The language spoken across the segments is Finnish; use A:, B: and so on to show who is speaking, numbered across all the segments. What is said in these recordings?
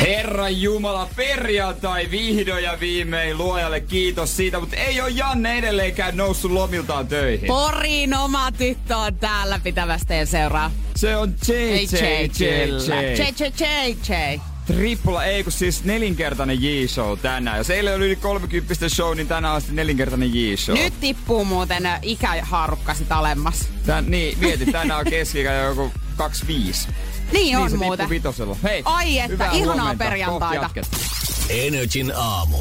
A: Herra Jumala, perjantai vihdoin ja viimein luojalle kiitos siitä, mutta ei ole Janne edelleenkään noussut lomiltaan töihin.
B: Porin oma tyttö on täällä pitävästä ja seuraa.
A: Se on
B: JJ,
A: JJJJ.
B: JJ.
A: Tripla, ei kun siis nelinkertainen J-show tänään. Jos eilen oli yli 30 show, niin tänään on sitten nelinkertainen J-show.
B: Nyt tippuu muuten ö, ikähaarukka sit alemmas.
A: Tän, niin, mieti, tänään on keskikä joku 25. niin se
B: Niin on
A: tippui
B: muuten.
A: vitosella. Hei,
B: Ai että,
A: hyvää
B: ihanaa
A: huomenta. Kohti
B: perjantaita.
A: jatketaan.
C: Energin aamu.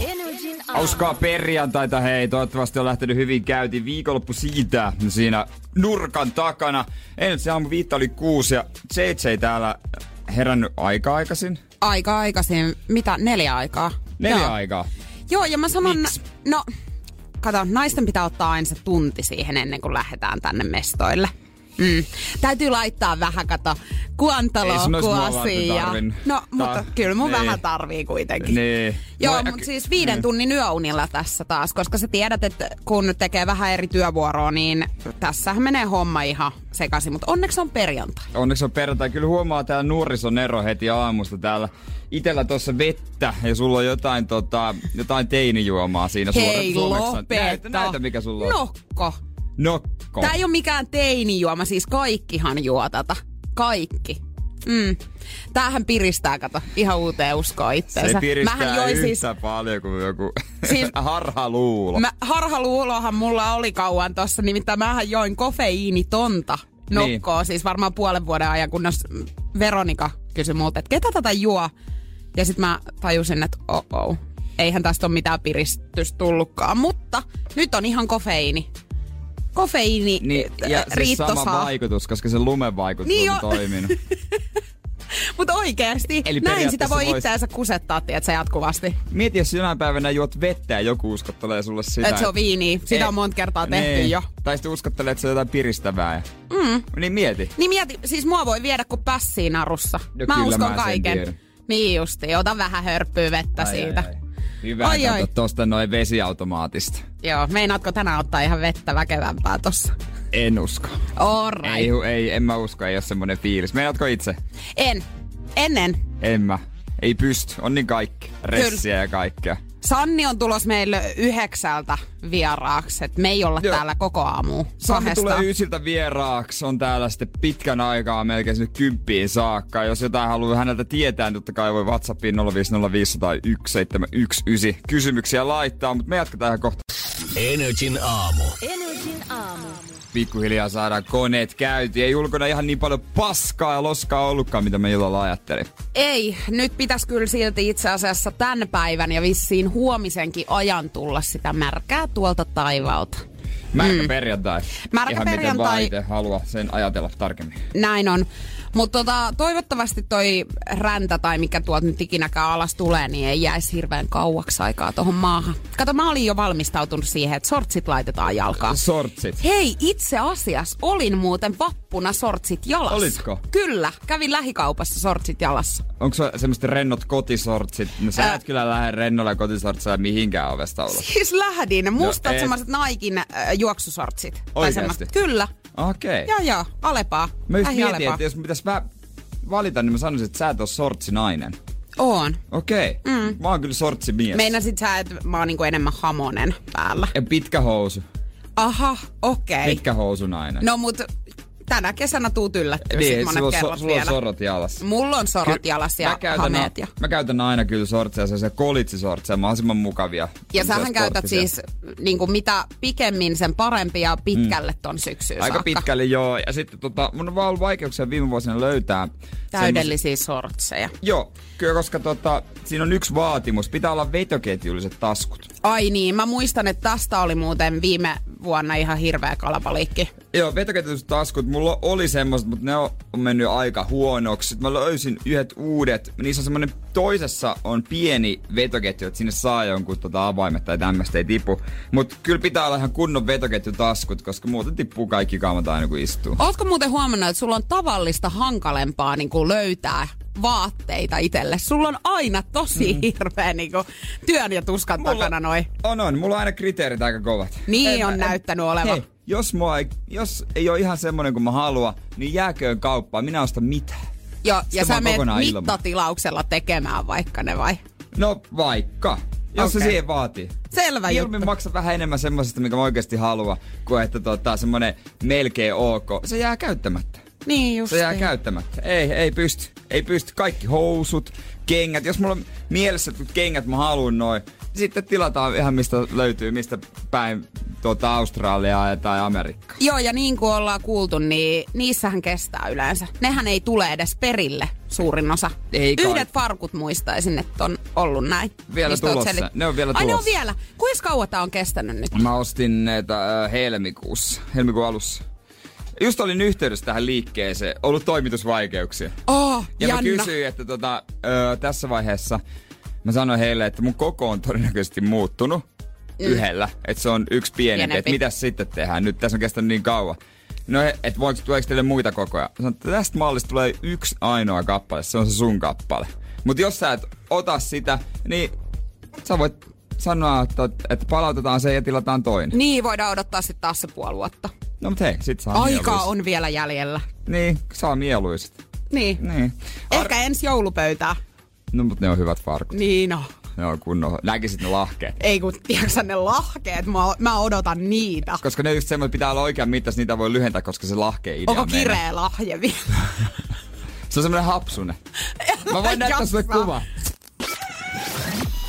A: Hauskaa perjantaita, hei. Toivottavasti on lähtenyt hyvin käyntiin. Viikonloppu siitä siinä nurkan takana. Eilen se aamu viitta oli kuusi ja JJ täällä herännyt aika aikaisin.
B: Aika aikaisin, mitä, neljä aikaa?
A: Neljä
B: Joo.
A: aikaa.
B: Joo, ja mä sanon,
A: Miks?
B: no, kato, naisten pitää ottaa aina se tunti siihen ennen kuin lähdetään tänne mestoille. Mm. Täytyy laittaa vähän, kato,
A: Ei sun olisi mua varten
B: kuantalokuasia.
A: tarvinnut.
B: No, mutta
A: Tää-
B: kyllä mun
A: niin.
B: vähän tarvii kuitenkin.
A: Niin.
B: Joo,
A: No,
B: mutta
A: äk-
B: siis viiden tunnin yöunilla tässä taas, koska sä tiedät, että kun tekee vähän eri työvuoroa, niin tässähän menee homma ihan sekaisin, mutta onneksi on perjantai.
A: Onneksi on perjantai. Kyllä huomaa täällä nuorison ero heti aamusta täällä. Itellä tuossa vettä ja sulla on jotain, tota, jotain teinijuomaa siinä
B: Hei,
A: suomeksi.
B: lopeta.
A: Näytä, näytä, mikä sulla on.
B: Nokko.
A: Nokko.
B: Tää ei ole mikään teinijuoma, siis kaikkihan juo tätä. Kaikki. Mm. Tämähän piristää, kato, ihan uuteen uskoon itseensä.
A: Se piristää
B: Mähän join
A: yhtä
B: siis,
A: paljon kuin joku
B: Siis-
A: siis... harhaluulo.
B: mä, harhaluulohan mulla oli kauan tossa, nimittäin mähän join kofeiinitonta nokkoa, niin. siis varmaan puolen vuoden ajan, kunnes Veronika kysyi multa, että ketä tätä juo? Ja sit mä tajusin, että oh oh, eihän tästä ole mitään piristys tullutkaan, mutta nyt on ihan kofeiini. Kofeiini
A: Niin,
B: äh,
A: ja siis
B: riitto
A: sama
B: saa.
A: vaikutus, koska se lumen vaikutus niin
B: Niin
A: on
B: jo.
A: toiminut.
B: Mutta oikeasti,
A: Eli
B: näin sitä
A: periaatteessa
B: voi
A: vois-
B: itseänsä kusettaa, tiedätkö, jatkuvasti.
A: Mieti, jos jonain päivänä juot vettä ja joku uskottelee sulle sitä.
B: Että se on viiniä. Sitä
A: Ei.
B: on monta kertaa tehty
A: Niin.
B: jo.
A: Tai sitten uskottelee, että se on jotain piristävää. Ja... Mm. Niin mieti.
B: Niin mieti, siis mua voi viedä kuin pässiin narussa.
A: No
B: mä
A: kyllä
B: uskon
A: mä sen
B: kaiken.
A: tiedän.
B: Niin justi, ota vähän hörppyä vettä siitä.
A: Ai, ai. Hyvä, ai,
B: Ai, ai.
A: ai. tosta noin vesiautomaatista.
B: Joo, meinaatko tänään ottaa ihan vettä väkevämpää tossa?
A: En usko.
B: Alright.
A: Ei, hu- ei, en mä usko, ei ole semmonen fiilis. Meinaatko itse?
B: En. Ennen.
A: En mä. Ei pysty. On niin kaikki. Ressiä ja kaikkea.
B: Sanni on tulos meille yhdeksältä vieraaksi, et me ei olla Joo.
A: Joo.
B: täällä koko aamu.
A: Sami
B: kahdesta.
A: tulee ysiltä vieraaksi, on täällä sitten pitkän aikaa, melkein sinne kymppiin saakka. Jos jotain haluaa häneltä tietää, niin totta kai voi WhatsAppiin 050501719 kysymyksiä laittaa, mutta me jatketaan ihan kohta.
C: Energin aamu.
A: Pikkuhiljaa saadaan koneet käyntiin. Ei ulkona ihan niin paljon paskaa ja loskaa ollutkaan, mitä me illalla ajattelin.
B: Ei, nyt pitäisi kyllä silti itse asiassa tämän päivän ja vissiin huomisenkin ajan tulla sitä märkää tuolta taivaalta.
A: Märkä mm. perjantai.
B: Märkä
A: ihan miten
B: perjantai.
A: vaan itse halua sen ajatella tarkemmin.
B: Näin on. Mutta tota, toivottavasti toi räntä tai mikä tuolta nyt ikinäkään alas tulee, niin ei jäisi hirveän kauaksi aikaa tuohon maahan. Kato, mä olin jo valmistautunut siihen, että sortsit laitetaan jalkaan.
A: Sortsit.
B: Hei, itse asiassa olin muuten vappuna sortsit jalassa.
A: Olitko?
B: Kyllä, kävin lähikaupassa sortsit jalassa.
A: Onko se semmoiset rennot kotisortsit? No sä
B: Ää.
A: et kyllä lähde rennolla kotisortsilla mihinkään ovesta ulos.
B: Siis lähdin. Mustat no,
A: et.
B: semmoiset Naikin äh, juoksusortsit. Tai
A: Oikeesti?
B: semmoset- Kyllä.
A: Okei.
B: Joo, joo. Alepaa.
A: Mä just
B: Lähi
A: mietin, että jos pitäis mä valita, niin mä sanoisin, että sä et oo sortsinainen.
B: Oon.
A: Okei. Okay. Mm. Mä oon kyllä sortsimies.
B: Meinasit sä, että mä oon niinku enemmän hamonen päällä.
A: Ja pitkä housu.
B: Aha, okei. Okay.
A: Pitkä housunainen.
B: No mut tänä kesänä tuut yllättyä
A: niin,
B: sit
A: et
B: monet
A: sulla, on so-
B: kerrat
A: sulla on
B: vielä.
A: sorot jalassa.
B: Mulla on sorot
A: Ky-
B: jalassa
A: mä
B: ja
A: käytän
B: hameet.
A: a-
B: Ja,
A: Mä käytän aina kyllä sortseja, sellaisia kolitsisortseja, mahdollisimman mukavia.
B: ja
A: tämmöisiä
B: sähän käytät
A: sporttisia.
B: siis niin kuin mitä pikemmin sen parempi ja pitkälle ton syksyyn
A: Mm. Aika
B: saakka.
A: pitkälle, joo. Ja sitten tota, mun on vaan ollut vaikeuksia viime vuosina löytää. semmosia-
B: Täydellisiä sortseja.
A: Joo, kyllä koska tota, siinä on yksi vaatimus. Pitää olla vetoketjulliset taskut.
B: Ai niin, mä muistan, että tästä oli muuten viime vuonna ihan hirveä kalapaliikki.
A: Joo, vetoketjutetut taskut, mulla oli semmoset, mutta ne on mennyt aika huonoksi. Sitten mä löysin yhdet uudet. Niissä on semmonen, toisessa on pieni vetoketju, että sinne saa jonkun tota avaimet tai tämmöistä ei tipu. Mutta kyllä pitää olla ihan kunnon vetoketjutaskut, koska muuten tippuu kaikki kamat aina kun istuu.
B: Ootko muuten huomannut, että sulla on tavallista hankalempaa niin kuin löytää vaatteita itselle? Sulla on aina tosi mm. hirveä niin kuin, työn ja tuskan mulla... takana noi.
A: On on, mulla on aina kriteerit aika kovat.
B: Niin en, on en, näyttänyt olevan.
A: Hei, jos, mua ei, jos ei ole ihan semmonen kuin mä haluan, niin jääköön kauppaan. Minä ostan mitään.
B: Joo, ja
A: Sitä mä
B: sä
A: oon
B: menet
A: kokonaan ilman.
B: mittatilauksella tekemään vaikka ne vai?
A: No vaikka. Jos okay. se
B: Okei.
A: siihen vaatii.
B: Selvä
A: Mieluummin
B: juttu.
A: maksa vähän enemmän semmosesta, mikä mä oikeasti haluan, kuin että tota, semmonen melkein ok. Se jää käyttämättä.
B: Niin just.
A: Se jää käyttämättä. Ei, ei pysty. Ei pysty. Kaikki housut, kengät. Jos mulla on mielessä, että kengät mä haluun noin, niin sitten tilataan ihan mistä löytyy, mistä päin tuota Australiaa ja- tai Amerikkaa.
B: Joo, ja niin kuin ollaan kuultu, niin niissähän kestää yleensä. Nehän ei tule edes perille suurin osa.
A: Ei kai.
B: Yhdet farkut muistaisin, että on ollut näin.
A: Vielä
B: Niistä oot
A: tulossa. Ne on vielä
B: Ai ne on
A: tulossa.
B: vielä. Kuinka kauan tää on kestänyt nyt?
A: Mä ostin näitä äh, helmikuussa, helmikuun alussa. Just olin yhteydessä tähän liikkeeseen, ollut toimitusvaikeuksia.
B: Oh,
A: Ja
B: Janna.
A: mä kysyin, että tota, ö, tässä vaiheessa mä sanoin heille, että mun koko on todennäköisesti muuttunut mm. yhdellä. Että se on yksi pienempi.
B: Pienempi.
A: pienempi. Että mitä sitten tehdään? Nyt tässä on kestänyt niin kauan. No, he- et voiko tuleeko teille muita kokoja? Mä Sanoin, että tästä mallista tulee yksi ainoa kappale, se on se sun kappale. Mutta jos sä et ota sitä, niin sä voit sanoa, että, että palautetaan se ja tilataan toinen.
B: Niin, voidaan odottaa sitten taas se puoli vuotta.
A: No mut hei, sit saa
B: Aikaa
A: mieluiset.
B: Mm. on vielä jäljellä.
A: Niin, saa mieluiset.
B: Niin.
A: Niin.
B: Ehkä ensi joulupöytää.
A: No mut ne on hyvät farkut.
B: Niin no.
A: Ne on kunnon. Näkisit ne lahkeet.
B: Ei kun, tiedätkö ne lahkeet, mä, mä odotan niitä.
A: Koska ne just semmoiset pitää olla oikean mittas, niitä voi lyhentää, koska se lahkee idea
B: Onko
A: menee.
B: kireä lahje vielä?
A: Se on semmoinen hapsune. Mä voin näyttää sulle
B: jaksaa.
A: kuva.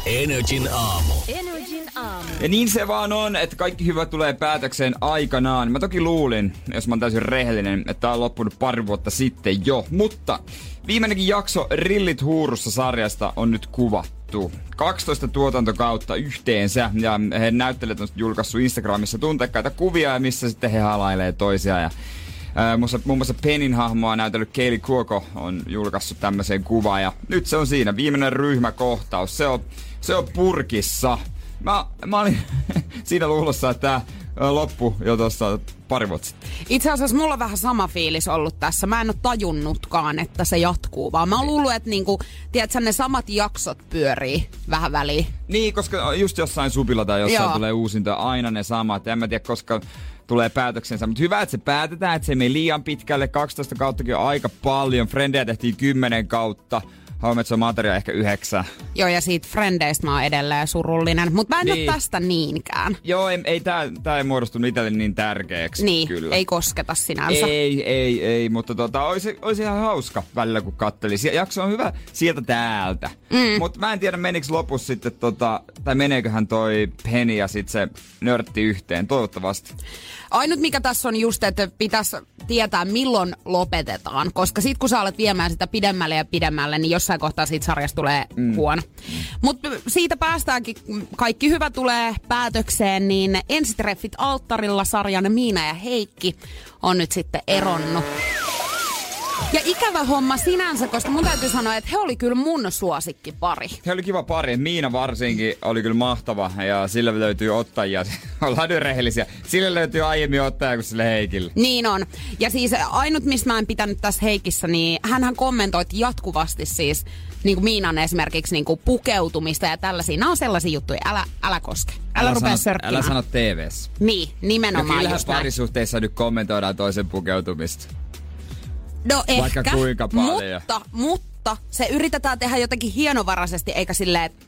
C: Energin aamu.
D: Energin aamu.
A: Ja niin se vaan on, että kaikki hyvä tulee päätökseen aikanaan. Mä toki luulin, jos mä oon täysin rehellinen, että tää on loppunut pari vuotta sitten jo. Mutta viimeinenkin jakso Rillit huurussa sarjasta on nyt kuvattu. 12 tuotantokautta yhteensä ja he näyttelijät on julkaissut Instagramissa tuntekkaita kuvia, missä sitten he halailee toisiaan. Ja Ää, Muun muassa- muun muassa Penin hahmoa näytellyt Keili Kuoko on julkaissut tämmöisen kuvan ja nyt se on siinä, viimeinen ryhmäkohtaus, se on, se on purkissa. Mä, mä olin siinä luulossa, että tää ää, loppu jo tuossa pari vuotta sitten.
B: Itse asiassa mulla on vähän sama fiilis ollut tässä. Mä en ole tajunnutkaan, että se jatkuu, vaan mä oon luullut, että niinku, tiedätkö, ne samat jaksot pyörii vähän väliin.
A: Niin, koska just jossain supilla tai jossain
B: Joo.
A: Joo. tulee uusinta aina ne samat. En mä tiedä, koska tulee päätöksensä. Mutta hyvä, että se päätetään, että se meni liian pitkälle. 12 kauttakin on aika paljon. Frendejä tehtiin 10 kautta. Haumetso Materia ehkä 9.
B: Joo, ja siitä frendeistä mä oon edelleen surullinen, mutta mä en niin.
A: Niin.
B: ole tästä niinkään.
A: Joo, ei, ei tää, tää ei muodostunut itselle niin tärkeäksi.
B: Niin,
A: kyllä.
B: ei kosketa sinänsä.
A: ei, ei, ei, mutta tota, olisi, olisi ihan hauska välillä, kun kattelisi. Ja Jakso on hyvä sieltä täältä. Mm. Mutta mä en tiedä, menikö lopussa sitten, tota, tai meneeköhän toi Penny ja sitten se nörtti yhteen, toivottavasti.
B: Ainut mikä tässä on just, että pitäisi tietää milloin lopetetaan, koska sit kun sä alet viemään sitä pidemmälle ja pidemmälle, niin jossain kohtaa siitä sarjasta tulee mm. huono. Mutta siitä päästäänkin, kun kaikki hyvä tulee päätökseen, niin ensitreffit alttarilla sarjan Miina ja Heikki on nyt sitten eronnut. Ja ikävä homma sinänsä, koska mun täytyy sanoa, että he oli kyllä mun suosikkipari.
A: He oli kiva pari. Miina varsinkin oli kyllä mahtava ja sillä löytyy ottajia. Ollaan nyt rehellisiä. Sillä löytyy aiemmin ottaja kuin sille Heikille.
B: Niin on. Ja siis ainut, mistä mä en pitänyt tässä Heikissä, niin hänhän kommentoi jatkuvasti siis niin kuin Miinan esimerkiksi niin kuin pukeutumista ja tällaisia. Nämä on sellaisia juttuja. Älä, älä koske. Älä, älä rupea
A: sano,
B: sörkkimään.
A: älä sano TV:ssä.
B: Niin,
A: No
B: nimenomaan
A: kyllähän
B: just näin.
A: parisuhteissa nyt kommentoidaan toisen pukeutumista.
B: No ehkä,
A: vaikka kuinka paljon.
B: Mutta, mutta se yritetään tehdä jotenkin hienovaraisesti, eikä silleen, että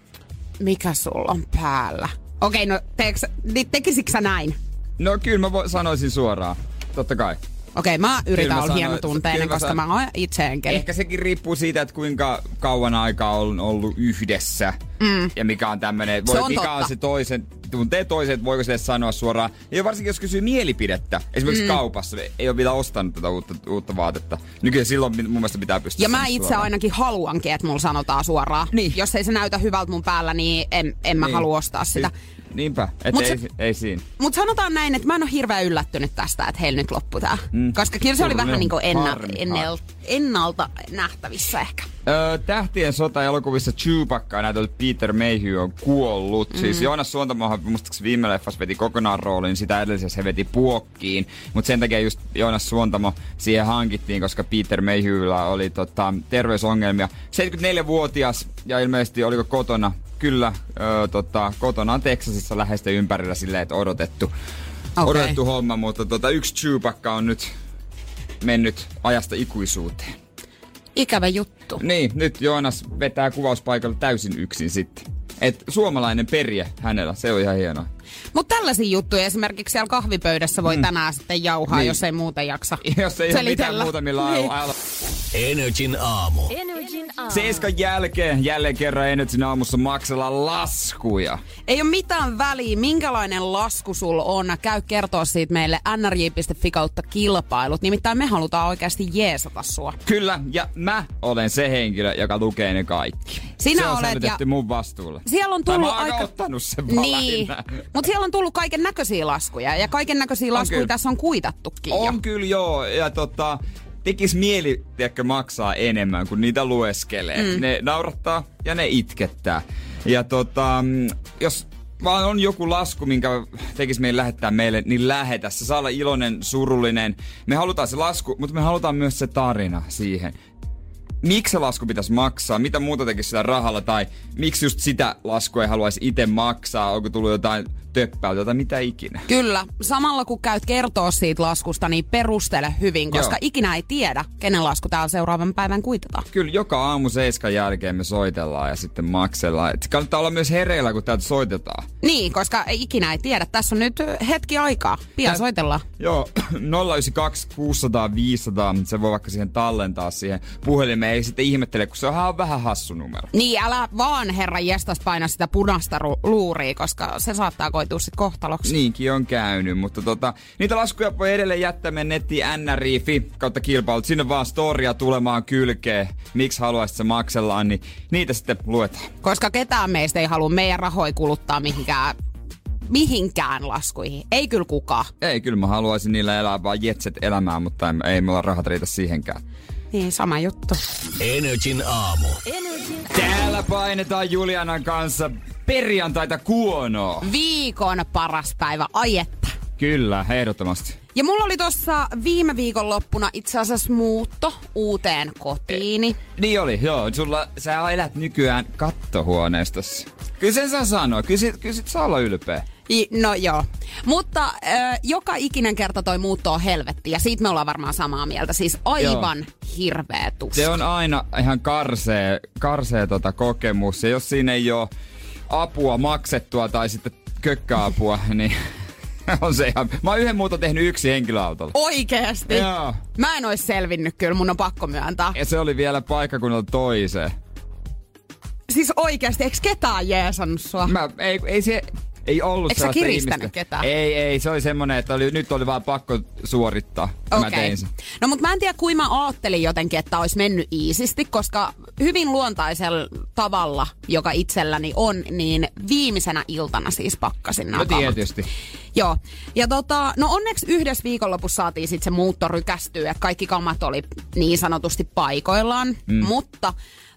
B: mikä sulla on päällä. Okei, no teeks, ni- tekisikö sä näin?
A: No kyllä mä voi, sanoisin suoraan. Totta kai.
B: Okei, mä
A: Kyllä
B: yritän
A: mä
B: olla
A: sanoin-
B: hieno tunteinen,
A: kyllä mä
B: koska
A: sanoin-
B: mä oon itse enkeli.
A: Ehkä sekin riippuu siitä, että kuinka kauan aikaa on ollut yhdessä. Mm. Ja mikä on tämmönen, voi,
B: Se on
A: mikä
B: totta.
A: on se toisen, tuntee toisen, että voiko sille sanoa suoraan. Ja varsinkin jos kysyy mielipidettä, esimerkiksi mm. kaupassa, ei ole vielä ostanut tätä uutta, uutta vaatetta. Nykyään silloin min- mun mielestä pitää pystyä
B: Ja mä
A: sanoa
B: itse
A: suoraan.
B: ainakin haluankin, että mulla sanotaan suoraan. Niin. Jos ei se näytä hyvältä mun päällä, niin en, en mä niin. halua ostaa sitä.
A: Siis Niinpä, et
B: Mut
A: ei,
B: se-
A: ei siinä.
B: Mutta sanotaan näin, että mä en ole hirveän yllättynyt tästä, että heillä nyt loppu tää. Mm. Koska kyllä se oli
A: Kyllä,
B: vähän niin kuin enna,
A: harmi.
B: ennel, ennalta nähtävissä ehkä.
A: Öö, Tähtien sota-elokuvissa Chewbacca näytellyt Peter Mayhew on kuollut. Mm. Siis Joonas Suontamohan muistaakseni viime leffassa veti kokonaan roolin, sitä edellisessä he veti puokkiin. Mutta sen takia just Joonas Suontamo siihen hankittiin, koska Peter Mayhewllä oli tota, terveysongelmia. 74-vuotias ja ilmeisesti oliko kotona, kyllä, öö, tota, kotonaan Teksasissa läheisten ympärillä silleen, että odotettu. Okay.
B: Okei.
A: Odotettu homma, mutta tota, yksi Chewbacca on nyt mennyt ajasta ikuisuuteen.
B: Ikävä juttu.
A: Niin, nyt Joonas vetää kuvauspaikalla täysin yksin sitten. Et suomalainen perje hänellä, se on ihan hienoa.
B: Mutta tällaisia juttuja esimerkiksi siellä kahvipöydässä voi mm. tänään sitten jauhaa,
A: Niin.
B: niin. jos ei muuten jaksa
A: Jos ei ole mitään
B: selitellä.
A: muuta, millä
B: Niin.
A: niin.
C: Energin aamu.
D: Energin aamu.
A: Seiskan jälkeen jälleen kerran Energyn aamussa maksella laskuja.
B: Ei ole mitään väliä, minkälainen lasku sul on. Käy kertoa siitä meille nrj.fi kautta kilpailut. Nimittäin me halutaan oikeasti jeesata sua.
A: Kyllä, ja mä olen se henkilö, joka lukee ne kaikki.
B: Sinä
A: se on
B: olet
A: sälytetty
B: ja-
A: mun vastuulle.
B: Siellä on
A: Tai
B: tullut
A: mä oon
B: aika...
A: ottanut sen vaan
B: Niin,
A: lähinnä.
B: mutta siellä on tullut kaiken näköisiä laskuja ja kaiken näköisiä
A: kyllä.
B: laskuja tässä on kuitattukin
A: On
B: jo.
A: kyllä joo, ja tota, tekis mieli tiedätkö, maksaa enemmän, kun niitä lueskelee. Mm. Ne naurattaa ja ne itkettää. Ja tota, mm, jos vaan on joku lasku, minkä tekis meidän lähettää meille, niin lähetä. Se saa olla iloinen, surullinen. Me halutaan se lasku, mutta me halutaan myös se tarina siihen. Miksi se lasku pitäisi maksaa? Mitä muuta tekisi sillä rahalla? Tai miksi just sitä laskua ei haluaisi itse maksaa? Onko tullut jotain töppäytä tai mitä ikinä?
B: Kyllä, samalla kun käyt kertoa siitä laskusta, niin perustele hyvin, koska
A: Joo.
B: ikinä ei tiedä, kenen lasku täällä seuraavan päivän kuitataan.
A: Kyllä joka aamu seiskan jälkeen me soitellaan ja sitten maksellaan. Et kannattaa olla myös hereillä, kun täältä soitetaan.
B: Niin, koska ei ikinä ei tiedä. Tässä on nyt ö, hetki aikaa. Pian
A: Tää-
B: soitellaan.
A: Joo, 092 600 500, se voi vaikka siihen tallentaa siihen puhelimeen. Ei sitten ihmettele, kun se on vähän hassu numero.
B: Niin, älä vaan herra jestas paina sitä punaista ru- luuria, koska se saattaa koitua sitten kohtaloksi.
A: Niinkin on käynyt, mutta tota, niitä laskuja voi edelleen jättää meidän nettiin nrifi kautta kilpailut. Sinne vaan storia tulemaan kylkeen, miksi haluaisit se maksellaan, niin niitä sitten luetaan.
B: Koska ketään meistä ei halua meidän rahoja kuluttaa mihinkään, mihinkään laskuihin. Ei kyllä kukaan.
A: Ei, kyllä mä haluaisin niillä elää vaan jetset elämää, mutta en- ei mulla rahat riitä siihenkään.
B: Niin, sama juttu.
C: Energin aamu.
D: Energin
A: Täällä painetaan Julianan kanssa perjantaita kuonoa.
B: Viikon paras päivä, ai että.
A: Kyllä, ehdottomasti.
B: Ja mulla oli tuossa viime viikon loppuna itse asiassa muutto uuteen kotiini.
A: Niin oli, joo. Sulla, sä elät nykyään kattohuoneistossa. Kyllä sen saa sanoa. Kyllä sit, kyllä sit saa olla ylpeä.
B: I, no joo. Mutta ö, joka ikinen kerta toi muutto on helvetti ja siitä me ollaan varmaan samaa mieltä. Siis aivan joo. hirveä tuska.
A: Se on aina ihan karsee, karsee tota kokemus. Ja jos siinä ei ole apua maksettua tai sitten kökkäapua, niin on se ihan... Mä oon yhden muuta tehnyt yksi henkilöautolla.
B: Oikeesti?
A: Joo.
B: Mä en ois selvinnyt kyllä, mun on pakko myöntää.
A: Ja se oli vielä paikkakunnalta toiseen.
B: Siis oikeesti, eikö ketään jeesannut sua?
A: Mä, ei, ei se... Ei ollut
B: Ah. Eikö sä
A: sellaista
B: kiristänyt
A: ihmistä.
B: ketään?
A: Ei, ei. Se oli semmonen, että oli, nyt oli vaan pakko suorittaa. Okay. Mä
B: Okei.
A: tein sen.
B: No mut mä en tiedä, kuinka mä ajattelin jotenkin, että olisi mennyt iisisti, koska hyvin luontaisella tavalla, joka itselläni on, niin viimeisenä iltana siis pakkasin nämä
A: No
B: kamat.
A: tietysti.
B: Joo. Ja tota, no onneksi yhdessä viikonlopussa saatiin sitten se muutto rykästyä, että kaikki kamat oli niin sanotusti paikoillaan. Mm. Mutta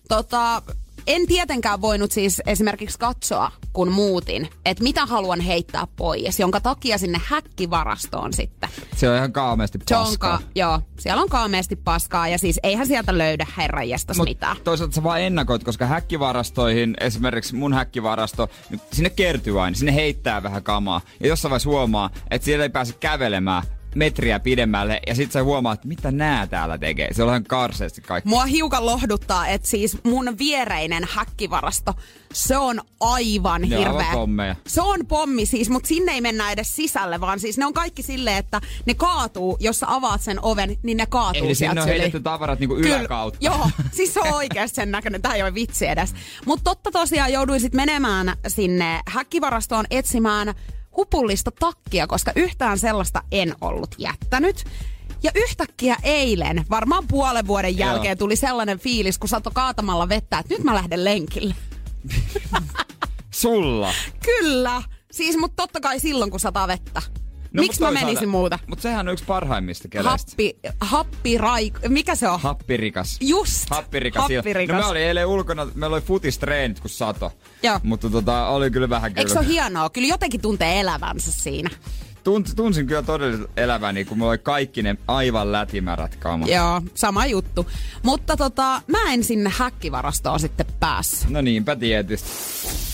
B: tota, en tietenkään voinut siis esimerkiksi katsoa, kun muutin, että mitä haluan heittää pois, jonka takia sinne häkkivarastoon sitten.
A: Se on ihan kaameasti
B: Se
A: paskaa.
B: on ka- joo, siellä on kaameesti paskaa ja siis eihän sieltä löydä herranjestas
A: Mut
B: mitään.
A: toisaalta sä vaan ennakoit, koska häkkivarastoihin, esimerkiksi mun häkkivarasto, niin sinne kertyy aina, sinne heittää vähän kamaa. Ja jossain vaiheessa huomaa, että siellä ei pääse kävelemään metriä pidemmälle, ja sit sä huomaat, että mitä nää täällä tekee. Se on ihan karseasti kaikki.
B: Mua hiukan lohduttaa, että siis mun viereinen häkkivarasto, se on aivan
A: Ne on
B: hirveä.
A: aivan pommeja.
B: Se on pommi siis, mutta sinne ei mennä edes sisälle, vaan siis ne on kaikki silleen, että ne kaatuu, jos sä avaat sen oven, niin ne kaatuu
A: Eli
B: sieltä
A: sinne on
B: syliin.
A: heitetty tavarat niinku
B: Kyllä,
A: yläkautta.
B: Joo, siis se on oikeasti sen näköinen. Tämä ei ole vitsi edes. Mutta totta tosiaan jouduin sitten menemään sinne häkkivarastoon etsimään hupullista takkia, koska yhtään sellaista en ollut jättänyt. Ja yhtäkkiä eilen, varmaan puolen vuoden
A: Joo.
B: jälkeen, tuli sellainen fiilis, kun sato kaatamalla vettä, että nyt mä lähden lenkille.
A: Sulla!
B: Kyllä! Siis, mutta totta kai silloin, kun sataa vettä. No, Miksi mä menisin muuta?
A: Mutta sehän on yksi parhaimmista keleistä.
B: Happi, happiraik... Mikä se on?
A: Happirikas.
B: Just.
A: Happirikas.
B: Happirikas.
A: No mä olin eilen ulkona, meillä oli futistreenit kun sato.
B: Joo.
A: Mutta tota, oli kyllä vähän kyllä.
B: Eikö se ole hienoa? Kyllä jotenkin tuntee elävänsä siinä.
A: Tunt, tunsin kyllä todella eläväni, kun mulla oli kaikki ne aivan lätimärät kamat.
B: Joo, sama juttu. Mutta tota, mä en sinne häkkivarastoon sitten päässyt.
A: No niinpä tietysti.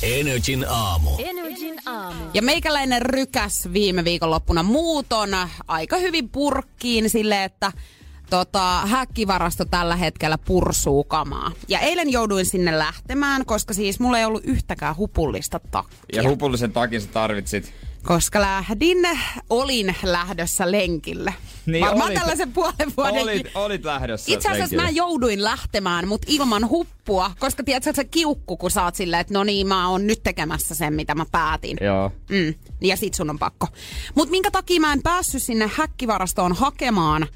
C: Energin aamu.
D: Energin aamu.
B: Ja meikäläinen rykäs viime viikonloppuna muuton aika hyvin purkkiin sille, että tota, häkkivarasto tällä hetkellä pursuu kamaa. Ja eilen jouduin sinne lähtemään, koska siis mulla ei ollut yhtäkään hupullista
A: Ja
B: takkia.
A: hupullisen takin sä tarvitsit.
B: koska lähdin, olin lähdössä lenkille.
A: Niin
B: Varmaan
A: olit.
B: tällaisen puolen vuoden
A: Olit, olit lähdössä.
B: Itse asiassa
A: lenkille.
B: mä jouduin lähtemään, mutta ilman huppua, koska tiedät sä, että se kiukku, kun sä oot silleen, että no niin, mä oon nyt tekemässä sen, mitä mä päätin.
A: Joo.
B: Mm, ja sit sun on pakko. Mut minkä takia mä en päässyt sinne häkkivarastoon hakemaan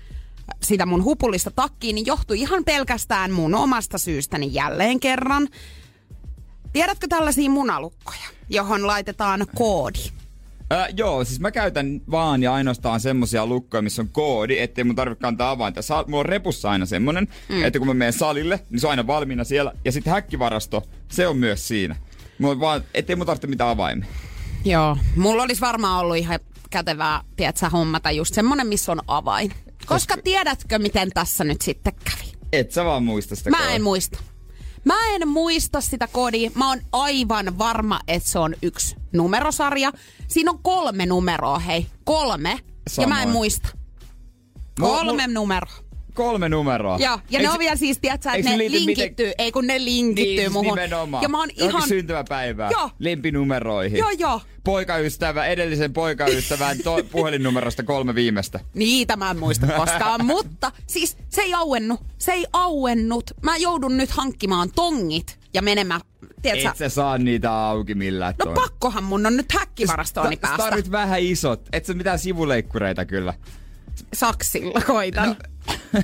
B: sitä mun hupullista takkiin, niin johtui ihan pelkästään mun omasta syystäni jälleen kerran. Tiedätkö tällaisia munalukkoja, johon laitetaan koodi?
A: Äh, joo, siis mä käytän vaan ja ainoastaan semmosia lukkoja, missä on koodi, ettei mun tarvitse kantaa avainta. Sa- mulla on repussa aina semmonen, mm. että kun mä menen salille, niin se on aina valmiina siellä. Ja sitten häkkivarasto, se on myös siinä. Mulla on vaan, ettei mun tarvitse mitään avaimia.
B: Joo. Mulla olisi varmaan ollut ihan kätevää, tiedätkö, hommata just semmonen, missä on avain. Koska tiedätkö, miten tässä nyt sitten kävi?
A: Et sä vaan muista sitä
B: Mä
A: koodia.
B: en muista. Mä en muista sitä kodia. Mä oon aivan varma, että se on yksi numerosarja. Siinä on kolme numeroa, hei. Kolme. Samoin. Ja mä en
A: Samoin.
B: muista.
A: Mulla-
B: Kolme
A: mulla-
B: numeroa.
A: Kolme numeroa.
B: Joo, ja
A: Eikö
B: ne
A: se-
B: on vielä siis, tiedätkö,
A: eikö
B: että
A: se
B: ne
A: liity miten-
B: linkittyy, ei kun ne linkittyy
A: Niin, siis
B: muhun.
A: Nimenomaan.
B: Ja mä oon
A: Johonkin
B: ihan...
A: syntymäpäivää.
B: Joo.
A: Lempinumeroihin.
B: Joo, joo.
A: Poikaystävä, edellisen poikaystävän to- puhelinnumerosta kolme viimeistä.
B: Niitä mä en muista koskaan, mutta siis se ei auennut. Se ei auennut. Mä joudun nyt hankkimaan tongit ja menemään, tiedätkö,
A: Et sä saa niitä auki millään
B: No
A: toin.
B: pakkohan mun on nyt häkkivarastooni
A: Sä- sä
B: niin päästä.
A: Siis Tarvit vähän isot. Et sä mitään sivuleikkureita kyllä.
B: Saksilla koitan. No,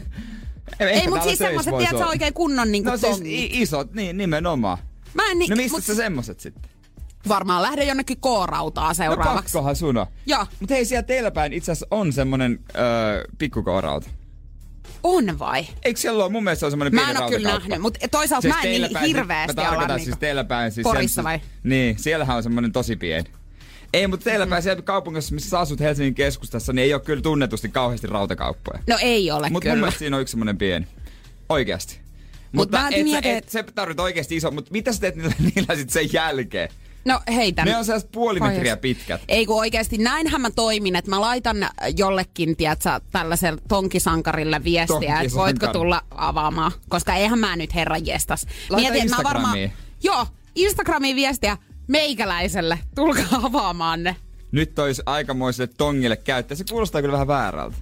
B: ei, mut siis semmoset, tiedät sä oikein kunnon niinku
A: No siis
B: tongit.
A: i- isot, niin nimenomaan.
B: Mä en ni-
A: No mistä
B: mut
A: sä semmoset sitten?
B: Varmaan lähden jonnekin koorautaa
A: No
B: seuraavaksi.
A: pakkohan sun on.
B: Joo.
A: Mut hei, siellä teillä päin itse asiassa on semmonen öö, pikkukoorauta.
B: on vai?
A: Eikö siellä ole? Mun mielestä se on semmonen
B: Mä
A: pieni
B: en oo kyllä
A: rautakauppa.
B: nähnyt, mutta toisaalta siis mä en
A: teillä
B: niin hirveästi
A: mä
B: ole
A: tarkoitan
B: niinku
A: siis teillä päin. Siis
B: Porissa
A: sen-
B: vai?
A: Niin, siellähän on semmoinen tosi pieni. Ei, mutta teillä
B: Mm.
A: päin siellä kaupungissa, missä sä asut Helsingin keskustassa, niin ei ole kyllä tunnetusti kauheasti rautakauppoja.
B: No ei ole
A: Mutta mun
B: kyllä.
A: mielestä siinä on yksi semmoinen pieni. Oikeasti.
B: mä
A: Mutta
B: en
A: et, sä-
B: tiedä,
A: et,
B: et-
A: sä tarvit oikeasti iso, mutta mitä sä teet niillä, niillä sit sen jälkeen?
B: No heitän.
A: Ne on sellaiset puoli metriä
B: Pohjassa.
A: pitkät.
B: Ei kun oikeasti näinhän mä toimin, että mä laitan jollekin, tiedätkö, tällaiselle tonkisankarille viestiä, että
A: Tonkisankari.
B: voitko tulla avaamaan. Koska eihän mä nyt herra jestas.
A: Laita
B: Mietin, että mä varmaan...
A: Instagramiin.
B: Joo, Instagramiin viestiä meikäläiselle. Tulkaa avaamaan ne.
A: Nyt olisi aikamoiselle tongille käyttää. Se kuulostaa kyllä vähän väärältä.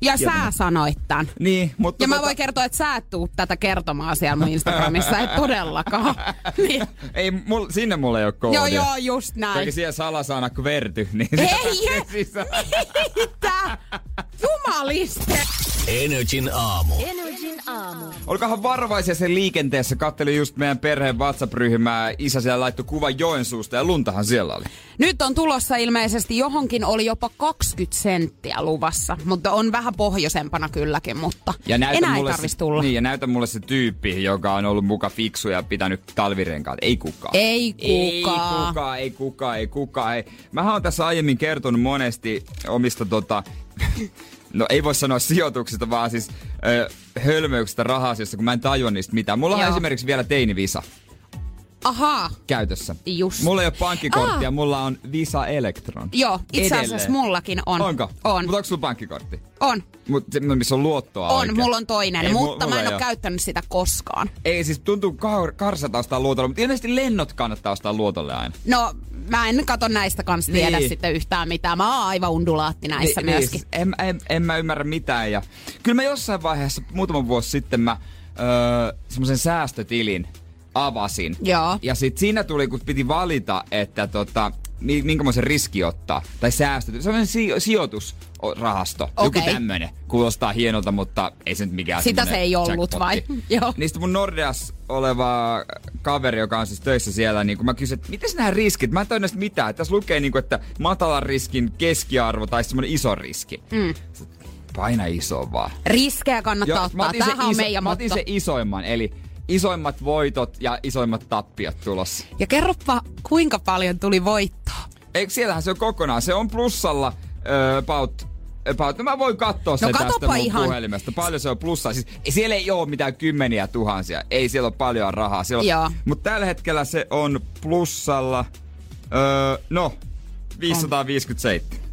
B: Ja sä sanoit tän.
A: Niin, mutta...
B: Ja mä
A: tota-
B: voin kertoa, että sä et tuu tätä kertomaan siellä mun Instagramissa, et todellakaan. Niin.
A: Ei, mul, sinne mulla ei ole koodia.
B: Joo, joo, just näin.
A: Kaikki siellä salasana kverty, niin
B: Ei, jä-
A: sisään.
B: mitä? Jumaliste!
C: Energin aamu.
D: Energin aamu.
A: Olkahan varovaisia sen liikenteessä. Kattelin just meidän perheen WhatsApp-ryhmää. Isä siellä laittoi kuvan Joensuusta ja luntahan siellä oli.
B: Nyt on tulossa ilmeisesti johonkin oli jopa 20 senttiä luvassa, mutta on vähän pohjoisempana kylläkin, mutta enää ei tarvitsisi
A: se,
B: tulla.
A: Niin, ja näytä mulle se tyyppi, joka on ollut muka fiksu ja pitänyt talvirenkaat. Ei kukaan.
B: Ei
A: Ei
B: kukaan.
A: kukaan, ei kukaan, ei kukaan. Ei. Mähän on tässä aiemmin kertonut monesti omista tota, no ei voi sanoa sijoituksista, vaan siis ö, hölmöyksistä raha-asioista, kun mä en tajua niistä mitään. Mulla on
B: Joo.
A: esimerkiksi vielä teinivisa
B: Ahaa.
A: käytössä.
B: Just.
A: Mulla ei ole pankkikorttia,
B: Ah.
A: mulla on Visa Electron.
B: Joo, itse asiassa
A: Edelleen.
B: mullakin on.
A: Onko?
B: On.
A: Mutta onko sulla pankkikortti?
B: on.
A: Mut se, missä on luottoa
B: On,
A: oikein.
B: mulla on toinen,
A: Ei, mu-
B: mutta
A: mulla
B: mä en
A: ei
B: ole käyttänyt sitä koskaan.
A: Ei siis tuntuu kar- karsata ostaa luotolle, mutta ilmeisesti lennot kannattaa ostaa luotolle aina.
B: No, mä en kato näistä kanssa tiedä
A: Niin.
B: sitten yhtään mitään. Mä oon aivan undulaatti näissä
A: Ni-
B: myöskin.
A: siis en, en, en mä ymmärrä mitään. Ja, kyllä mä jossain vaiheessa, muutama vuosi sitten mä öö, semmoisen säästötilin avasin.
B: Joo.
A: Ja sit siinä tuli, kun piti valita, että tota, mi- minkämoisen riski ottaa. Tai säästöt. Se on si- sijoitusrahasto. Joku
B: Okei.
A: tämmönen. Kuulostaa hienolta, mutta ei se nyt mikään
B: Sitä
A: Äh, semmonen
B: se ei ollut vai? Joo.
A: Niistä mun Nordeas oleva kaveri, joka on siis töissä siellä, niin kun mä kysyin, että miten nämä riskit? Mä en tajua näistä mitään. Tässä lukee, niin kuin, että matalan riskin keskiarvo tai semmoinen iso riski. Mm. Paina iso vaan.
B: Riskejä kannattaa
A: Joo,
B: ottaa.
A: sen
B: No Tämähän on
A: iso-
B: meidän
A: mä otin
B: motto.
A: sen isoimman, eli isoimmat voitot ja isoimmat tappiot tulossa.
B: Ja kerropa, kuinka paljon tuli voittoa.
A: Eikö siellähän se on kokonaan? Se on plussalla ö, about, about. No mä voin katsoa sen tästä
B: katoppa
A: mun
B: ihan.
A: puhelimesta. Paljon se on plussa. Siis, ei- siellä ei ole mitään kymmeniä tuhansia. Ei siellä ole paljon rahaa. Siellä
B: Joo.
A: on, mutta tällä hetkellä se on plussalla, öö, no, 557.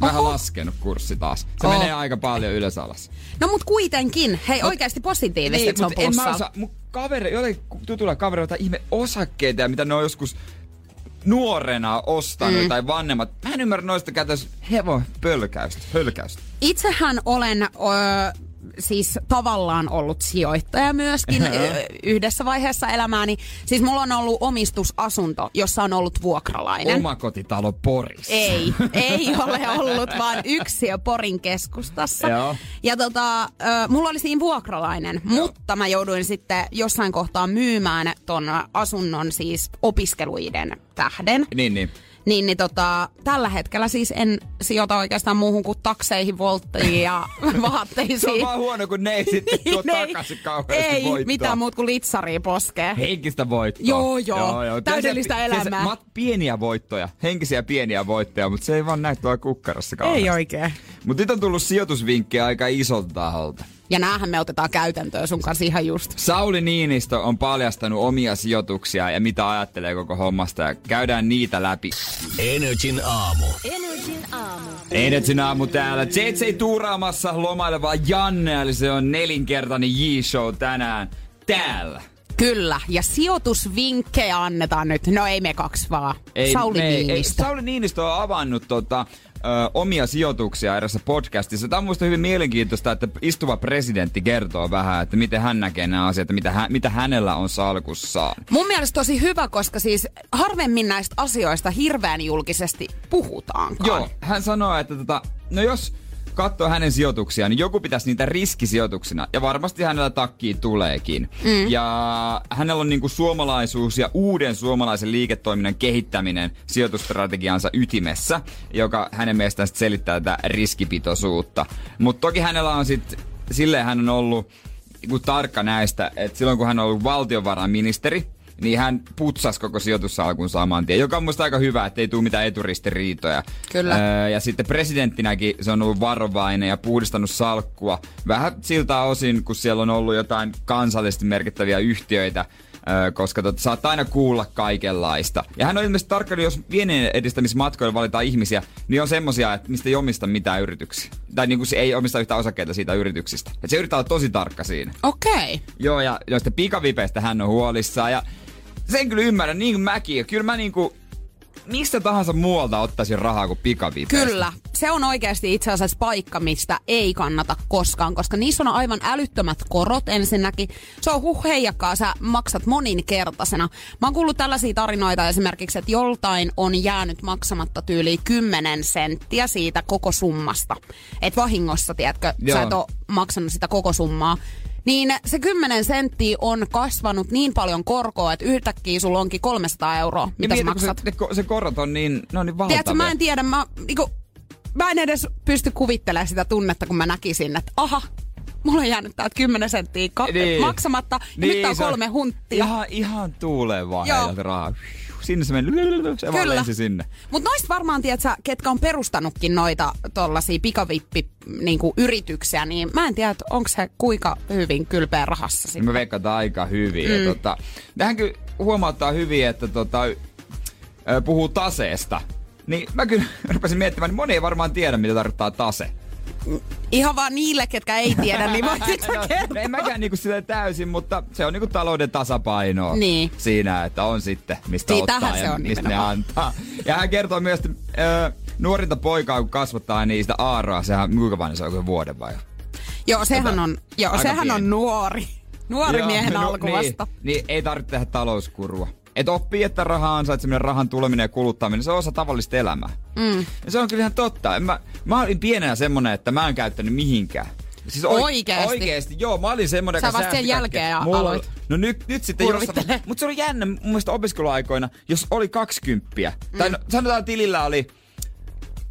A: Vähän
B: Oho.
A: laskenut kurssi taas. Se
B: Oo.
A: menee aika paljon ylös alas.
B: No mut kuitenkin. Hei, oikeasti positiivista, että se on
A: Niin, mut en mä
B: plussalla.
A: osaa, mun kaveri, jollain tutulla kavereilla ihme osakkeita, ja mitä ne on joskus nuorena ostanut mm. tai vanhemmat. Mä en ymmärrä noista käytäis hevo pölkäystä, hölkäystä.
B: Itsehän olen ö, siis tavallaan ollut sijoittaja myöskin ö, yhdessä vaiheessa elämääni. Siis mulla on ollut omistusasunto, jossa on ollut vuokralainen.
A: Omakotitalo Porissa.
B: Ei, ei ole ollut, vaan yksi jo Porin keskustassa.
A: Joo.
B: Ja tota, ö, mulla oli siinä vuokralainen, mutta mä jouduin sitten jossain kohtaa myymään ton asunnon siis opiskeluiden tähden.
A: Niin, niin.
B: Niin, niin tota, tällä hetkellä siis en sijoita oikeastaan muuhun kuin takseihin, volttiin ja
A: Se on
B: vaatteisiin.
A: vaan huono, kun ne ei sitten tuo takaisin kauheasti
B: Niin, ei
A: voittoa.
B: mitään muut kuin litsaria poskee.
A: Henkistä voittoa.
B: Joo, joo. Täydellistä
A: Kyllä se-
B: elämää.
A: Kyllä se, mat, pieniä voittoja, henkisiä pieniä voittoja, mutta se ei vaan näy tuolla kukkarassa kauheasti.
B: oikein.
A: Mutta nyt on tullut sijoitusvinkkejä aika isolta taholta.
B: Ja näähän me otetaan käytäntöön sun kanssa ihan just.
A: Sauli Niinistö on paljastanut omia sijoituksia ja mitä ajattelee koko hommasta ja käydään niitä läpi.
C: Energin aamu.
D: Energin aamu.
A: Energin aamu täällä. JJ tuuraamassa lomailevaa Janne, eli se on nelinkertainen J-show tänään täällä.
B: Kyllä, ja sijoitusvinkkejä annetaan nyt. No ei me kaksi vaan. Sauli
A: me-
B: Niinistö.
A: Sauli Niinistö on avannut tota, ö, omia sijoituksia erässä podcastissa. Tämä on musta hyvin mielenkiintoista, että istuva presidentti kertoo vähän, että miten hän näkee nämä asiat, mitä, hä- mitä hänellä on salkussaan.
B: Mun mielestä tosi hyvä, koska siis harvemmin näistä asioista hirveän julkisesti puhutaankaan.
A: Joo, hän sanoo, että tota, no jos katsoo hänen sijoituksiaan, niin joku pitäisi niitä riskisijoituksina. Ja varmasti hänellä takkiin tuleekin. Mm. Ja hänellä on niinku suomalaisuus ja uuden suomalaisen liiketoiminnan kehittäminen sijoitusstrategiansa ytimessä, joka hänen mielestään sit selittää tätä riskipitoisuutta. Mutta toki hänellä on sitten, silleen hän on ollut niinku tarkka näistä, että silloin kun hän on ollut valtiovarainministeri, niin hän putsasi koko sijoitussalkun saman tien, joka on musta aika hyvä, ettei tule mitään eturistiriitoja.
B: Kyllä.
A: Öö, ja sitten presidenttinäkin se on ollut varovainen ja puhdistanut salkkua vähän siltä osin, kun siellä on ollut jotain kansallisesti merkittäviä yhtiöitä, öö, koska tot, saat aina kuulla kaikenlaista. Ja hän on ilmeisesti tarkkailu, jos viennin edistämismatkoilla valitaan ihmisiä, niin on semmosia, että mistä ei omista mitään yrityksiä. Tai niin kuin se ei omista yhtään osakkeita siitä yrityksistä. Et se yrittää olla tosi tarkka siinä.
B: Okei. Okay.
A: Joo, ja noista pikavipeistä hän on huolissaan. Ja sen kyllä ymmärrän, niin kuin mäkin. Ja Kyllä mä niinku, mistä tahansa muualta ottaisin rahaa kuin pikavipeistä.
B: Kyllä. Se on oikeasti itse asiassa paikka, mistä ei kannata koskaan, koska niissä on aivan älyttömät korot ensinnäkin. Se on huh heijakkaa, sä maksat moninkertaisena. Mä oon kuullut tällaisia tarinoita esimerkiksi, että joltain on jäänyt maksamatta tyyli 10 senttiä siitä koko summasta. Et vahingossa, tiedätkö, Joo.
A: Joo.
B: sä et oo maksanut sitä koko summaa. Niin se 10 senttiä on kasvanut niin paljon korkoa, että yhtäkkiä sulla onkin 300 euroa,
A: Ja
B: mitä sä
A: Niin mieti, kun
B: maksat.
A: Se, ne ko- se korot on niin, ne on niin valtavia.
B: Tiedätkö, mä en tiedä, mä, niinku, mä en edes pysty kuvittelemaan sitä tunnetta, kun mä näkisin, että aha, mulla on jäänyt täältä 10 senttiä ka- niin. maksamatta, ja niin, nyt tää on
A: se
B: kolme hunttia.
A: Ihan, ihan tuuleen vaan
B: Joo.
A: heiltä rahaa. Sinne se meni, se vaan lensi sinne.
B: Mutta noista varmaan, tiedätkö, ketkä on perustanutkin noita tollasia pikavippi-yrityksiä, niin mä en tiedä, että onko se kuinka hyvin kylpeä rahassa
A: Niin
B: sitten.
A: mä veikkaan, että aika hyvin. Mm. Tota, tähän kyllä huomauttaa hyvin, että tota, y- ö, puhuu taseesta. Niin mä kyllä rupesin miettimään, niin moni ei varmaan tiedä, mitä tarkoittaa tase.
B: Ihan vaan niille, ketkä ei tiedä, niin voit sitä
A: No,
B: kertoa.
A: en mäkään niinku sille täysin, mutta se on niinku talouden tasapainoa
B: Niin.
A: siinä, että on sitten, mistä
B: Siitähän
A: ottaa
B: se
A: ja
B: on
A: mistä ne
B: nimenomaan.
A: antaa. Ja hän kertoo myös, että ö, nuorinta poikaa kun kasvattaa niistä aaroa, sehän kuinka vanha se on, kuin vuoden vai?
B: Joo, sehän on, joo,
A: tota, aika
B: sehän
A: pieni.
B: on nuori. Nuori
A: Joo,
B: miehen
A: no,
B: alkuvasta.
A: Niin, niin, ei tarvitse tehdä talouskurua. Että oppii, että rahan ansaitseminen, rahan tuleminen ja kuluttaminen, se on osa tavallista elämää. Mm. Ja se on kyllä ihan totta. En Mä, mä olin pienenä semmonen, että mä en käyttänyt mihinkään. Siis
B: Oikeesti?
A: Oikeesti, joo. Mä olin semmonen,
B: Sä
A: joka
B: vasta sen
A: säästi kaikkea.
B: jälkeen a-
A: Mulla-
B: aloit.
A: No nyt, nyt sitten jossain...
B: Kurvittelee.
A: Mutta se oli jännä mun mielestä opiskeluaikoina, jos oli 20. Mm. Tai no, sanotaan tilillä oli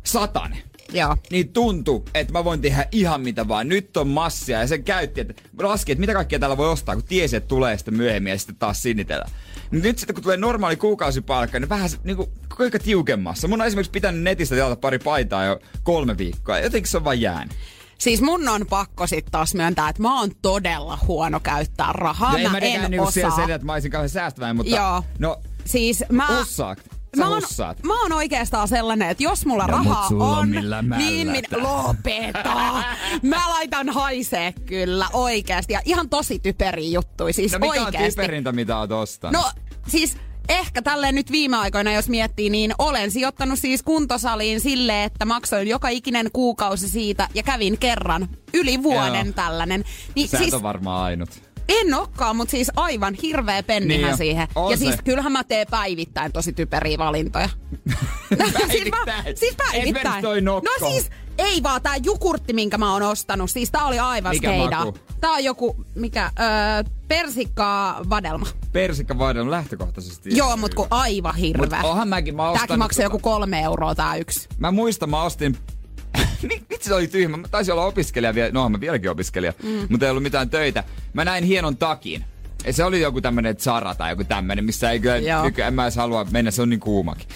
A: satane.
B: Joo.
A: Niin tuntuu, että mä voin tehdä ihan mitä vaan. Nyt on massia ja sen käytti, että laski, että mitä kaikkea täällä voi ostaa, kun tiesi, että tulee sitten myöhemmin ja sitten taas sinnitellä. Mut nyt sitten kun tulee normaali kuukausipalkka, niin vähän se, niin kuin, koko ajan tiukemmassa. Mun on esimerkiksi pitänyt netistä tilata pari paitaa jo kolme viikkoa. Jotenkin se on vaan jäänyt.
B: Siis mun on pakko sit taas myöntää, että mä oon todella huono käyttää rahaa.
A: en
B: mä
A: tietenkään
B: en
A: niinku siellä
B: osaa.
A: selitä, että mä olisin kauhean säästäväinen, mutta
B: Joo.
A: no,
B: Siis mä...
A: Hussaat. Sä
B: mä, oon,
A: hussaat.
B: mä oon oikeastaan sellainen, että jos mulla
A: No, mut
B: rahaa
A: sulla on
B: on,
A: millä
B: niin minä
A: mällätä.
B: lopeta. mä laitan haisee kyllä oikeasti. Ja ihan tosi typeriä juttuja, siis
A: No mikä on
B: oikeasti.
A: typerintä, mitä oot ostanut?
B: No siis ehkä tälleen nyt viime aikoina, jos miettii, niin olen sijoittanut siis kuntosaliin sille, että maksoin joka ikinen kuukausi siitä ja kävin kerran yli vuoden
A: Joo.
B: tällainen. Niin
A: Sä
B: siis
A: et on varmaan ainut.
B: en olekaan, mutta siis aivan hirveä
A: Niin
B: pennihän
A: jo.
B: siihen.
A: On
B: ja siis
A: se.
B: kyllähän mä teen päivittäin tosi typeriä valintoja. siis, mä,
A: Päivittäin.
B: siis
A: Esimerkiksi
B: päivittäin.
A: toi nokko.
B: no siis ei vaan tää jukurtti, minkä mä oon ostanut. Siis tää oli aivan
A: Mikä
B: skeida.
A: maku?
B: Tää on joku, mikä, öö, persikkaa vadelma.
A: Persikkavaiden on lähtökohtaisesti.
B: Joo, mut kun aivan
A: Mut
B: hirveä.
A: onhan mäkin, mä tota. oon
B: Tääkin
A: ostanut-
B: maksaa joku kolme euroa tää yksi.
A: Mä muistan, mä ostin... Mi- Vitsi se oli tyhmä. Mä taisin olla opiskelija vielä. No, mä vieläkin opiskelija. Mm. Mutta ei ollut mitään töitä. Mä näin hienon takin. Ja se oli joku tämmönen Zara tai joku tämmönen, missä ei kyllä
B: Joo.
A: nykyään en mä edes halua mennä. Se on niin kuumakin.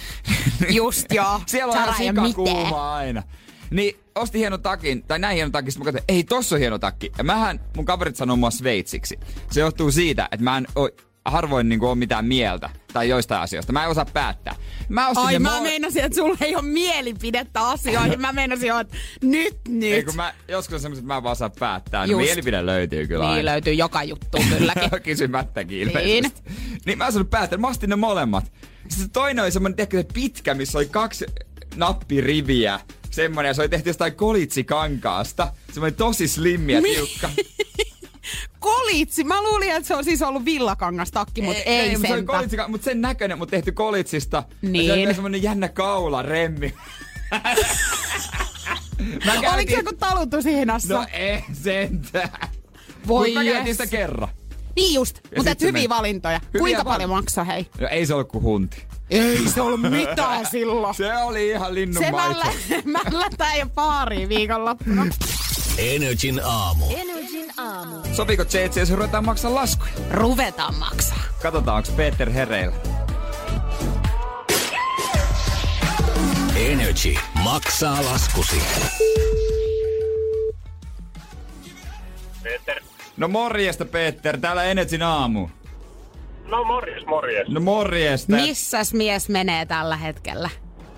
B: Just joo.
A: Niin. Siellä on
B: Sara
A: ihan
B: ja mitään.
A: sikakuumaa aina. Niin ostin hienon takin, tai näin hienon takin, sit mä katsoin, ei tossa on hieno takki. Ja mähän, mun kaverit sanoo mua sveitsiksi. Se johtuu siitä, että mä en oo, harvoin niinku oo mitään mieltä tai joistain asioista. Mä en osaa päättää. Mä ostin
B: Ai
A: ne
B: mä
A: mo-
B: meinasin, että sulla ei ole mielipidettä asioihin. Mä meinasin, että nyt, nyt.
A: Ei kun mä, joskus on semmoset, että mä en vaan saa päättää. No
B: Just.
A: mielipide löytyy kyllä
B: Niin
A: aina.
B: löytyy joka juttu kylläkin.
A: Kysymättäkin ilmeisesti. Niin. niin mä oon sanonut päättää, mä ostin ne molemmat. Sitten se toinen oli semmonen, tiedätkö, se pitkä, missä oli kaksi nappiriviä. Semmonen, ja se oli tehty jostain kolitsikankaasta. Semmonen tosi slimmi
B: Niin.
A: ja tiukka.
B: Kolitsi. Mä luulin, että se on siis ollut villakangastakki, mutta ei,
A: mut se oli
B: sentä.
A: kolitsika, mutta sen näköinen, mutta tehty kolitsista. Ja se
B: Niin.
A: oli vielä semmonen jännä kaula, remmi. mä
B: Oliko se
A: käytin-
B: joku talutushihnassa?
A: No ei sentään.
B: Voi
A: Mut mä käytin
B: jes.
A: sitä kerran.
B: Niin just,
A: Ja
B: mutta
A: sit
B: et
A: se
B: hyviä
A: meni.
B: valintoja.
A: Hyviä
B: Kuinka
A: val-
B: paljon maksaa hei?
A: No ei se ollut kuin hunti.
B: Ei se ollut mitään silloin.
A: Se oli ihan linnun
B: Se mä,
A: maito.
B: lä- mä lätään jo baariin viikonloppuna.
C: Energin aamu.
D: Energin aamu.
A: Sopiiko JC, jos ruvetaan maksaa laskuja?
B: Ruvetaan maksaa.
A: Katsotaan, onko Peter hereillä.
C: Energy maksaa laskusi.
E: Peter.
A: No morjesta, Peter. Täällä Energyn aamu.
E: No morjes, morjes.
A: No morjesta.
B: Missäs mies menee tällä hetkellä?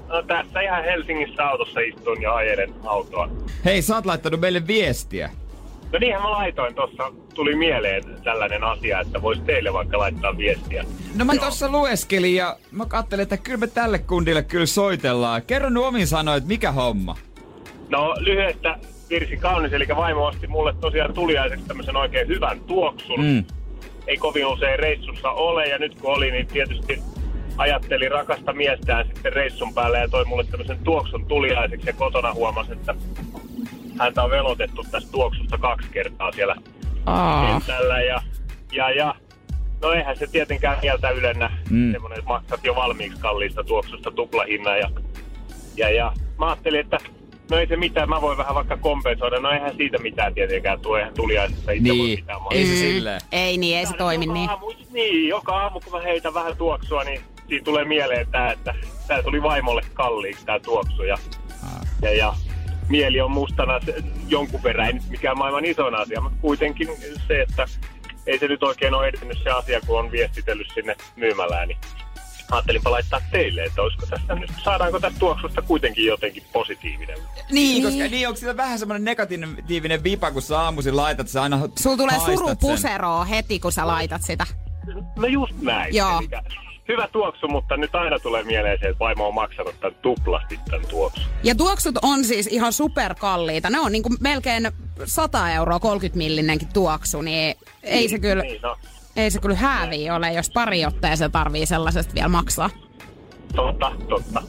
E: No, tässä ihan Helsingissä autossa istun ja ajelen autoa.
A: Hei, sä oot laittanut meille viestiä.
E: No niinhän mä laitoin tuossa. Tuli mieleen tällainen asia, että vois teille vaikka laittaa viestiä.
A: No mä tossa lueskelin ja mä kattelin, että kyllä me tälle kundille kyllä soitellaan. Kerro nyt omin sanoin, että mikä homma?
E: No lyhyestä virsi kaunis, eli vaimo osti mulle tosiaan tuliaiseksi tämmöisen oikein hyvän tuoksun.
A: Mm.
E: Ei kovin usein reissussa ole, ja nyt kun oli, niin tietysti ajatteli rakasta miestään sitten reissun päälle ja toi mulle tämmöisen tuoksun tuliaiseksi ja kotona huomasi, että häntä on velotettu tästä tuoksusta kaksi kertaa siellä
B: Aa.
E: kentällä ja, ja, ja no eihän se tietenkään mieltä ylennä
A: Mm.
E: mm. semmoinen, että maksat jo valmiiksi kalliista tuoksusta tuplahinnan ja, ja, ja mä ajattelin, että no ei se mitään, mä voin vähän vaikka kompensoida, no eihän siitä mitään tietenkään tule, eihän tuliaisessa itse voi
A: Niin,
E: mitään
A: ei se silleen.
B: Ei niin, ei se toimi
E: joka
B: niin.
E: Aamu, niin, joka aamu kun mä heitän vähän tuoksua, niin siitä tulee mieleen tää, että tää tuli vaimolle kalliiksi tää tuoksu ja,
B: Ah.
E: ja, ja mieli on mustana se, jonkun verran, ei nyt mikään maailman isoin asia, mutta kuitenkin se, että ei se nyt oikein ole edennyt se asia, kun on viestitellyt sinne myymälään, niin ajattelinpa laittaa teille, että olisiko tässä nyt, saadaanko tästä tuoksusta kuitenkin jotenkin positiivinen.
A: Niin, koska niin onko sillä vähän semmonen negatiivinen vipa, kun sä aamuisin laitat, sä aina
B: Sulla tulee
A: haistat sen.
B: surupuseroa heti, kun sä laitat sitä.
E: No just näin.
B: Joo.
E: Elikkä hyvä tuoksu, mutta nyt aina tulee mieleen se, että vaimo on maksanut tämän tuplasti tämän tuoksun.
B: Ja tuoksut on siis ihan superkalliita. Ne on niinku melkein 100 euroa, 30 millinenkin tuoksu, niin ei se kyllä...
E: Niin, no.
B: Ei se kyllä hääviä ole, jos pari otteeseen tarvii sellaisesta vielä maksaa.
E: Totta, totta.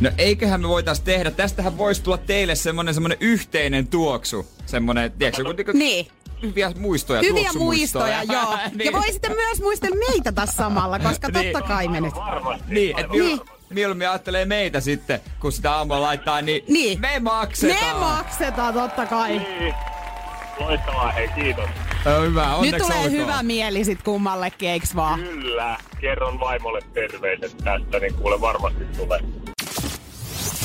A: No eiköhän me voitais tehdä, tästähän voisi tulla teille semmonen, semmonen yhteinen tuoksu. Semmonen, tiedätkö, kun niinku
B: Niin.
A: hyviä muistoja,
B: Hyviä
A: tuoksumuistoja.
B: muistoja, joo.
A: niin.
B: Ja voisitte myös muistella meitä tässä samalla, koska
A: Niin.
B: totta kai me nyt...
E: Varmasti.
A: Niin, et
E: aivan.
A: niin. mieluummin ajattelee meitä sitten, kun sitä aamulla laittaa, niin,
B: Niin.
A: me
B: Me
A: maksetaan.
B: maksetaan totta kai.
E: Niin. Loistavaa, hei kiitos.
A: Ö, Hyvä,
B: Nyt
A: onneksi
B: tulee
A: olkoon.
B: hyvä mieli sit kummallekin, eiks vaan?
E: Kyllä, kerron vaimolle terveiset tästä, niin kuule varmasti tulee.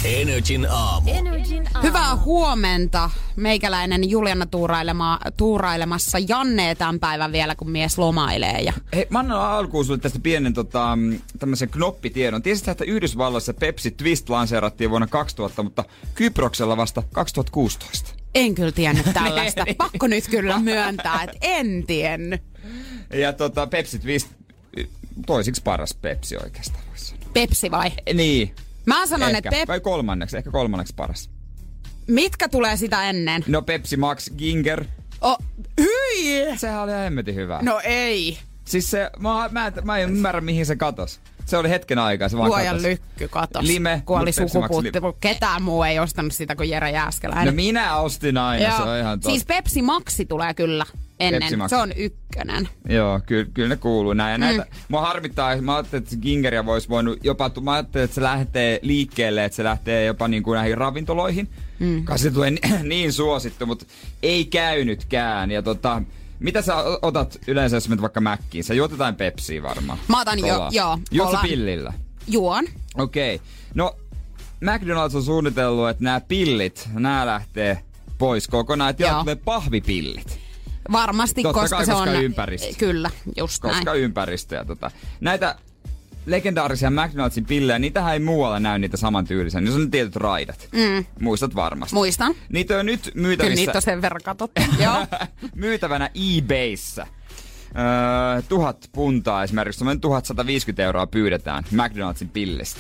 C: Energin aamu.
D: Energin aamu.
B: Mm. Hyvää huomenta. Meikäläinen Juliana tuurailema, tuurailemassa Janne tämän päivän vielä, kun mies lomailee. Ja...
A: Hei, mä annan alkuun sulle tästä pienen tota, mm, tämmöisen knoppitiedon. Tiesit sä, että Yhdysvalloissa Pepsi Twist lanseerattiin vuonna 2000, mutta Kyproksella vasta 2016.
B: En kyllä tiennyt tällaista. Pakko nyt kyllä myöntää, että en tiennyt.
A: Ja tota, Pepsi Twist, y- toisiksi paras Pepsi oikeastaan voisi sanoa.
B: Pepsi vai?
A: Niin.
B: Mä sanon,
A: ehkä,
B: että pep-
A: vai kolmanneksi, ehkä kolmanneksi paras.
B: mitkä tulee sitä ennen?
A: No Pepsi Max Ginger,
B: O, hyi!
A: sehän oli ihan hemmetin hyvä.
B: No ei.
A: Siis se, mä, mä, en- mä en ymmärrä mihin se katos. Se oli hetken aikaa, se vaan
B: Luojan
A: katos.
B: lykky katos.
A: Lime,
B: Kuoli
A: mut Pepsi Max
B: sukupuutti.
A: Lime.
B: Ketään muu ei ostanut sitä kuin Jere
A: No
B: Jääskeläinen.
A: minä ostin aina,
B: Joo.
A: se on ihan totta.
B: Siis Pepsi Maxi tulee kyllä ennen.
A: Pepsi Maxi.
B: Se on ykkönen.
A: Joo, kyllä, kyllä ne kuuluu näin. Ja näitä, mm. Mua harmittaa, mä ajattelin, että se Gingeria voisi voinut jopa, tu- mä ajattelin, että se lähtee liikkeelle, että se lähtee jopa niin kuin näihin ravintoloihin. Mm. Koska se tulee ni- niin suosittu, mutta ei käynytkään. Ja tota, mitä sä o- otat yleensä, jos menet vaikka mäkkiin? Sä juot jotain pepsiä varmaan.
B: Mä otan jo-
A: Kolaa.
B: joo,
A: Juot sä
B: kolaa.
A: pillillä?
B: Juon.
A: Okei. Okay. No, McDonald's on suunnitellut, että nämä pillit, nämä lähtee pois kokonaan. Että
B: Joo.
A: jää tulee pahvipillit.
B: Varmasti,
A: Totta
B: koska
A: kai,
B: se on...
A: koska ympäristö.
B: Kyllä, just
A: koska
B: näin.
A: ympäristöä. Tota. Näitä legendaarisia McDonald'sin pillejä, niitähän ei muualla näy niitä samantyylisiä. Niissä on ne tietyt raidat. Mm. Muistat varmasti.
B: Muistan.
A: niitä on nyt
B: Kyllä
A: myytävissä,
B: niitä on sen verran katsottu. Joo.
A: myytävänä eBayssä. Öö, tuhat puntaa esimerkiksi, semmoinen 1150 euroa pyydetään McDonald'sin pillistä.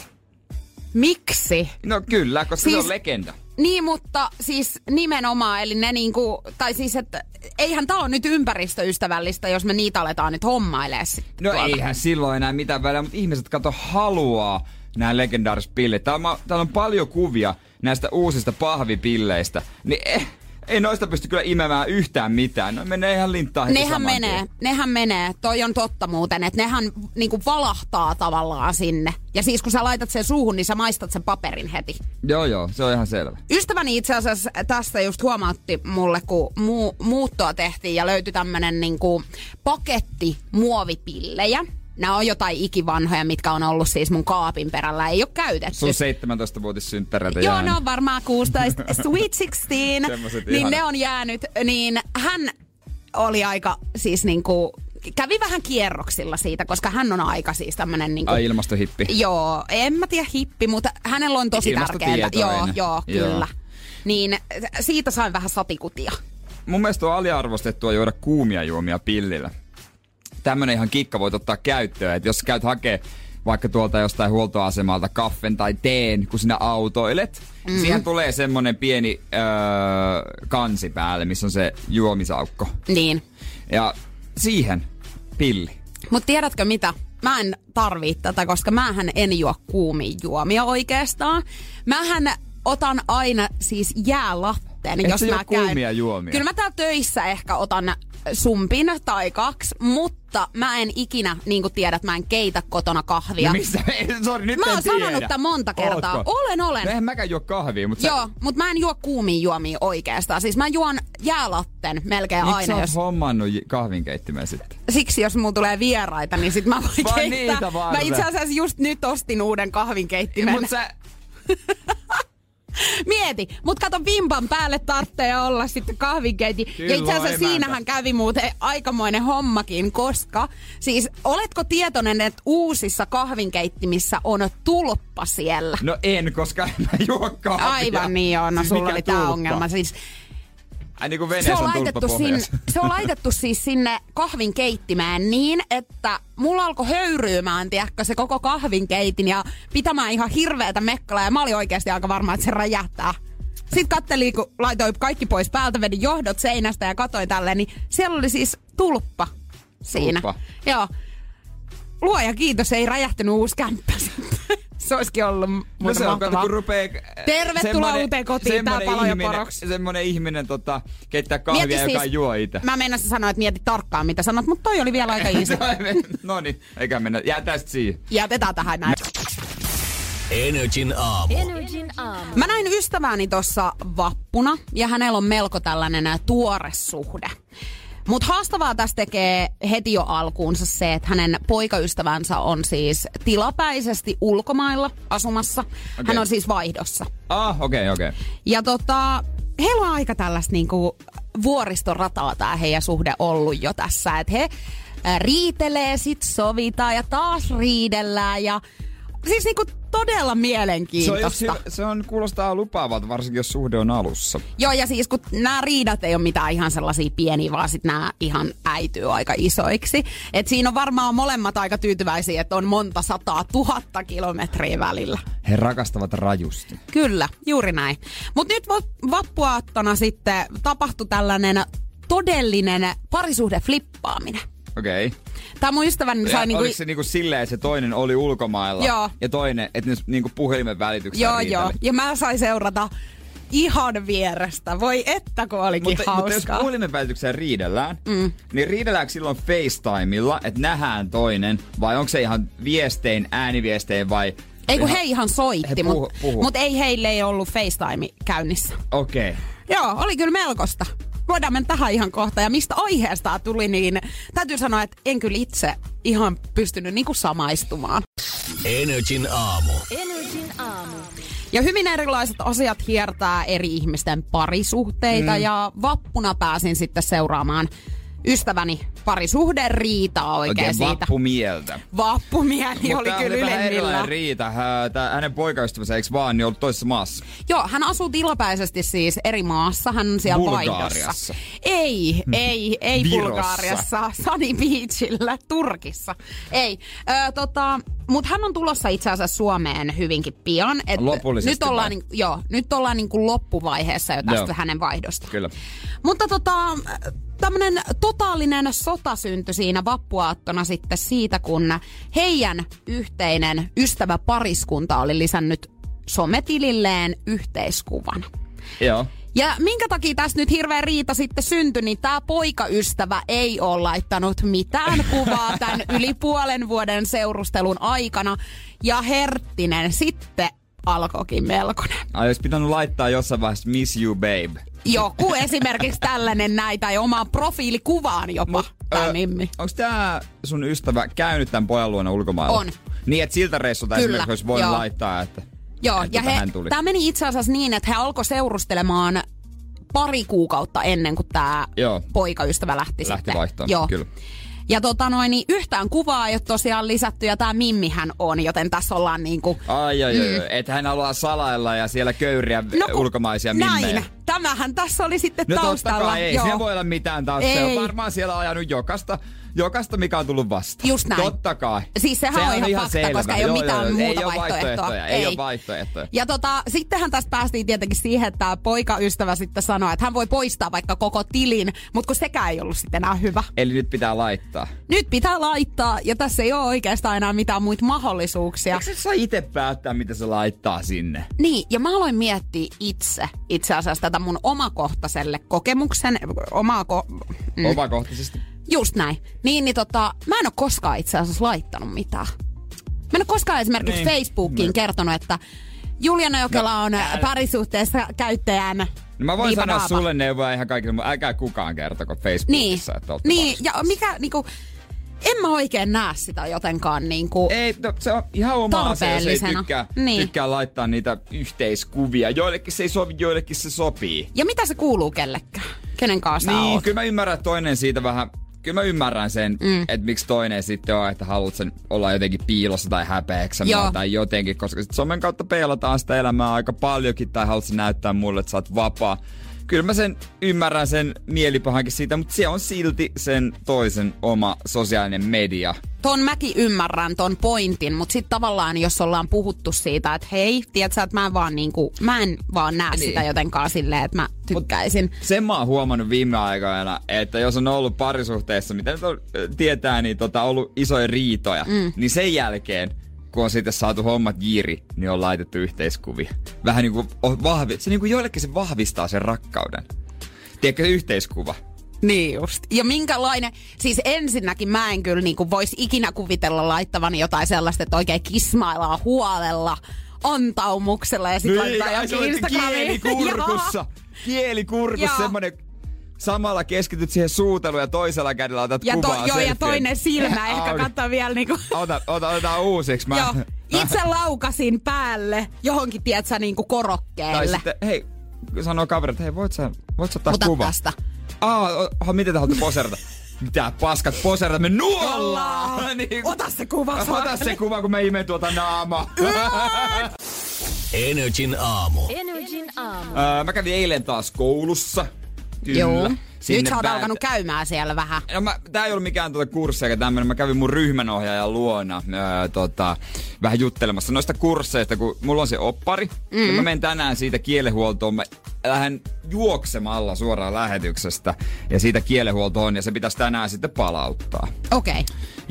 B: Miksi?
A: No kyllä, koska siis... se
B: Siis-
A: on legenda.
B: Niin, mutta siis nimenomaan, eli ne niinku, tai siis, että eihän tää ole nyt ympäristöystävällistä, jos me niitä aletaan nyt hommailee sitten
A: No
B: tuolta.
A: eihän silloin enää mitään väliä, mutta ihmiset kato haluaa nämä legendaariset pillit. Täällä, on- täällä on paljon kuvia näistä uusista pahvipilleistä, niin eh, ei noista pysty kyllä imemään yhtään mitään. No menee ihan linttaan heti
B: Nehän
A: saman
B: menee,
A: tien.
B: nehän menee, toi on totta muuten, että nehän niinku valahtaa tavallaan sinne. Ja siis kun sä laitat sen suuhun, niin sä maistat sen paperin heti.
A: Joo joo, se on ihan selvä.
B: Ystäväni itse asiassa tästä just huomautti mulle, kun mu- muuttoa tehtiin ja löytyi tämmönen niinku paketti muovipillejä. Nämä on jotain ikivanhoja, mitkä on ollut siis mun kaapin perällä, ei ole käytetty.
A: Sun 17-vuotis synttäreiltä
B: Siis- Joo, no
A: jäänyt.
B: ne on varmaan 16. Sweet 16.
A: Semmoset
B: niin
A: ihanat.
B: ne on jäänyt. Niin hän oli aika siis niinku, kävi vähän kierroksilla siitä, koska hän on aika siis tämmönen niinku...
A: Ai ilmastohippi.
B: Joo, en mä tiedä hippi, mutta hänellä on tosi tärkeää. Joo,
A: Ilmastotietoinen.
B: joo,
A: Joo.
B: kyllä. Niin siitä sain vähän satikutia.
A: Mun mielestä on aliarvostettua juoda kuumia juomia pillillä. Tämmönen ihan kikka voit ottaa käyttöön, että jos sä käyt hakee vaikka tuolta jostain huoltoasemalta kaffen tai teen, kun sinä autoilet, mm.
B: Mhm.
A: siihen tulee semmonen pieni öö, kansi päälle, missä on se juomisaukko.
B: Niin.
A: Ja siihen pilli.
B: Mutta tiedätkö mitä? Mä en tarvii tätä, koska mähän en juo kuumia juomia oikeastaan. Mähän otan aina siis jäälatten,
A: Et
B: jos
A: sä juo
B: mä käyn.
A: kuumia juomia?
B: Kyllä mä täällä töissä ehkä otan sumpin tai kaksi, mutta mä en ikinä, niin kuin tiedät, mä en keitä kotona kahvia.
A: No missä? Sori, nyt
B: Mä
A: en
B: oon
A: tiedä.
B: sanonut tän monta kertaa.
A: Ootko?
B: Olen, olen.
A: No eihän mäkään juo kahvia, mutta
B: Joo, mutta mä en juo kuumia juomia oikeastaan. Siis mä juon jäälatten melkein
A: Miksi sä
B: aina.
A: oot
B: Jos,
A: hommannut j- kahvinkeittimen sitten?
B: siksi jos mulla tulee vieraita, niin sit mä voin
A: Vaan
B: keittää.
A: niitä
B: Mä
A: varten.
B: itse asiassa just nyt ostin uuden kahvinkeittimen.
A: Mut sä,
B: Mieti, mut kato vimpan päälle tarvitsee olla sitten kahvinkeitti.
A: Kyllä
B: ja itse asiassa
A: emäntä.
B: siinähän kävi muuten aikamoinen hommakin, koska siis oletko tietoinen, että uusissa kahvinkeittimissä on tulppa siellä?
A: no en, koska en mä juo kahvia.
B: Aivan niin on, no
A: Siis
B: sulla
A: mikä
B: oli tää
A: tulppa?
B: ongelma. Siis
A: Ai niin kuin
B: se
A: veneessä
B: on,
A: on,
B: laitettu
A: tulppa
B: sinne,
A: pohjassa.
B: se on laitettu siis sinne kahvin keittimään niin, että mulla alkoi höyryymään, tiedätkö, se koko kahvin keitin ja pitämään ihan hirveätä mekkalaa ja mä olin oikeasti aika varma, että se räjähtää. Sitten kattelin, kun laitoin kaikki pois päältä, vedin johdot seinästä ja katoin tälleen, niin siellä oli siis tulppa. Siinä.
A: Lupa.
B: Joo. Luoja kiitos, ei räjähtänyt uusi kämppä sitten. Se olisikin ollut
A: No
B: muuta
A: se on, kato,
B: mahtavaa.
A: kun rupee... äh,
B: Tervetuloa
A: semmonen-
B: uuteen kotiin, tää
A: semmonen
B: palo ja
A: ihminen-
B: poroksi.
A: Semmonen ihminen tota, keittää kahvia, joka ei juo itse.
B: siis- Mä mennessä sanoa, että mieti tarkkaan mitä sanot, mutta toi oli vielä aika easy.
A: no niin, eikä mennä. Jää tästä siihen.
B: Jätetään tähän näin.
C: Energin aamu.
D: Energin aamu.
B: Mä näin ystävääni tuossa vappuna ja hänellä on melko tällainen ä, tuore suhde. Mutta haastavaa tässä tekee heti jo alkuunsa se, että hänen poikaystävänsä on siis tilapäisesti ulkomailla asumassa. Okay. Hän
A: Okei.
B: on siis vaihdossa.
A: Ah, okei, okay, okei. Okay.
B: Ja tota, heillä on aika tällaista niinku vuoristorataa tämä heidän suhde ollut jo tässä. Että he ä, riitelee, sit sovitaan ja taas riidellään ja siis niinku todella
A: Se
B: mielenkiintoista.
A: on, just hyvä, se on kuulostaa lupaavalta, varsinkin jos suhde on alussa.
B: Joo, ja siis kun nämä riidat ei ole mitään ihan sellaisia pieniä, vaan sit nämä ihan äityy aika isoiksi. Et siinä on varmaan molemmat aika tyytyväisiä, että on monta sataa tuhatta kilometriä välillä.
A: He rakastavat rajusti.
B: Kyllä, juuri näin. Mutta nyt va- vappuaattona sitten tapahtui tällainen todellinen parisuhdeflippaaminen.
A: Okei. Okay.
B: Tämä mun ystäväni sai niinku...
A: Oliko se niinku silleen, että se toinen oli ulkomailla
B: Joo.
A: ja toinen, että ne s- niinku puhelimen välityksellä
B: Joo,
A: riiteli?
B: joo. Ja mä sain seurata ihan vierestä. Voi että, kun olikin
A: Mutta, mutta jos
B: hauskaa.
A: puhelimen välityksellä riidellään, mm. niin riidelläänkö silloin FaceTimeilla, että nähään toinen, vai onko se ihan viestein, ääniviestein vai...
B: Ei kun
A: ihan-
B: he ihan soitti,
A: He puhu-
B: mutta
A: puhu.
B: mut ei heille ei ollut FaceTime käynnissä.
A: Okei. Okay.
B: Joo, oli kyllä melkoista. Voidaan mennä tähän ihan kohta. Ja mistä aiheesta tuli, niin täytyy sanoa, että en kyllä itse ihan pystynyt niinku samaistumaan.
C: Energin aamu.
D: Energin aamu.
B: Ja hyvin erilaiset asiat hiertää eri ihmisten parisuhteita. Mm. Ja vappuna pääsin sitten seuraamaan ystäväni parisuhderiitaa oikein
A: Oikein
B: okay, siitä.
A: vappumieltä.
B: Vappumieli oli
A: tää
B: kyllä
A: oli vähän
B: ylemmillä.
A: erilainen riita. Hä- tää hänen poikaystävänsä, eikö vaan, niin ollut toisessa maassa.
B: Joo, hän asuu tilapäisesti siis eri maassa. Hän on siellä
A: Bulgaariassa.
B: vaihdossa. Ei, ei, ei
A: Hmm. Virossa.
B: Bulgaariassa. Sunny Beachillä, Turkissa. Ei. Ö, tota, Mutta hän on tulossa itse asiassa Suomeen hyvinkin pian. Et
A: Lopullisesti
B: nyt ollaan,
A: vai?
B: niin, joo, nyt ollaan niin kuin loppuvaiheessa jo tästä
A: Joo.
B: hänen vaihdosta.
A: Kyllä.
B: Mutta tota, tämmönen totaalinen sota syntyi siinä vappuaattona sitten siitä, kun heidän yhteinen ystäväpariskunta oli lisännyt sometililleen yhteiskuvan.
A: Joo.
B: Ja minkä takia tässä nyt hirveä riita sitten syntyi, niin tämä poikaystävä ei ole laittanut mitään kuvaa tämän yli puolen vuoden seurustelun aikana. Ja Herttinen sitten alkoikin melkoinen.
A: Ai, olisi pitänyt laittaa jossain vaiheessa Miss You Babe.
B: Joku esimerkiksi tällainen näin, tai omaan profiilikuvaan jopa, tämä nimi.
A: Onko tämä sun ystävä käynyt tämän pojan luona ulkomailla?
B: On.
A: Niin, että siltä reissulta
B: Kyllä,
A: esimerkiksi olisi voinut
B: joo.
A: laittaa, että...
B: Joo,
A: että
B: ja
A: tota
B: he,
A: hän tuli.
B: tämä meni itse asiassa niin, että he alkoi seurustelemaan pari kuukautta ennen kuin tämä
A: Joo.
B: poikaystävä lähti, sitten.
A: vaihtoon,
B: Joo.
A: kyllä.
B: Ja tota noin, niin yhtään kuvaa ei ole tosiaan lisätty, ja tämä Mimmihän on, joten tässä ollaan niinku...
A: Ai, ai, ai, mm. että hän haluaa salailla ja siellä köyriä
B: kun-
A: no, ulkomaisia mimmejä.
B: Näin, tämähän tässä oli sitten
A: No totta
B: taustalla.
A: kai, ei
B: Joo.
A: siinä voi olla mitään taas. Se on
B: Ei.
A: varmaan siellä ajanut jokasta, jokasta mikä on tullut vastaan.
B: Just näin.
A: Totta kai.
B: Siis sehän on ihan fakta, koska ei ole mitään muuta
A: ei oo
B: vaihtoehtoa.
A: Ei, ei ole vaihtoehtoja.
B: Ja tota, sittenhän tästä päästiin tietenkin siihen, että tämä poikaystävä sitten sanoi, että hän voi poistaa vaikka koko tilin, mutta kun sekään ei ollut sitten enää hyvä.
A: Eli nyt pitää laittaa.
B: Nyt pitää laittaa, ja tässä ei ole oikeastaan enää mitään muita mahdollisuuksia.
A: Eikö se saa itse päättää, mitä se laittaa sinne?
B: Niin, ja mä aloin miettiä itse, itse asiassa tätä mun omakohtaiselle kokemuksen, omaa ko-
A: Mm. Omakohtaisesti.
B: Just näin. Niin, niin tota, mä en ole koskaan itse asiassa laittanut mitään. Mä en ole koskaan esimerkiksi niin.
A: Niin.
B: Facebookiin kertonut, että Juliana Jokela on äh, parisuhteessa käyttäjän
A: No mä voin
B: viiva
A: sanoa
B: raapa.
A: sulle neuvoja ihan kaikille, mutta älkää kukaan kertoko
B: Niin,
A: Facebookissa, että olette
B: niin
A: vastuussa.
B: ja mikä niinku, en mä oikein näe sitä jotenkaan niinku.
A: Ei, no, se on ihan oma asia, jos ei
B: Tarpeellisena.
A: tykkää,
B: Niin.
A: niin. tykkää laittaa niitä yhteiskuvia. Joillekin se ei sovi, joillekin se sopii.
B: Ja mitä se kuuluu kellekään? Kenen kanssa sä
A: niin,
B: oot?
A: kyllä mä ymmärrän että toinen siitä vähän, kyllä mä ymmärrän sen, mm. että miksi toinen sitten on, että haluat sen olla jotenkin piilossa tai
B: Joo.
A: häpeäksämään tai jotenkin, koska sit somen kautta peilataan sitä elämää aika paljonkin tai haluat sä näyttää mulle, että sä oot vapaa. kyllä mä sen ymmärrän sen mielipahankin siitä, mutta se on silti sen toisen oma sosiaalinen media.
B: ton mäkin ymmärrän ton pointin, mutta sitten tavallaan jos ollaan puhuttu siitä, että hei, tiedät sä, että mä en vaan, niinku, mä en vaan näe niin. sitä jotenkaan silleen, että mä tykkäisin.
A: Sen mä oon huomannut viime aikoina, että jos on ollut parisuhteessa, mitä nyt on, äh, tietää, niin tota, ollut isoja riitoja, mm. niin sen jälkeen kun on siitä saatu hommat jiri, niin on laitettu yhteiskuvia. Vähän niin kuin on vahvi, se niin kuin joillekin se vahvistaa sen rakkauden. Tiedätkö, se yhteiskuva.
B: Niin just. Ja minkälainen, siis ensinnäkin mä en kyllä niinku voisi ikinä kuvitella laittavan jotain sellaista, että oikein kismaillaan huolella antaumuksella ja sitten niin, laittaa
A: ai, se on
B: jokin
A: kieli
B: Instagramiin.
A: kurkussa. kieli kurkussa,
B: Joo.
A: semmonen samalla keskityt siihen suuteluun ja toisella kädellä otat
B: ja, to,
A: kuvaa
B: joo, ja
A: selfien.
B: toinen silmä ehkä
A: Auki.
B: kattaa vielä niinku.
A: Ota, ota, ota uusiksi. Mä,
B: Joo, itse laukasin päälle johonkin, tiedätkö, niinku korokkeelle.
A: tai sitten, hei, sanoo kaverit, hei, voit sä, voit sä ottaa
B: Ota
A: kuva?
B: tästä.
A: Aa, o, o, miten te haluatte poserata? Mitä paskat poserata? Me nuollaan! Niin,
B: Ota Mm. se kuva,
A: Ota se kuva, kun me imeen tuota naamaa.
C: Energin aamu.
D: Energin aamu.
A: Öö, mä kävin eilen taas koulussa. Kyllä.
B: Joo. Nyt sä oot
A: päin-
B: alkanut käymään siellä vähän.
A: No mä, tää ei ollut mikään tuota kurssia eikä tämmönen. Mä kävin mun ryhmänohjaajan luona öö, tota, vähän juttelemassa noista kursseista, kun mulla on se oppari. Mm. Ja mä menen tänään siitä kielenhuoltoon. Mä lähden juoksemalla suoraan lähetyksestä ja siitä kielenhuoltoon ja se pitäisi tänään sitten palauttaa.
B: Okei. Okay.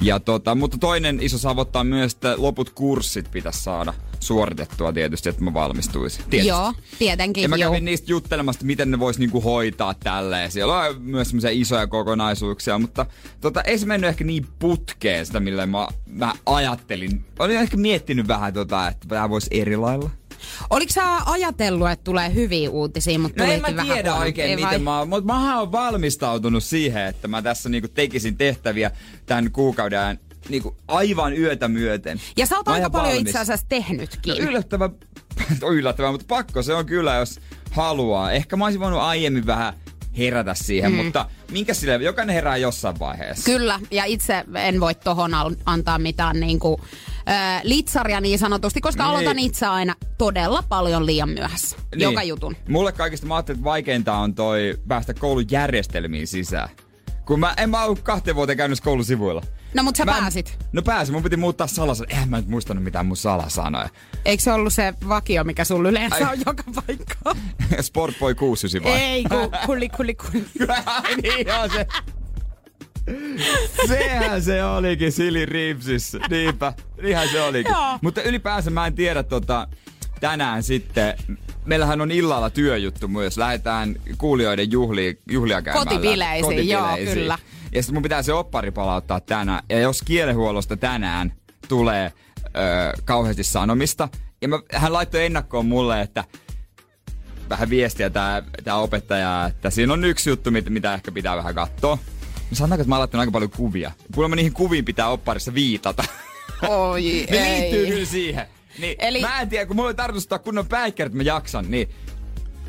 A: Ja tota, mutta toinen iso savotta on myös, että loput kurssit pitäisi saada suoritettua tietysti, että mä valmistuisin. Tietysti.
B: Joo, tietenkin.
A: Ja mä
B: joo.
A: kävin niistä juttelemassa, että miten ne vois niinku hoitaa tälleen. Siellä on myös semmoisia isoja kokonaisuuksia, mutta tota, ei se mennyt ehkä niin putkeen sitä, millä mä, mä ajattelin. Olin ehkä miettinyt vähän, tota, että tämä voisi eri lailla.
B: Oliko sä ajatellut, että tulee hyviä uutisia, mutta
A: No en
B: tulikin
A: mä
B: vähän
A: tiedä
B: huonompia
A: oikein,
B: vai?
A: miten mä oon, mutta mähän oon valmistautunut siihen, että mä tässä niinku tekisin tehtäviä tämän kuukauden ajan niinku aivan yötä myöten.
B: Ja sä oot
A: Mä oon
B: aika
A: ihan
B: paljon
A: valmis.
B: itse asiassa tehnytkin.
A: No yllättävän, yllättävän, mutta pakko se on kyllä, jos haluaa. Ehkä mä olisin voinut aiemmin vähän herätä siihen, mm. mutta minkä sille, jokainen herää jossain vaiheessa.
B: Kyllä, ja itse en voi tohon al- antaa mitään niinku, ö, litsaria niin sanotusti, koska
A: Niin.
B: aloitan itse aina todella paljon liian myöhässä. Joka jutun.
A: Mulle kaikista mä ajattelin, että vaikeinta on toi päästä koulun järjestelmiin sisään. Kun mä en mä ollut kahteen vuoteen käynyt koulun sivuilla.
B: No mut sä
A: mä en-
B: pääsit.
A: No pääsin, mun piti muuttaa salasanoja. Eihän mä nyt muistanut mitään mun salasanoja.
B: Eikö se ollut se vakio, mikä sulla yleensä
A: Ai.
B: on joka paikka?
A: Sportboy 69 vai?
B: Ei, ku, kulli, kulli, kulli.
A: Ai niin on se. Sehän se olikin Sili Ripsissä. Niinpä, niinhän se olikin.
B: Joo.
A: Mutta ylipäänsä mä en tiedä tota, tänään sitten, meillähän on illalla työjuttu myös. Lähdetään kuulijoiden juhli, juhlia käymään läpi.
B: Kotibileisiin, joo, kyllä.
A: Ja sitten mun pitää se oppari palauttaa tänään. Ja jos kielenhuollosta tänään tulee öö, kauheasti sanomista, ja mä, hän laittoi ennakkoon mulle, että vähän viestiä tää, tää opettaja, että siinä on yksi juttu, mit, mitä ehkä pitää vähän katsoa. No sanotaanko, että mä oon laittanut aika paljon kuvia. Kuulemma niihin kuviin pitää opparissa viitata.
B: Oi,
A: ne liittyy kyllä siihen. Niin,
B: Eli-
A: Eli... Mä en tiedä, kun mulla oli tarkoitus ottaa kunnon päikkärit, mä jaksan, niin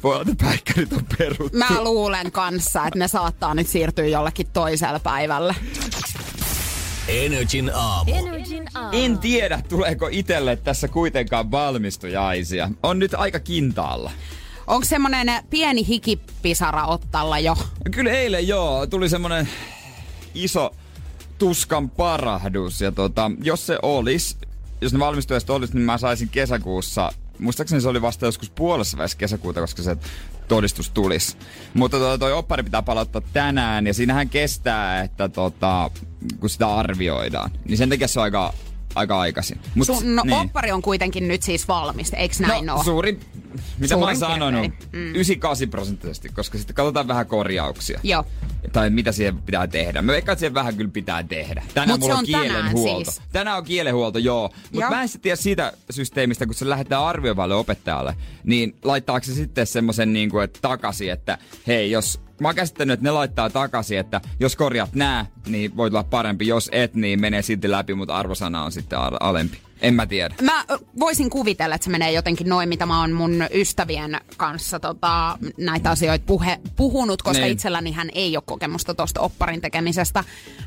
A: voi olla, että päikkärit on peruttu.
B: Mä luulen kanssa, että ne saattaa nyt siirtyä jollekin toiselle päivälle.
C: Energin aamu.
D: Energin aamu.
A: En tiedä, tuleeko itelle tässä kuitenkaan valmistujaisia. On nyt aika kintaalla.
B: Onko semmonen pieni hikipisara ottalla jo?
A: Kyllä eilen joo, tuli semmonen iso tuskan parahdus. Ja tota, jos se olis, jos ne valmistujaiset olis, niin mä saisin kesäkuussa, muistaakseni se oli vasta joskus puolessa välissä kesäkuuta, koska se todistus tulis. Mutta tota, toi oppari pitää palauttaa tänään ja siinähän kestää, että tota, kun sitä arvioidaan. Niin sen takia se on aika, aika aikaisin. Mut,
B: Sun no, niin. oppari on kuitenkin nyt siis valmis, eikö näin
A: no,
B: oo?
A: Suuri, mitä mä
B: Suurin
A: oon sanonut,
B: piirtein.
A: mm. 98 prosenttisesti, koska sitten katsotaan vähän korjauksia.
B: Joo.
A: Tai mitä siihen pitää tehdä. Mä veikkaan, että siihen vähän kyllä pitää tehdä. Tänään
B: Mut se
A: mulla
B: on
A: on kielenhuolto.
B: tänään siis.
A: tänään on kielenhuolto, joo.
B: Joo.
A: Mutta mä en sitten tiedä siitä systeemistä, kun se lähetetään arvioivalle opettajalle, niin laittaako se sitten semmoisen niin kuin, että takaisin, että hei, jos Mä oon käsittänyt, että ne laittaa takaisin, että jos korjaat nää, niin voi tulla parempi. Jos et, niin menee silti läpi, mutta arvosana on sitten al- alempi. En mä tiedä.
B: Mä ö, voisin kuvitella, että se menee jotenkin noin, mitä mä oon mun ystävien kanssa tota, näitä asioita puhe, puhunut, koska
A: Niin.
B: niin. itselläni hän ei ole kokemusta tuosta opparin tekemisestä.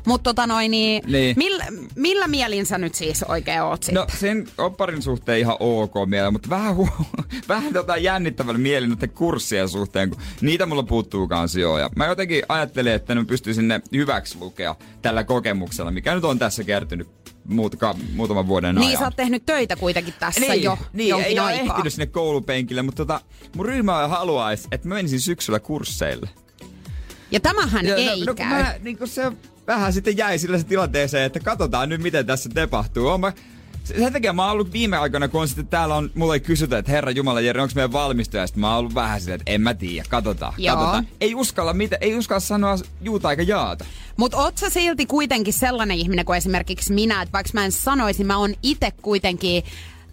B: Mutta tota noin, niin,
A: Niin.
B: niin. Millä, millä mielin sä nyt siis oikein oot sit?
A: No sen opparin suhteen ihan ok mielellä, mutta vähän, hu- vähän tota jännittävällä mieli noiden kurssien suhteen, kun niitä mulla puuttuu kans joo. Ja mä jotenkin ajattelin, että ne pystyisin ne hyväksi lukea tällä kokemuksella, mikä nyt on tässä kertynyt muutka, muutaman vuoden
B: niin
A: ajan.
B: sä oot tehnyt töitä kuitenkin tässä
A: no niin,
B: jo
A: niin,
B: jonkin
A: ei oo
B: aikaa.
A: ehtinyt sinne koulupenkille, mutta tota, mun ryhmä haluaisi, että mä menisin syksyllä kursseille.
B: Ja tämähän
A: Ja
B: ei
A: no, no, kun
B: käy.
A: mä, niin kun se vähän sitten jäi sillä se tilanteeseen, että katsotaan nyt miten tässä tapahtuu. Oon Mä, se- sen takia mä oon ollut viime aikoina, kun on sitten täällä on, mulle ei kysytä, että herra Jumala Jere, onko meidän valmistuja? Sitten mä oon ollut vähän silleen, että en mä tiedä, katsotaan,
B: Joo.
A: katsotaan. Ei uskalla mitä, ei uskalla sanoa juuta eikä jaata.
B: Mutta oot sä silti kuitenkin sellainen ihminen kuin esimerkiksi minä, että vaikka mä en sanoisi, mä oon itse kuitenkin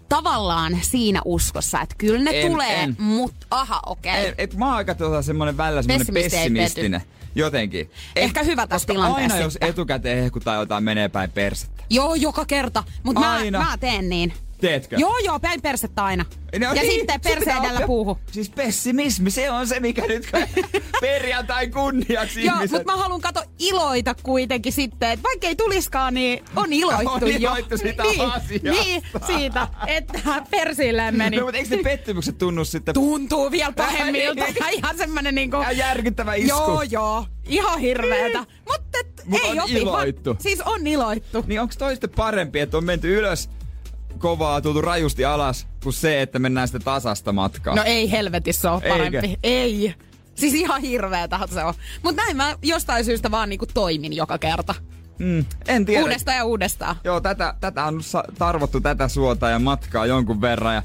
B: tavallaan siinä uskossa, että kyllä ne
A: En,
B: tulee,
A: en.
B: mutta aha, okei.
A: Et, et mä oon aika tota, semmonen välillä semmonen
B: Pessimisti ei
A: pessimistinen. Jotenkin.
B: Ehkä hyvä tässä
A: koska
B: tilanteessa
A: aina jos
B: sitten.
A: etukäteen hehkuttaa jotain menee päin persettä.
B: Joo, joka kerta. Mutta mä,
A: Aina.
B: mä teen niin.
A: Teetkö?
B: Joo, joo, päin persettä aina. ja
A: niin,
B: sitten
A: sun
B: perse
A: pitää
B: edellä
A: oppia-
B: puuhu.
A: Siis pessimismi, se on se, mikä nyt perjantai kunniaksi
B: Joo,
A: ihmiset.
B: mutta mä haluan kato iloita kuitenkin sitten, että vaikka ei tuliskaan, niin on iloittu
A: On
B: jo.
A: iloittu siitä
B: niin,
A: asiasta.
B: Niin, siitä, että persilleen meni.
A: No, mutta eikö ne pettymykset tunnu sitten?
B: tuntuu vielä pahemmilta.
A: Ai,
B: Ja ihan semmonen niinku...
A: Tää on niin. järkyttävä isku. Niin.
B: Joo, joo. Ihan hirveetä. Mutta
A: Mut
B: ei
A: on
B: opi. vaan-
A: iloittu.
B: Siis on iloittu.
A: Niin onko toista parempi, että on menty ylös kovaa, tultu rajusti alas, kuin se, että mennään sitä tasasta matkaa?
B: No ei helvetissä ole
A: Eikö?
B: parempi. Ei. Siis ihan hirveetähän se on. Mutta näin mä jostain syystä vaan niinku toimin joka kerta.
A: mm, en tiedä.
B: Uudestaan ja uudestaan.
A: Joo, tätä, tätä on sa- tarvottu tätä suota ja matkaa jonkun verran ja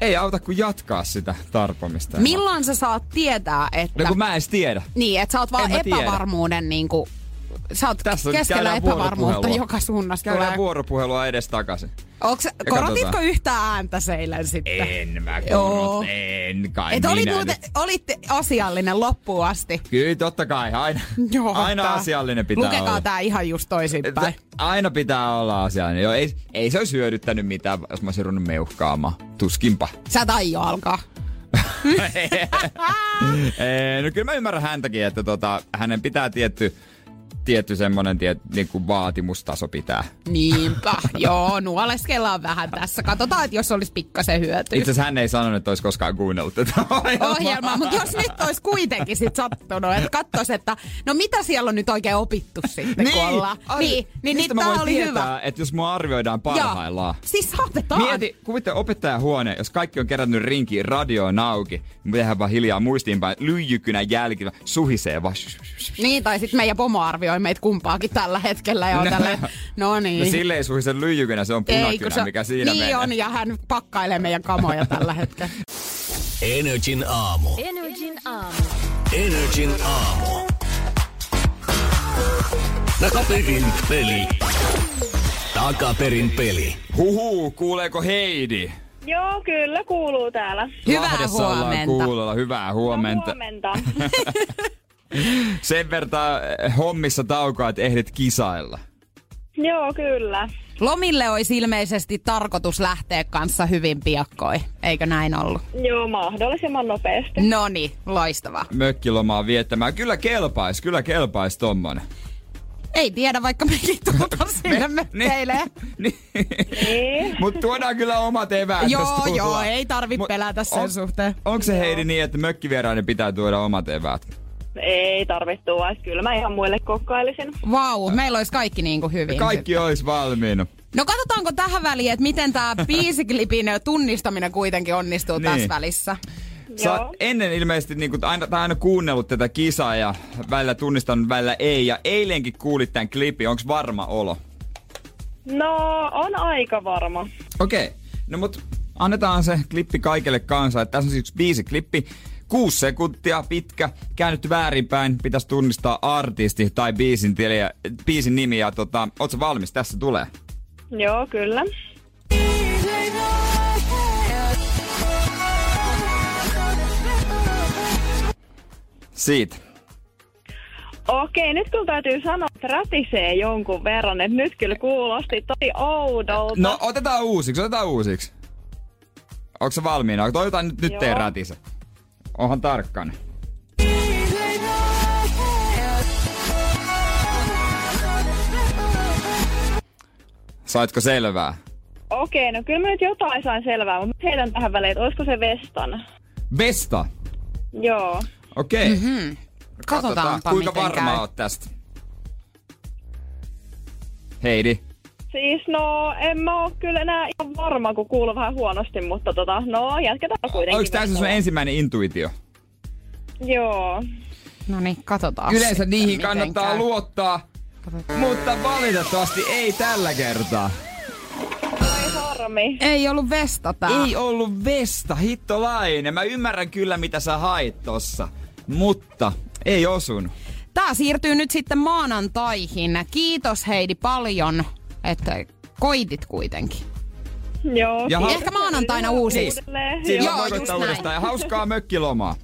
A: ei auta kuin jatkaa sitä tarpomista. ja
B: Milloin sä saat tietää, että...
A: No kun mä en edes tiedä.
B: Niin, että sä oot vaan
A: En mä tiedä.
B: epävarmuuden niinku... Sä oot
A: Tässä nyt
B: keskellä
A: käydään
B: epävarmuutta
A: vuoropuhelua.
B: joka suunnasta
A: Käydään tota.
B: tulee.
A: vuoropuhelua edes takaisin.
B: Onks, korotitko
A: katsotaan.
B: yhtään ääntä seilen sitten?
A: En mä
B: Joo.
A: korot, en kai
B: Et oli
A: minä
B: muuten,
A: nyt.
B: olitte asiallinen loppuun asti.
A: Kyllä totta kai, aina, aina
B: tää-
A: asiallinen pitää
B: Lukekaa
A: olla.
B: tää ihan just toisinpäin.
A: Että Aina pitää olla asiallinen. Joo, ei, ei se olisi hyödyttänyt mitään, jos mä olisin ruvennut meuhkaamaan. Tuskinpa.
B: Sä et aio alkaa.
A: Ee, no kyllä mä ymmärrän häntäkin, että tota, hänen pitää tietty, tietty semmonen tiet, niin kuin vaatimustaso pitää.
B: Niinpä, joo, nuoleskellaan vähän tässä. Katsotaan, että jos olisi pikkasen hyötyä.
A: Itse asiassa hän ei sanonut, että olisi koskaan kuunnellut tätä ohjelmaa.
B: ohjelmaa, mutta jos nyt olisi kuitenkin sit sattunut, että katsois, että no mitä siellä on nyt oikein opittu sitten, kun ollaan.
A: Ai,
B: niin, niin,
A: mistä
B: niin
A: mä
B: tää
A: voin
B: oli
A: tietää,
B: hyvä.
A: että jos mua arvioidaan parhaillaan.
B: Joo. Siis saatetaan.
A: Mieti, kuvitte opettajahuone, jos kaikki on kerännyt rinkiin, radio on auki, niin tehdään vaan hiljaa muistiinpäin, lyijykynän jälki, suhisee vaan.
B: Niin, tai sitten meidän pomo arvioi meitä kumpaakin tällä hetkellä. Ja on
A: No.
B: tälle, no niin.
A: No sille ei suhise lyijykynä, se on punakynä, mikä siinä
B: Niin
A: menee.
B: on, ja hän pakkailee meidän kamoja tällä hetkellä.
C: Energin aamu.
D: Energin aamu.
C: Energin aamu. Takaperin peli. Takaperin peli.
A: Huhu, kuuleeko Heidi?
F: Joo, kyllä kuuluu täällä.
B: Hyvää
A: Lahdessa ollaan
B: huomenta.
A: kuulolla, hyvää huomenta.
F: Huomenta.
A: Sen verran eh, hommissa taukoa, että ehdit kisailla.
F: Joo, kyllä.
B: Lomille olisi ilmeisesti tarkoitus lähteä kanssa hyvin piakkoin, eikö näin ollut?
F: Joo, mahdollisimman nopeasti.
B: No niin, loistavaa.
A: Mökkilomaa viettämään. Kyllä kelpais, kyllä kelpais tommonen.
B: Ei tiedä, vaikka mekin tultaan sinne me, teille.
A: Niin.
F: Niin.
A: Mut tuodaan kyllä omat eväät, jos
B: Joo,
A: tullaan.
B: joo, ei tarvi
A: Mut
B: pelätä sen
A: on-
B: suhteen.
A: Onko se Heidi niin, että mökkivieraiden pitää tuoda omat eväät?
F: Ei tarvittu vaan kyllä mä ihan muille kokkailisin.
B: Vau, wow, meillä olisi kaikki niin kuin hyvin.
A: Kaikki olisi valmiina.
B: No katsotaanko tähän väliin, että miten tämä biisiklipin tunnistaminen kuitenkin onnistuu niin. tässä
A: Niin.
B: välissä.
A: Sä
F: Joo.
A: oot ennen ilmeisesti niin kun, aina, tai aina kuunnellut tätä kisaa ja välillä tunnistanut, välillä ei. Ja eilenkin kuulit tämän klipin, onko varma olo?
F: No, on aika varma.
A: Okei, no mut annetaan se klippi kaikille kanssa. Että tässä on siis viisi klippi. Kuusi sekuntia pitkä, käännetty väärinpäin, pitäisi tunnistaa artisti tai biisin, tiliä, biisin nimi. Ja tota, oot sä valmis? Tässä tulee.
F: Joo, kyllä.
A: Siitä.
F: Okei, nyt kyllä täytyy sanoa, että rätisee jonkun verran, että nyt kyllä kuulosti tosi oudolta.
A: No otetaan uusiksi, otetaan uusiksi. Onko se valmiina? Onko jotain nyt, nyt
F: Joo.
A: ei rätise? Onhan tarkkana. Saitko selvää?
F: Okei, no kyllä mä nyt jotain sain selvää, mutta mä heitän tähän väliin, että olisiko se Vestan?
A: Vesta.
F: Joo.
A: Okei. Okay. Mm-hmm.
B: Mhm. Katsotaanpa,
A: kuinka
B: miten
A: varma
B: käy.
A: oot tästä. Heidi.
F: Siis no, en mä oo kyllä enää ihan varma, kun kuuluu vähän huonosti, mutta tota, no jatketaan kuitenkin.
A: Onko tämä se sun ensimmäinen intuitio?
F: Joo.
B: No niin, katsotaan.
A: Yleensä
B: sitten,
A: niihin
B: miten
A: kannattaa
B: käy.
A: luottaa, mutta valitettavasti ei tällä kertaa.
F: Ei harmi.
B: Ei ollut vesta tää.
A: Ei ollut Vesta, hittolainen. Mä ymmärrän kyllä, mitä sä hait tossa. Mutta ei osun.
B: Tää siirtyy nyt sitten maanantaihin. Kiitos Heidi paljon, että koitit kuitenkin.
F: Joo.
A: Ja hau-
B: Ehkä maanantaina uusi.
F: Uudelleen.
A: Silloin
B: Joo,
A: Joo,
B: just
A: voittaa
B: näin.
A: uudestaan. Ja hauskaa mökkilomaa.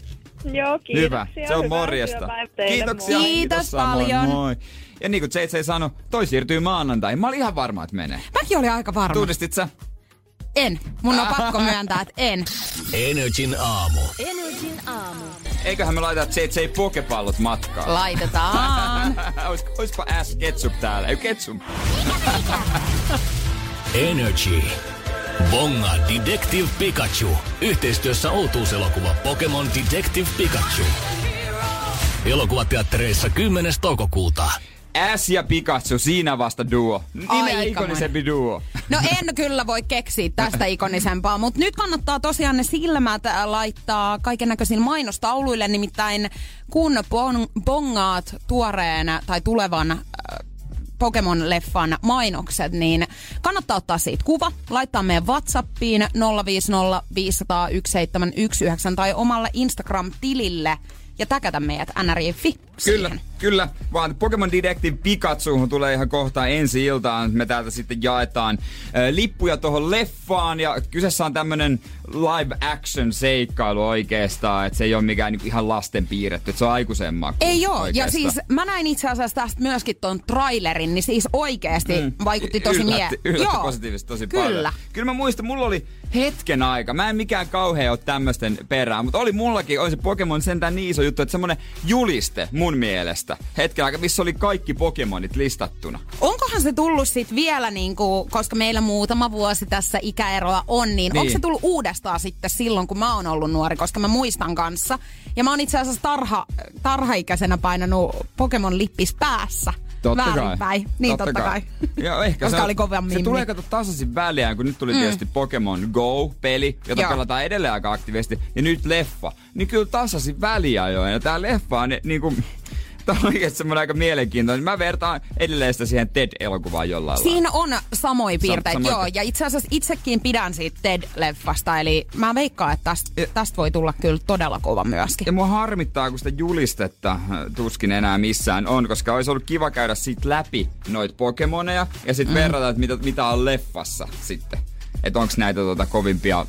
F: Joo, kiitoksia.
A: Hyvä. Se on
F: hyvää
A: morjesta.
F: työpäivää teille
A: Kiitoksia.
B: moi.
F: molemmat.
B: Kiitos
A: samoin,
B: paljon.
A: Moi. Ja niin kuin JJ sanoi, toi siirtyy maanantaihin. Mä olin ihan varma, että menee.
B: Mäkin olin aika varma.
A: Tunnistit sä?
B: En. Mun on pakko myöntää, että en.
C: Energin aamu.
D: Energin aamu.
A: Eiköhän me laiteta JJ pokepallot matkaan.
B: Laitetaan.
A: Ois, oispa S ketsup täällä. Ei ketsup.
C: Energy. Bonga Detective Pikachu. Yhteistyössä outuuselokuva Pokemon Detective Pikachu. Elokuvateattereissa 10. toukokuuta.
A: S ja Pikachu, siinä vasta duo. Nimeä
B: Aikamoinen.
A: ikonisempi duo.
B: No en kyllä voi keksiä tästä ikonisempaa, mutta nyt kannattaa tosiaan ne silmät äh, laittaa kaiken näköisiin mainostauluille, nimittäin kun bon- bongaat tuoreen tai tulevan äh, Pokemon-leffan mainokset, niin kannattaa ottaa siitä kuva, laittaa meidän Whatsappiin 050 500 1719 tai omalle Instagram-tilille ja täkätä meidät NRIFI.
A: Kyllä, kyllä. Vaan Pokemon Detective Pikachuhun tulee ihan kohta ensi iltaan. Me täältä sitten jaetaan ö, lippuja tuohon leffaan. Ja kyseessä on tämmönen live action seikkailu oikeastaan. Että se ei ole mikään niinku ihan lasten piirretty. Et se on aikuisen maku.
B: Ei joo, ja
A: oikeastaan.
B: siis mä näin itse asiassa tästä myöskin ton trailerin, niin siis oikeesti mm. vaikutti tosi mie...
A: yllätti, yllätti positiivisesti tosi
B: Kyllä.
A: paljon. Kyllä mä muistan, mulla oli hetken aika. Mä en mikään kauhea ole tämmösten perään, mutta oli mullakin, oli se Pokemon sentään niin iso juttu, että semmonen juliste mun mielestä. Hetken aika, missä oli kaikki Pokemonit listattuna.
B: Onkohan se tullut sit vielä, niinku, koska meillä muutama vuosi tässä ikäeroa on, niin, niin. onko
A: Niin.
B: se tullut uudestaan sitten silloin, kun mä oon ollut nuori, koska mä muistan kanssa. Ja mä oon itse asiassa tarha, tarhaikäisenä painanut Pokemon lippis päässä. Väärinpäin. Niin totta, kai.
A: Joo, ehkä se,
B: koska
A: on-
B: oli kova
A: Se
B: mimmi.
A: tulee kato tasaisin väliään, kun nyt tuli mm. tietysti Pokemon Go-peli, jota Joo.
B: Joo.
A: pelataan edelleen aika aktiivisesti, ja nyt leffa. Niin kyllä tasaisin väliajoin. Ja tää leffa on ne- niinku... Tää on oikeesti semmonen aika mielenkiintoinen. Mä vertaan edelleen sitä siihen TED-elokuvaan jollain lailla.
B: Siinä on samoja piirteitä,
A: samoja-
B: joo. Ja itse asiassa itsekin pidän siitä TED-leffasta, eli mä veikkaan, että tästä täst voi tulla kyllä todella kova myöskin.
A: Ja mua harmittaa, kun sitä julistetta äh, tuskin enää missään on, koska olisi ollut kiva käydä sit läpi noit Pokemoneja ja sit mm. verrata, että mitä, mitä on leffassa sitten. Että onks näitä tuota kovimpia,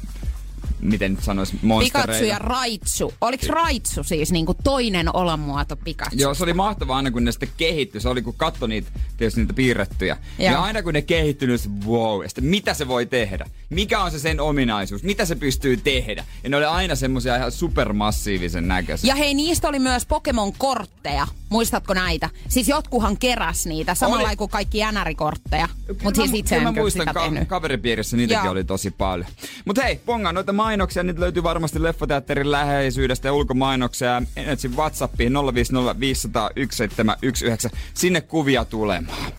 A: miten nyt sanois, monstereita.
B: Pikachu ja Raichu. Oliko Raichu siis niinku toinen olamuoto Pikachu?
A: Joo, se oli mahtavaa aina kun ne sitten kehittyi. Se oli kun katso niitä, tietysti niitä piirrettyjä.
B: Joo.
A: Ja, ja aina kun ne kehittyi, niin se, wow. Ja sitten mitä se voi tehdä? Mikä on se sen ominaisuus? Mitä se pystyy tehdä? Ja ne oli aina semmoisia ihan supermassiivisen näköisiä.
B: Ja hei, niistä oli myös Pokemon-kortteja. Muistatko näitä? Siis jotkuhan keräs niitä, samalla
A: Oli.
B: kuin kaikki NR-kortteja.
A: Kyllä
B: Mutta siis
A: mu-
B: itse en
A: kyllä
B: kyllä
A: mä muistan
B: sitä tehnyt.
A: kaveripiirissä niitäkin
B: Joo.
A: oli tosi paljon. Mut hei, ponga noita mainoksia. Nyt löytyy varmasti Leffateatterin läheisyydestä ja ulkomainoksia. Energy Whatsappiin 050501719. Sinne kuvia tulemaan.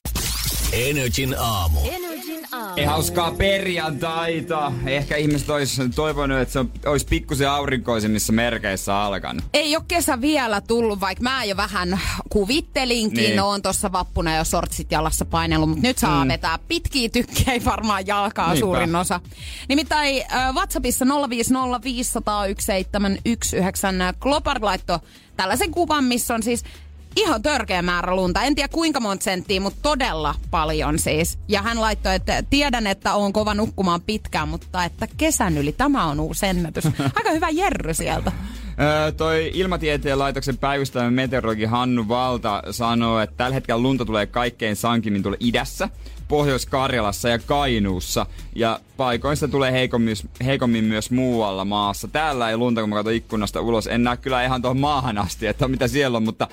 C: Energin aamu.
D: Energin aamu.
A: Ei hauskaa perjantaita. Ehkä ihmiset ois toivonut, että se on- ois pikkusen aurinkoisemmissa merkeissä alkanut.
B: Ei ole kesä vielä tullut, vaikka mä jo vähän kuvittelinkin. Niin.
A: Niin.
B: Oon tuossa vappuna jo sortsit jalassa painellut, mutta nyt saa mm. vetää pitkiä tykkejä varmaan jalkaa Niinpä.
A: Niinpä.
B: suurin osa. Nimittäin äh, WhatsAppissa 050501719 Klopard laittoi tällaisen kuvan, missä on siis ihan törkeä määrä lunta. En tiedä kuinka monta senttiä, mutta todella paljon siis. Ja hän laittoi, että tiedän, että on kova nukkumaan pitkään, mutta että kesän yli tämä on uusi ennätys. Aika hyvä jerry sieltä.
A: Öö, toi Ilmatieteen laitoksen päivystävä meteorologi Hannu Valta sanoo, että tällä hetkellä lunta tulee kaikkein sankimmin tuolla idässä, Pohjois-Karjalassa ja Kainuussa. Ja paikoista tulee heikommin, heikommin myös muualla maassa. Täällä ei lunta, kun mä katson ikkunasta ulos. En näe kyllä ihan tuohon maahan asti, että mitä siellä on, mutta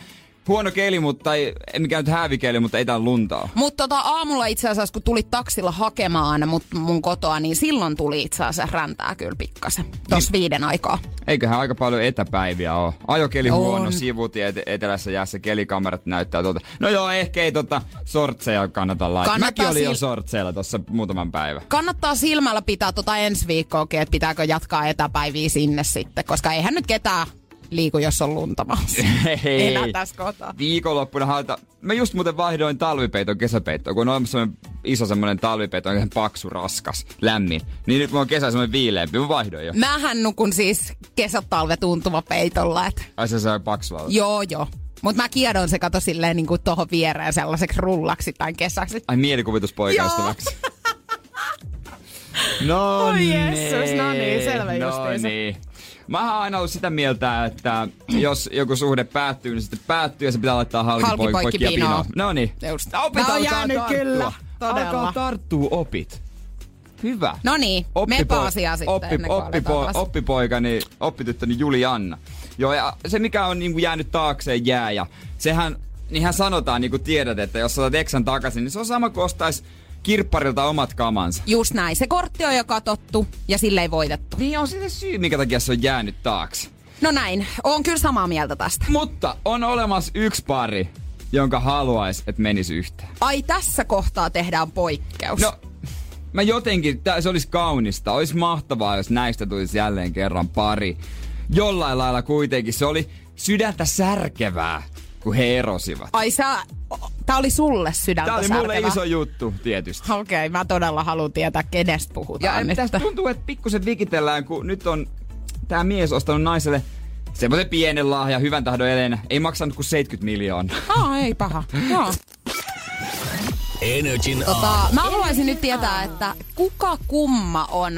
A: huono keli, mutta ei, ei mikään nyt häävikeli, mutta ei täällä luntaa. ole.
B: Mutta tota, aamulla itse asiassa, kun tulit taksilla hakemaan mut mun kotoa, niin silloin tuli itse asiassa räntää kyllä pikkasen. Tos
A: Niin.
B: viiden aikaa.
A: Eiköhän aika paljon etäpäiviä ole. Ajokeli
B: On.
A: huono, sivutiet etelässä jäässä, kelikamerat näyttää tuota. No joo, ehkä ei tota sortseja kannata laittaa.
B: Kannattaa
A: Mäkin olin jo
B: sil-
A: sortseilla tuossa muutaman päivän.
B: Kannattaa silmällä pitää tota ensi viikkoakin, että pitääkö jatkaa etäpäiviä sinne sitten, koska eihän nyt ketään liiku, jos on luntamassa.
A: Hei.
B: Elää tässä kotoa.
A: Viikonloppuna haeta... Mä just muuten vaihdoin talvipeiton kesäpeittoon, kun on olemassa semmonen iso semmonen talvipeito, on ihan paksu, raskas, lämmin. Niin nyt mulla on kesä semmonen viileämpi, mä vaihdoin jo.
B: Mähän nukun siis kesätalve tuntuma peitolla, että
A: Ai se sai paksua.
B: joo joo. Mut mä kiedon se kato silleen niinku tohon viereen sellaiseksi rullaksi tai kesäksi.
A: Ai mielikuvituspoikaistuvaksi. No
B: Oi Jeesus, no niin, selvä
A: no
B: justiinsa.
A: niin. Mä oon aina ollut sitä mieltä, että jos joku suhde päättyy, niin sitten päättyy ja se pitää laittaa halki,
B: Halki
A: poikki,
B: poikki
A: poikki ja pinoon.
B: pinoon.
A: No niin.
B: Just.
A: Opit
B: Tää on
A: alkaa
B: jäänyt
A: tarttua.
B: kyllä, todella.
A: Alkaa tarttuu opit. Hyvä.
B: No niin, mepä asiaa sitten
A: oppi,
B: ennen kuin aletaan
A: oppipo,
B: taas.
A: oppipoikani, oppityttöni Julianna. Joo, ja se mikä on niinku jäänyt taakseen jää, ja sehän, niinhän sanotaan, niin kuin tiedät, että jos otat eksän takaisin, niin se on sama kuin ostais kirpparilta omat kamansa.
B: Just näin, se kortti on jo katottu ja sille ei voitettu.
A: Niin on se syy, minkä takia se on jäänyt taakse.
B: No näin, oon kyllä samaa mieltä tästä.
A: Mutta on olemassa yksi pari, jonka haluais, että menisi yhteen.
B: Ai tässä kohtaa tehdään poikkeus.
A: No, mä jotenkin, tää, se olisi kaunista. Olisi mahtavaa, jos näistä tulisi jälleen kerran pari. Jollain lailla kuitenkin se oli sydäntä särkevää, kun he erosivat.
B: Ai sä, o- tää oli sulle sydäntä
A: Tää oli mulle
B: särkevä.
A: iso juttu, tietysti.
B: Okei, okay, mä todella haluan tietää, kenestä
A: Ja
B: puhutaan
A: en-
B: nyt.
A: tästä tuntuu, että pikkusen vikitellään, kun nyt on tämä mies ostanut naiselle semmoisen pienen lahjan, hyvän tahdon eleenä. Ei maksanut kuin 70 miljoonaa.
B: Ah, ei paha. Joo.
C: Energin aamu.
B: Tota, mä haluaisin nyt tietää, että kuka kumma on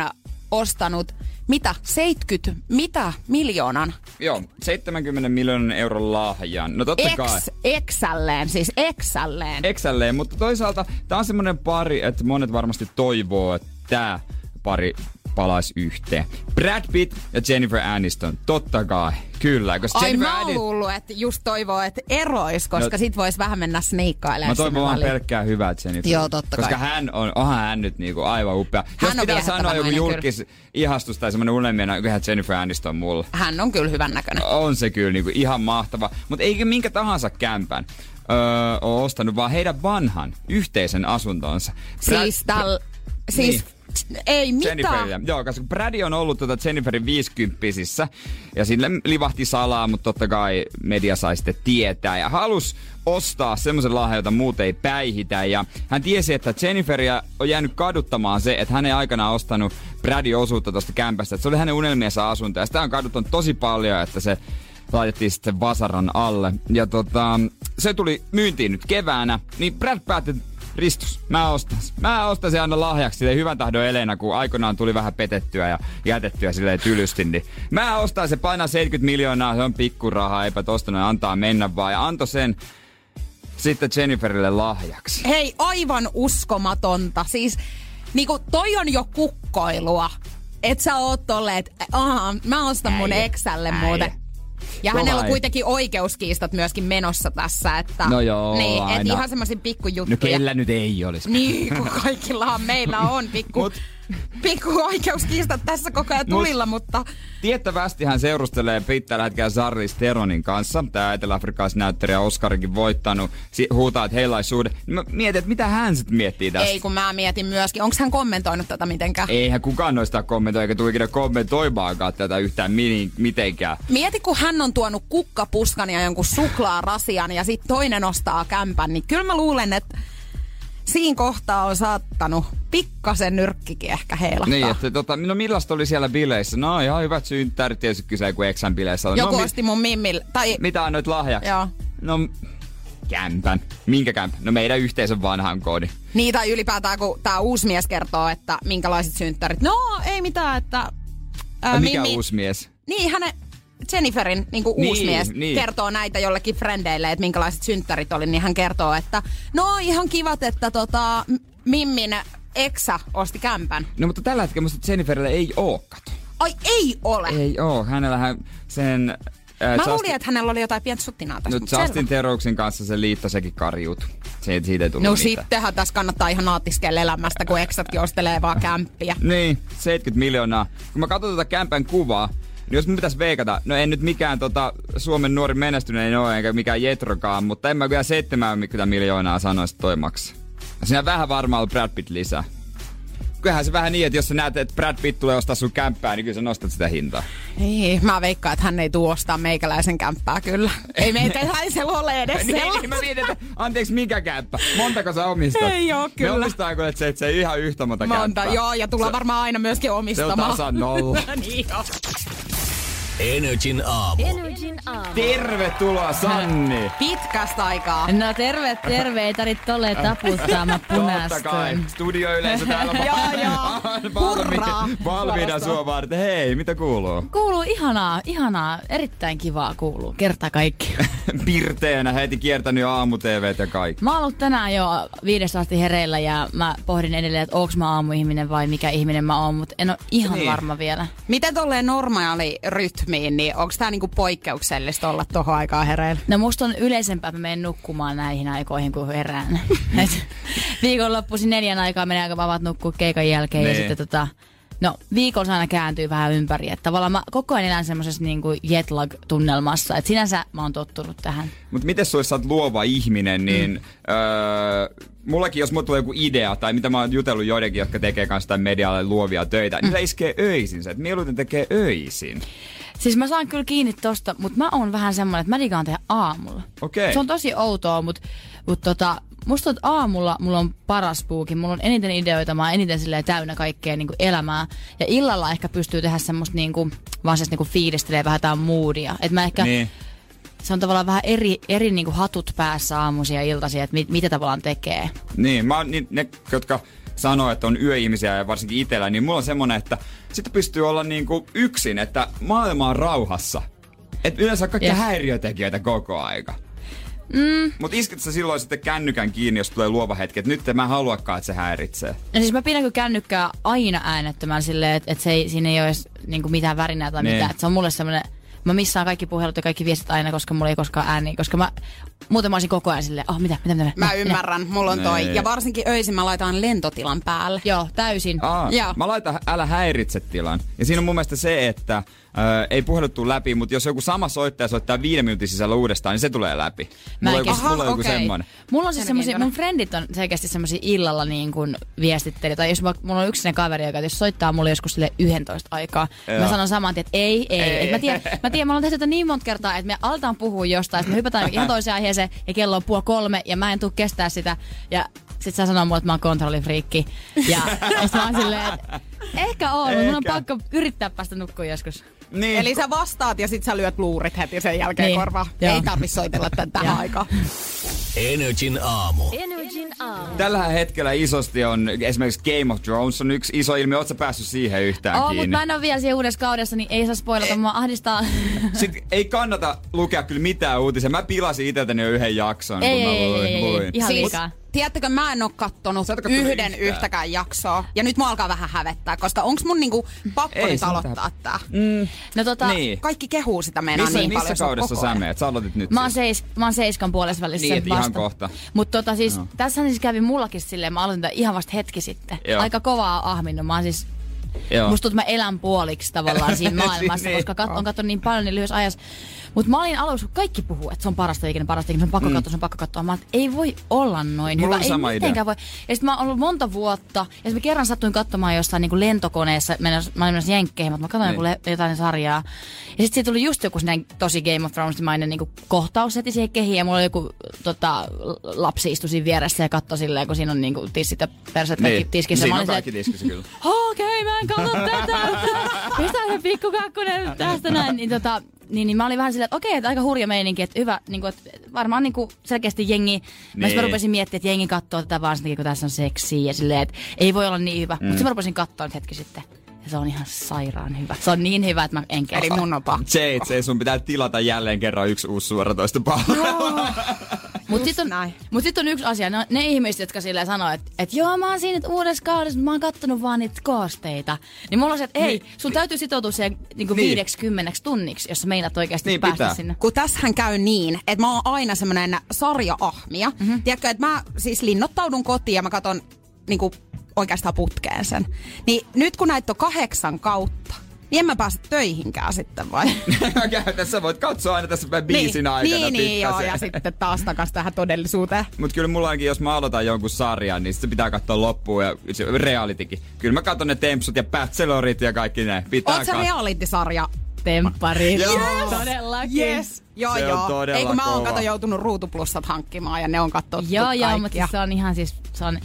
B: ostanut mitä? 70? Mitä? Miljoonan?
A: Joo, 70 miljoonan euron lahjan. No totta kai.
B: Ex, exälleen, siis exälleen.
A: Exälleen, mutta toisaalta tää on semmonen pari, että monet varmasti toivoo, että tää pari palaisi yhteen. Brad Pitt ja Jennifer Aniston, totta kai, kyllä. Koska
B: Ai
A: Jennifer
B: mä oon
A: Aniston,
B: luullut, että just toivoo, että erois, koska
A: No-
B: sit vois vähän mennä sneikkailemaan.
A: Mä toivon
B: sinne
A: vaan
B: väliin.
A: pelkkää hyvää Jennifer.
B: Joo, totta
A: Koska
B: kai.
A: hän on, onhan hän nyt niinku aivan upea. Jos
B: on
A: pitää
B: viehättävä
A: sanoa joku
B: nainen, kyllä.
A: julkis ihastus tai semmonen unelmiena, kyllähän Jennifer Aniston mulle.
B: Hän on kyllä hyvän näköinen.
A: On se kyllä niinku ihan mahtava. Mutta eikä minkä tahansa kämpän öö, ole ostanut, vaan heidän vanhan yhteisen asuntonsa. Brad- Niin.
B: Siis täl... Siis... Ei mitään.
A: Jenniferillä. Joo, koska Brady on ollut tuota Jenniferin 50 ja sillä livahti salaa, mutta totta kai media sai sitten tietää ja halus ostaa semmoisen lahjan, jota muut ei päihitä. Ja hän tiesi, että Jenniferia on jäänyt kaduttamaan se, että hän ei aikanaan ostanut Brady osuutta tuosta kämpästä. Että se oli hänen unelmiensa asunto ja sitä on kaduttanut tosi paljon, että se laitettiin sitten vasaran alle. Ja tota, se tuli myyntiin nyt keväänä, niin Brad päätti, että Ristus, mä ostan. sen. Mä ostan sen aina lahjaksi sille hyvän tahdon Elena, kun aikoinaan tuli vähän petettyä ja jätettyä silleen tylysti. Niin mä ostan se, painaa 70 miljoonaa, se on pikkurahaa, eipä tosta noin antaa mennä vaan. Ja antoi sen sitten Jenniferille lahjaksi.
B: Hei, aivan uskomatonta. Siis niinku toi on jo kukkoilua. Et sä oot tolleen, että aha, mä ostan mun
A: Äijä,
B: eksälle
A: äijä.
B: muuten. Ja
A: Kova
B: hänellä on
A: äijä.
B: kuitenkin oikeuskiistat myöskin menossa tässä, että...
A: No joo,
B: Niin, et
A: aina.
B: ihan semmosia pikkujuttuja.
A: No kellä nyt ei olisi.
B: Niin, kun kaikillahan meillä on pikku,
A: Mut-
B: pikku oikeuskiistat tässä koko ajan tulilla, mutta...
A: Tiettävästi hän seurustelee Pitt tällä hetkellä Charlize Theronin kanssa. Tämä etelä-afrikkalaisnäyttelijä Oscarikin voittanut. Si- huutaa, että heillä olisi suhde. Niin mä mietin, että mitä hän sitten miettii tästä.
B: Ei, kun mä mietin myöskin, onko hän kommentoinut tätä mitenkään?
A: Eihän kukaan noista kommentoi, eikä tule ikinä kommentoimaankaan tätä yhtään mini, mitenkään.
B: Mieti, kun hän on tuonut kukkapuskan ja jonkun suklaarasian ja sitten toinen ostaa kämpän, niin kyllä mä luulen, että siinä kohtaa on saattanut pikkasen nyrkkikin ehkä heilahtaa.
A: Niin, että tota, no millaista oli siellä bileissä? No ihan hyvät synttärit, tietysti kyse kuin Eksän bileissä oli.
B: Joku
A: no, mi- Niin.
B: osti mun mimmille, tai
A: mitä annoit lahjaksi?
B: Joo.
A: No, m- kämpän. Minkä kämpän? No meidän yhteisen vanhan kodin.
B: niin, tai ylipäätään kun tää uusi mies kertoo, että minkälaiset synttärit. No, ei mitään, että...
A: Ää,
B: ää,
A: mikä uusi mies?
B: Niin, hänen
G: Jenniferin niin kuin uusi
A: Niin,
G: mies
A: niin.
G: kertoo näitä jollekin frendeille, että minkälaiset synttärit oli, niin hän kertoo, että no ihan kivat, että tota, M- Mimmin eksä osti kämpän.
A: No mutta tällä hetkellä musta Jenniferillä ei oo, kato.
G: Ai ei ole!
A: Ei oo, hänellähän sen... Äh,
G: Mä luulin, että hänellä oli jotain pientä sutinaa tässä.
A: No
G: mutta selvä.
A: Justin Teroksin kanssa se liitto sekin karjut. Se, siitä ei tullut
G: No
A: mitään.
G: sittenhän tässä kannattaa ihan naatiskella elämästä, kun eksätkin ostelee vaan kämppiä.
A: Niin, 70 miljoonaa. Kun mä katson tuota kämpän kuvaa, niin jos mun pitäisi veikata, no en nyt mikään tota, Suomen nuori menestyneen ole, enkä mikään Jetrokaan, mutta en mä kyllä 70 miljoonaa sanoisi toi maksaa. Ja Siinä vähän varmaan ollut Brad Pitt lisää. Kyllähän se vähän niin, että jos sä näet, että Brad Pitt tulee ostaa sun kämppää, niin kyllä sä nostat sitä hintaa.
G: Niin, mä veikkaan, että hän ei tuu ostaa meikäläisen kämppää kyllä. Ei meikäläisellä ole edes
A: niin, niin, mä
G: sellaista.
A: mietin, että anteeksi, mikä kämppä? Montako sä omistat?
G: Ei oo, kyllä.
A: Me omistaako, että se, että se ei ihan yhtä monta,
G: Monta,
A: kämppää?
G: joo, ja tullaan varmaan aina myöskin
A: Se on
G: omistamaan.
A: tasan nolla.
G: niin joo.
C: Energin aamu.
D: Energin aamu.
A: Tervetuloa, Sanni!
G: Pitkästä aikaa.
H: No terve, terve. Ei tarvitse tolleen taputtaa, mä
A: Totta kai.
H: punastun.
A: Studio yleensä täällä
G: Joo, joo. Hurraa.
A: valmiina, valmiina sua varten. Hei, mitä kuuluu?
H: Kuuluu ihanaa, ihanaa. Erittäin kivaa kuuluu. Kerta kaikki.
A: Pirteenä heti kiertänyt aamu TVt ja kaikki.
H: Mä oon ollut tänään jo viidestä asti hereillä ja mä pohdin edelleen, että onko mä aamuihminen vai mikä ihminen mä oon, mutta en ole ihan
A: Niin.
H: niin. varma vielä.
B: Miten tolleen normaali rytmiin, niin onko tämä niinku poikkeuksellista olla tohon aikaan hereillä?
H: No musta on yleisempää, että mä menen nukkumaan näihin aikoihin, kun herään. Et viikonloppuisin neljän aikaa menee aika vavat nukkuu keikan jälkeen
A: Niin.
H: ja sitten tota, No, viikolla se aina kääntyy vähän ympäri. Että tavallaan mä koko ajan elän semmoisessa niin jetlag-tunnelmassa. Että sinänsä mä oon tottunut tähän.
A: Mut miten sulla, jos sä oot luova ihminen, niin mm. öö, mullakin jos mulla tulee joku idea, tai mitä mä oon jutellut joidenkin, jotka tekee kanssa tämän medialle luovia töitä, mm. niin se iskee öisin se, että mieluiten tekee öisin.
H: Siis mä saan kyllä kiinni tosta, mutta mä oon vähän semmoinen, että mä digaan tehdä aamulla.
A: Okei.
H: Se on tosi outoa, mutta mut tota, musta tuntuu, että aamulla mulla on paras puuki, mulla on eniten ideoita, mä oon eniten silleen täynnä kaikkea niin elämää. Ja illalla ehkä pystyy tehdä semmoista niin kuin, vaan siis niin kuin fiilistelee vähän tää moodia. Et mä ehkä,
A: Niin.
H: se on tavallaan vähän eri, eri niin kuin hatut päässä aamuisin ja iltaisin, että mit, mitä tavallaan tekee.
A: Niin, mä oon, niin, ne, jotka sanoo, että on yöihmisiä ja varsinkin itellä, niin mulla on semmonen, että sitten pystyy olla niinku yksin, että maailma on rauhassa. Et yleensä on kaikkia
H: Jep.
A: häiriötekijöitä koko aika. Mm. Mutta isket sä silloin sitten kännykän kiinni, jos tulee luova hetki, että nyt en mä haluakaan, että se häiritsee.
H: No siis mä pidän kyllä kännykkää aina äänettömän silleen, että et se ei, siinä ei ole edes niinku mitään värinää tai
A: Niin.
H: mitään. Et se on mulle semmoinen, mä missaan kaikki puhelut ja kaikki viestit aina, koska mulla ei koskaan ääniä, koska mä muuten mä olisin koko ajan silleen, oh mitä, mitä, mitä, mitä.
B: Mä
H: mitä.
B: ymmärrän, mulla on toi.
A: Nee.
B: Ja varsinkin öisin mä laitan lentotilan päälle.
H: Joo, täysin.
A: Aa,
B: Joo.
A: mä laitan älä häiritse tilan. Ja siinä on mun mielestä se, että ö, ei puheluttu läpi, mutta jos joku sama soittaja soittaa viiden minuutin sisällä uudestaan, niin se tulee läpi.
H: Mä
A: Mulla
H: en
A: on joku,
H: kestä.
A: mulla on joku
B: Aha, okei.
A: semmonen.
H: Mulla on siis semmosia,
B: Mielenkiintoinen.
H: mun frendit on selkeästi semmosia illalla niin kuin viestitteli. Tai jos mä, mulla on yksinen kaveri, joka jos soittaa mulle joskus sille 11 aikaa,
A: Joo.
H: Joo. mä sanon saman tien, että ei, ei.
A: Ei.
H: ei. Et mä tiedän, mä tiedän, me ollaan tehty tätä niin monta kertaa, että me aletaan puhua jostain, että me hypätään ihan toiseen aiheeseen ja kello on puoli kolme ja mä en tuu kestää sitä. Ja sit sä sanoo mulle, että mä oon kontrollifriikki. Ja sit mä oon silleen, että ehkä oon, mutta mun on
A: Ehkä.
H: pakko yrittää päästä nukkuun joskus.
A: Niin.
B: Eli sä vastaat ja sit sä lyöt luurit heti sen jälkeen niin.
H: Niin.
B: korvaan.
H: Joo.
B: Ei tarvi soitella tän tähän aikaan.
C: Energin aamu.
D: Energin aamu.
A: Tällä hetkellä isosti on esimerkiksi Game of Thrones on yksi iso ilmiö. Oletko päässyt siihen yhtään
H: Oo,
A: kiinni?
H: mutta mä en oo vielä siinä uudessa kaudessa, niin ei saa spoilata, mua ahdistaa.
A: Sitten ei kannata lukea kyllä mitään uutisia. Mä pilasin iteltäni jo yhden jakson,
H: Ei,
A: kun mä
H: ei,
A: luin.
H: ei, ei, ei.
A: luin.
H: Ihan
B: Siis,
H: liikaa.
B: Tiedättekö, mä en oo kattonut
A: Sä et oo kattonut
B: yhden
A: yhtään.
B: yhtäkään jaksoa. Ja nyt mua alkaa vähän hävettää, koska onks mun niinku pakko
A: Ei,
B: nyt
A: sun
B: aloittaa tää?
H: No tota,
A: Niin.
B: Kaikki kehuu sitä meinaa
A: Missä,
B: niin
A: missä
B: paljon. se on
A: kaudessa
B: koko
A: sä
B: ajan.
A: meet? Sä aloitit nyt
H: Mä oon,
A: siis.
H: seis, mä oon seiskan puolessa välissä.
A: Niin, et ihan kohta.
H: Mutta tota siis, no. tässähän siis kävi mullakin silleen, mä aloitin tän ihan vasta hetki sitten.
A: Joo.
H: Joo. Aika kovaa ahminnut. Mä oon siis,
A: Joo.
H: Joo. musta tuntuu, että mä elän puoliksi tavallaan siinä maailmassa,
A: Niin,
H: niin,
A: niin.
H: koska kat, on katsonut niin paljon niin lyhyessä ajassa. Mutta mä olin alussa, kun kaikki puhuu, että se on parasta ikinä, parasta ikinä, se on pakko mm. katsoa, se on pakko katsoa. Mä oon, että ei voi olla noin
A: Mulla
H: hyvä,
A: oli sama
H: ei
A: idea.
H: mitenkään voi. Ja sit mä oon ollut monta vuotta, ja sit mä kerran sattuin katsomaan jossain niin lentokoneessa, mennäs, mä olin menossa jenkkeihin, mutta mä katsoin
A: Niin.
H: niin. joku le- jotain sarjaa. Ja sit siitä tuli just joku sinne tosi Game of Thrones-mainen niin kohtaus heti siihen kehiin, ja mulla oli joku tota, lapsi istui siinä vieressä ja katsoi silleen, kun siinä on niin kuin tissit ja perset kaikki
A: Niin.
H: tiskissä. Mä
A: Siinä
H: olin
A: on
H: silleen,
A: kaikki tiskissä kyllä.
H: okei, mä en katso tätä. Mistä se pikku kakkonen tästä näin? Niin, tota, niin, niin mä olin vähän silleen, että okei, että aika hurja meininki, että hyvä, niin kuin, että varmaan niin kuin selkeästi jengi, mä
A: Niin.
H: sitten rupesin miettimään, että jengi katsoo tätä vaan sen takia, kun tässä on seksiä ja silleen, että ei voi olla niin hyvä. Mm. Mutta sitten mä rupesin katsoa nyt hetki sitten. Ja se on ihan sairaan hyvä. Se on niin hyvä, että mä en kestä.
I: Eli mun on pakko.
A: JJ, sun pitää tilata jälleen kerran yksi uusi suoratoista palvelu.
H: Mutta sitten on, mut sit on yksi asia, ne, on- ne ihmiset, jotka silleen sanoo, että et, joo mä oon siinä nyt uudessa kaudessa, mut mä oon kattonut vaan niitä koosteita. Niin mulla on se, että ei, sun täytyy sitoutua siihen niinku
A: Niin.
H: niin. 50 tunniksi, jos sä meinaat oikeasti
A: Niin
H: niin, päästä
A: pitää.
H: pitää. sinne.
B: Kun tässähän käy niin, että mä oon aina semmonen sarjaahmia.
H: Mhm.
B: Mm-hmm. Tiedätkö, että mä siis linnoittaudun kotiin ja mä katon niinku, oikeastaan putkeen sen. Niin nyt kun näitä on kahdeksan kautta, niin en mä pääse töihinkään sitten vai?
A: Käytännössä voit katsoa aina tässä biisin
B: niin,
A: aikana
B: Niin, niin joo,
A: pikkasen.
B: ja sitten taas takas tähän todellisuuteen.
A: Mut kyllä mulla onkin, jos mä aloitan jonkun sarjan, niin sitten pitää katsoa loppuun ja se realitikin. Kyllä mä katson ne tempsut ja bachelorit ja kaikki ne. Pitää
B: Oot sä
A: katsoa.
B: reality-sarja?
H: Temppari.
A: Joo.
H: Todellakin.
B: Yes, joo
A: Se on
B: joo.
A: todella
B: Ei kun mä oon
A: kova.
B: kato joutunut ruutuplussat hankkimaan ja ne on katsottu
H: Joo, joo, mutta
B: kaikkia.
H: siis se on ihan siis, se, on,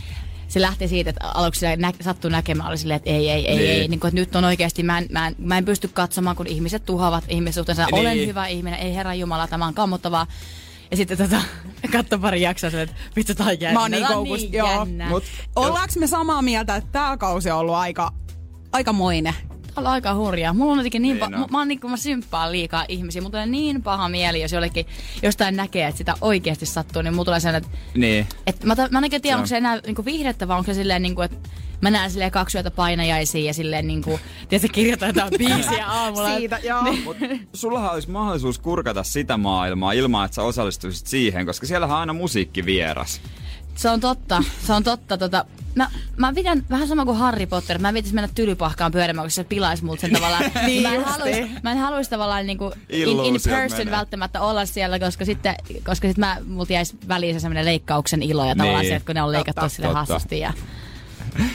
H: se lähtee siitä, että aluksi se nä- sattuu näkemään, oli silleen, että ei, ei, ei,
A: Niin.
H: niin. ei, niin kuin, että nyt on oikeasti, mä en, mä, en, mä en pysty katsomaan, kun ihmiset tuhoavat ihmissuhteensa,
A: Niin.
H: niin. olen hyvä ihminen, ei herra Jumala, tämä on kammottavaa. Ja sitten tota, katso pari jaksoa silleen, että vittu, tää on jännä.
B: Mä oon niin
H: tää on
B: koukusta,
H: niin
B: joo.
H: jännää.
A: Mut,
B: Ollaanko me samaa mieltä, että tää kausi on ollut aika, aika moinen?
H: Tää on aika hurjaa. Mulla on jotenkin niin,
A: Niin
H: pa-
A: on.
H: mu- mä, oon niin, kun mä symppaan liikaa ihmisiä. Mulla tulee niin paha mieli, jos jollekin jostain näkee, että sitä oikeasti sattuu, niin mulla tulee sellainen, että
A: niin.
H: Et mä, ta- mä en oikein
A: Se
H: tiedä,
A: on-
H: onko se enää niinku viihdettä vai onko se silleen niinku, että mä näen silleen kaksi yötä painajaisia ja silleen niinku, tiedätkö, kirjoitan jotain biisiä aamulla.
B: Siitä, joo.
A: Mut sullahan olisi mahdollisuus kurkata sitä maailmaa ilman, että sä osallistuisit siihen, koska siellähän on aina musiikki vieras.
H: Se on totta, se on totta. Tota, mä, mä pidän vähän sama kuin Harry Potter. Mä vietis mennä tylypahkaan pyörimään, koska se pilaisi multa sen tavallaan.
B: Niin
H: mä, en
B: justi.
H: haluis, mä en haluaisi tavallaan niinku in, in
A: Illuusiot
H: person
A: menee.
H: välttämättä olla siellä, koska sitten koska sit mä, multa jäisi väliin se semmoinen leikkauksen ilo ja tavallaan
A: Niin.
H: se, että kun ne on leikattu
A: Totta,
H: sille
A: totta.
H: hassusti. Ja...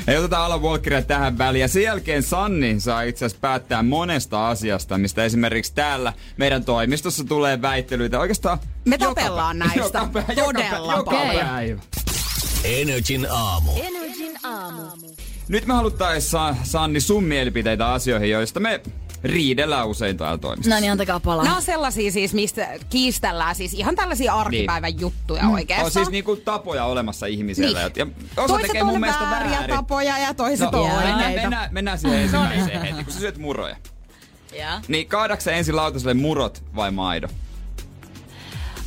A: Ei oteta Alan Walkeria tähän väliin. Ja sen jälkeen Sanni saa itse asiassa päättää monesta asiasta, mistä esimerkiksi täällä meidän toimistossa tulee väittelyitä. Oikeastaan
B: Me
A: joka
B: tapellaan
A: pä-
B: näistä.
A: Joka, pä-
B: Todella
A: joka, pä-
H: paljon.
A: joka päivä.
C: Energin aamu.
J: Energin aamu.
A: Nyt me haluttaisiin saa, Sanni sun mielipiteitä asioihin, joista me riidellään usein täällä toimistossa.
H: No niin, antakaa palaa.
B: Nämä on sellaisia siis, mistä kiistellään siis ihan tällaisia arkipäivän
H: Niin.
B: juttuja
H: Mm.
B: oikeastaan.
A: On siis niinku tapoja olemassa ihmisellä.
B: Niin.
A: Niin. Ja osa
B: toiset
A: tekee
B: on
A: mun mielestä
B: vääriä
A: väärin. No,
B: tapoja ja toiset on
A: mennään,
B: oikeita. niin.
A: mennään, mennään siihen ensimmäiseen heti, kun sä syöt muroja.
H: Yeah.
A: Niin kaadaksä ensin lautaselle murot vai maido?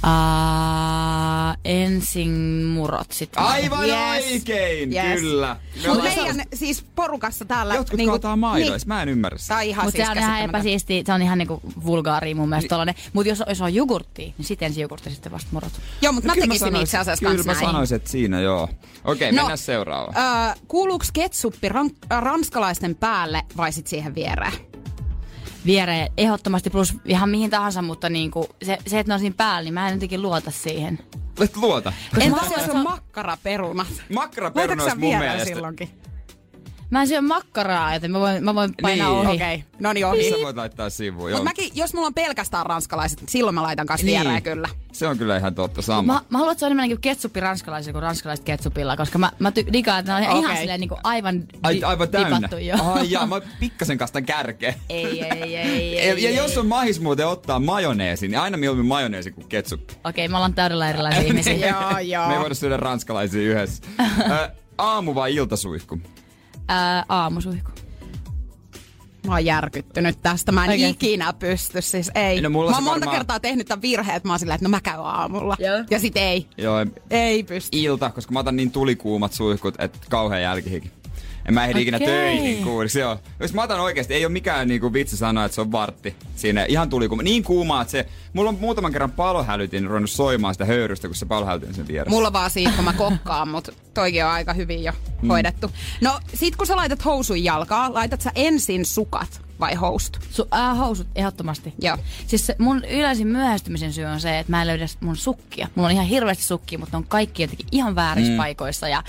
H: Uh, ensin murot sitten.
A: Aivan
B: Yes.
A: oikein,
B: Yes.
A: kyllä. Me
B: Mut
A: ollaan-
B: meidän siis porukassa täällä... niin.
A: Jotkut niinku, kaataa maidoissa, mä en ymmärrä sitä.
B: Tää on ihan
H: Mutta
B: siis
H: se on ihan
B: käsittämätöntä.
H: epäsiisti, se on ihan niinku vulgaari mun
A: Niin.
H: mielestä tollanen. Mutta jos, jos on jogurttia, niin sitten ensin jogurtti sitten vasta murot.
B: Joo, mutta mä
A: No Kyllä
B: tekisin
A: sanoisin-
B: itse asiassa
A: Kyllä
B: kans
A: mä
B: näin.
A: sanoisin, että siinä joo. Okei,
B: No,
A: mennään seuraavaan.
B: Öö, kuuluuko ketsuppi rank- äh, ranskalaisten päälle vai sit siihen viereen?
H: Viereen ehdottomasti plus ihan mihin tahansa, mutta niinku, se, se, että ne on siinä päällä, niin mä en jotenkin luota siihen.
A: Et luota.
H: Entä
B: Entäs jos on makkaraperunat?
A: Makkaraperuna
B: Laitatko
A: olisi
B: sä
A: mun
B: viereen
A: mielestä.
B: silloinkin?
H: Mä en syö makkaraa, joten mä voin, mä voin painaa
A: Niin.
H: niin. ohi.
B: Okei, no niin ohi.
A: Sä voit laittaa sivuun, joo.
B: Mutta mäkin, jos mulla on pelkästään ranskalaiset, silloin mä laitan kanssa niin. viereen kyllä.
A: Se on kyllä ihan totta sama.
H: Mä, mä haluan, että se on enemmän niinku ketsuppi ranskalaisilla kuin ranskalaiset ketsupilla, koska mä, mä ty- digaan, että ne on ihan
B: Okei.
H: silleen niinku aivan, di-
A: Ai, aivan täynnä.
H: dipattu jo.
A: Ai jaa, mä pikkasen kastan kärkeä.
H: ei, ei, ei, ei,
A: Ja,
H: ei,
A: ja
H: ei.
A: jos on mahis muuten ottaa majoneesi, niin aina mieluummin majoneesi kuin ketsuppi.
H: Okei, me ollaan täydellä erilaisia ihmisiä.
B: Joo, joo.
A: Me ei voida syödä ranskalaisia yhdessä. Ö, aamu vai iltasuihku?
H: Ää, aamusuihku.
B: Mä oon järkyttynyt tästä. Mä en
H: Oikeesti?
B: ikinä pysty. Siis ei.
A: No,
B: No,
A: mulla
B: mulla mä
A: se
B: oon monta
A: varmaan-
B: kertaa tehnyt tämän virheen, että mä oon silleen, että no mä käyn aamulla.
H: Joo.
B: Ja sit ei.
A: Joo,
B: Ei pysty.
A: ilta, koska mä otan niin tulikuumat suihkut, että kauhean jälkihiki. En mä ehdi ikinä
H: Okei.
A: töihin kuuliksi, joo. Jos mä otan oikeasti, ei ole mikään niinku vitsi sanoa, että se on vartti siinä. Ihan tulikuuma. Niin kuumaa, että se... Mulla on muutaman kerran palohälytin ruvennut soimaan sitä höyrystä, kun se palohälytin sen vieressä.
B: Mulla vaan siitä, kun mä kokkaan, mutta toikin on aika hyvin jo
A: Mm.
B: hoidettu. No sit kun sä laitat housun jalkaa, laitat sä ensin sukat vai housut?
H: Su- äh, housut, ehdottomasti.
B: Joo.
H: Siis se, mun yleisin myöhästymisen syy on se, että mä en löydä mun sukkia. Mulla on ihan hirveästi sukkia, mutta ne on kaikki jotenkin ihan väärissä mm. paikoissa ja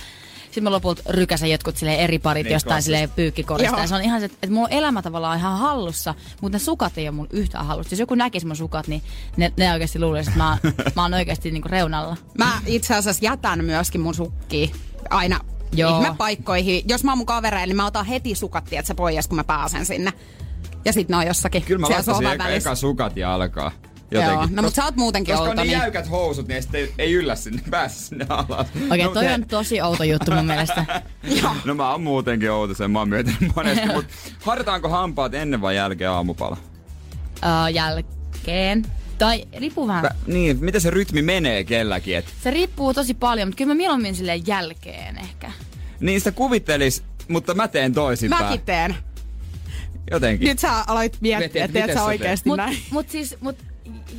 H: sitten mä lopulta rykäsen jotkut sille eri parit
A: Niin,
H: niin, jostain
A: klassista.
H: sille pyykkikorista.
B: Joo.
H: Ja se on ihan se, että mulla on elämä tavallaan ihan hallussa, mutta ne sukat ei ole mun yhtään hallussa. Jos joku näkisi mun sukat, niin ne, ne oikeasti luulisi, että mä, mä oon oikeasti niinku reunalla.
B: Mä itse asiassa jätän myöskin mun sukkia aina Joo.
H: Joo.
B: ihme paikkoihin. Jos mä oon mun kavereille, niin mä otan heti sukat, että sä pois, kun mä pääsen sinne. Ja sit ne on jossakin
A: Kyllä mä
B: siellä
A: laittaisin
B: sohvan
A: eka,
B: välissä.
A: eka sukat ja alkaa. jotenkin.
B: Joo, no mut
A: Koska-
B: sä oot muutenkin
A: Koska
B: outo,
A: on niin
B: niin-
A: jäykät housut, niin sitten ei- ei yllä sinne, pääse sinne alas.
H: Okei,
A: No,
H: okay, toi
A: mut
H: on tosi outo juttu mun mielestä.
A: No mä oon muutenkin outo, sen mä oon miettinyt monesti. Mut hartaanko hampaat ennen vai jälkeen aamupala?
H: Ö, jälkeen. Tai riippuu
B: Ah.
H: vähän.
A: Mä, niin, miten se rytmi menee kelläkin? Et,
H: Se riippuu tosi paljon, mutta kyllä mä mieluummin silleen jälkeen ehkä.
A: niin sitä kuvittelis, mutta mä teen toisinpäin.
B: Mäkin teen.
A: Jotenkin.
B: Nyt sä aloit
A: Mietin,
B: miettiä,
A: että
B: että teet
A: miten
B: sä
A: sä
B: oikeesti
H: Mut,
B: näin.
H: mut siis, mut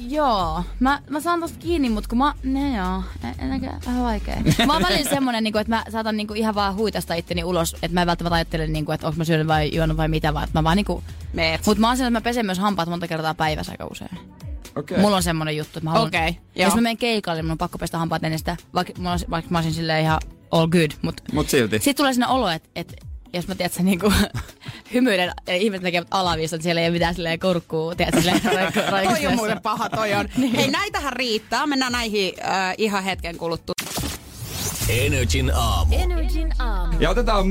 H: joo. Mä, mä saan tosta kiinni, mut kun mä, ne joo, en, en, vähän vaikee. Mä oon välillä semmonen, niinku, että mä saatan niinku ihan vaan huitasta itteni ulos, että mä en välttämättä ajattele, niinku, että onko mä syönyt vai juonut vai mitä, vaan että mä vaan niinku...
B: Meet.
H: Mut mä oon sellainen, että mä pesen myös hampaat monta kertaa päivässä aika usein.
A: Okei.
H: Okay. Mulla on semmonen juttu, että mä haluan...
B: Okei, joo.
H: jos mä menen keikalle, niin mun on pakko pestä hampaat ennen sitä, vaikka, mulla olisi- vaikka mä olisin silleen ihan all good, mut...
A: Mut silti.
H: Sitten tulee sinne olo, että et, jos mä tiedät, sä niinku hymyilen, ja ihmiset näkevät alaviista, että niin siellä ei ole mitään silleen korkkuu, tiedät, sä, silleen
B: Toi
H: roikku- roikussa.
B: on muuten paha, toi on. Hei, näitähän riittää. Mennään näihin äh, ihan hetken kuluttua.
C: Energin aamu.
D: Energin aamu.
A: Ja otetaan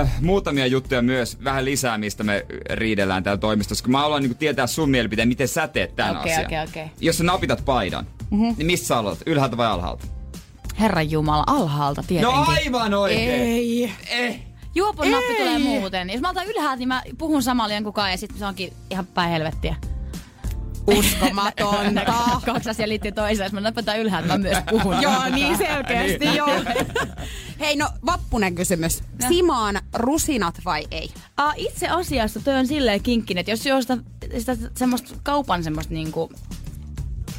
A: äh, muutamia juttuja myös vähän lisää, mistä me riidellään täällä toimistossa. Kun mä haluan niin tietää sun mielipiteen, miten sä teet tämän
H: Okei,
A: asian.
H: okei, Mhm. okei.
A: Jos sä napitat paidan, mm-hmm. niin missä sä aloitat? Ylhäältä vai alhaalta?
H: Herran Jumala, alhaalta tietenkin.
A: No aivan oikein.
B: Ei.
A: Eh.
H: Juopon nappi
B: Ei.
H: tulee muuten. Jos mä otan ylhäältä, niin mä puhun samalla jonkun kanssa ja sitten se onkin ihan päin helvettiä.
B: Uskomatonta.
H: Kaksi asiaa liittyy toiseen. Jos mä napataan ylhäältä, mä myös puhun.
B: joo, niin selkeästi, joo. Hei, no vappunen kysymys. Simaan rusinat vai ei?
H: Uh, itse asiassa toi on silleen kinkkinen, että jos joo sitä, sitä semmoista kaupan semmoista niinku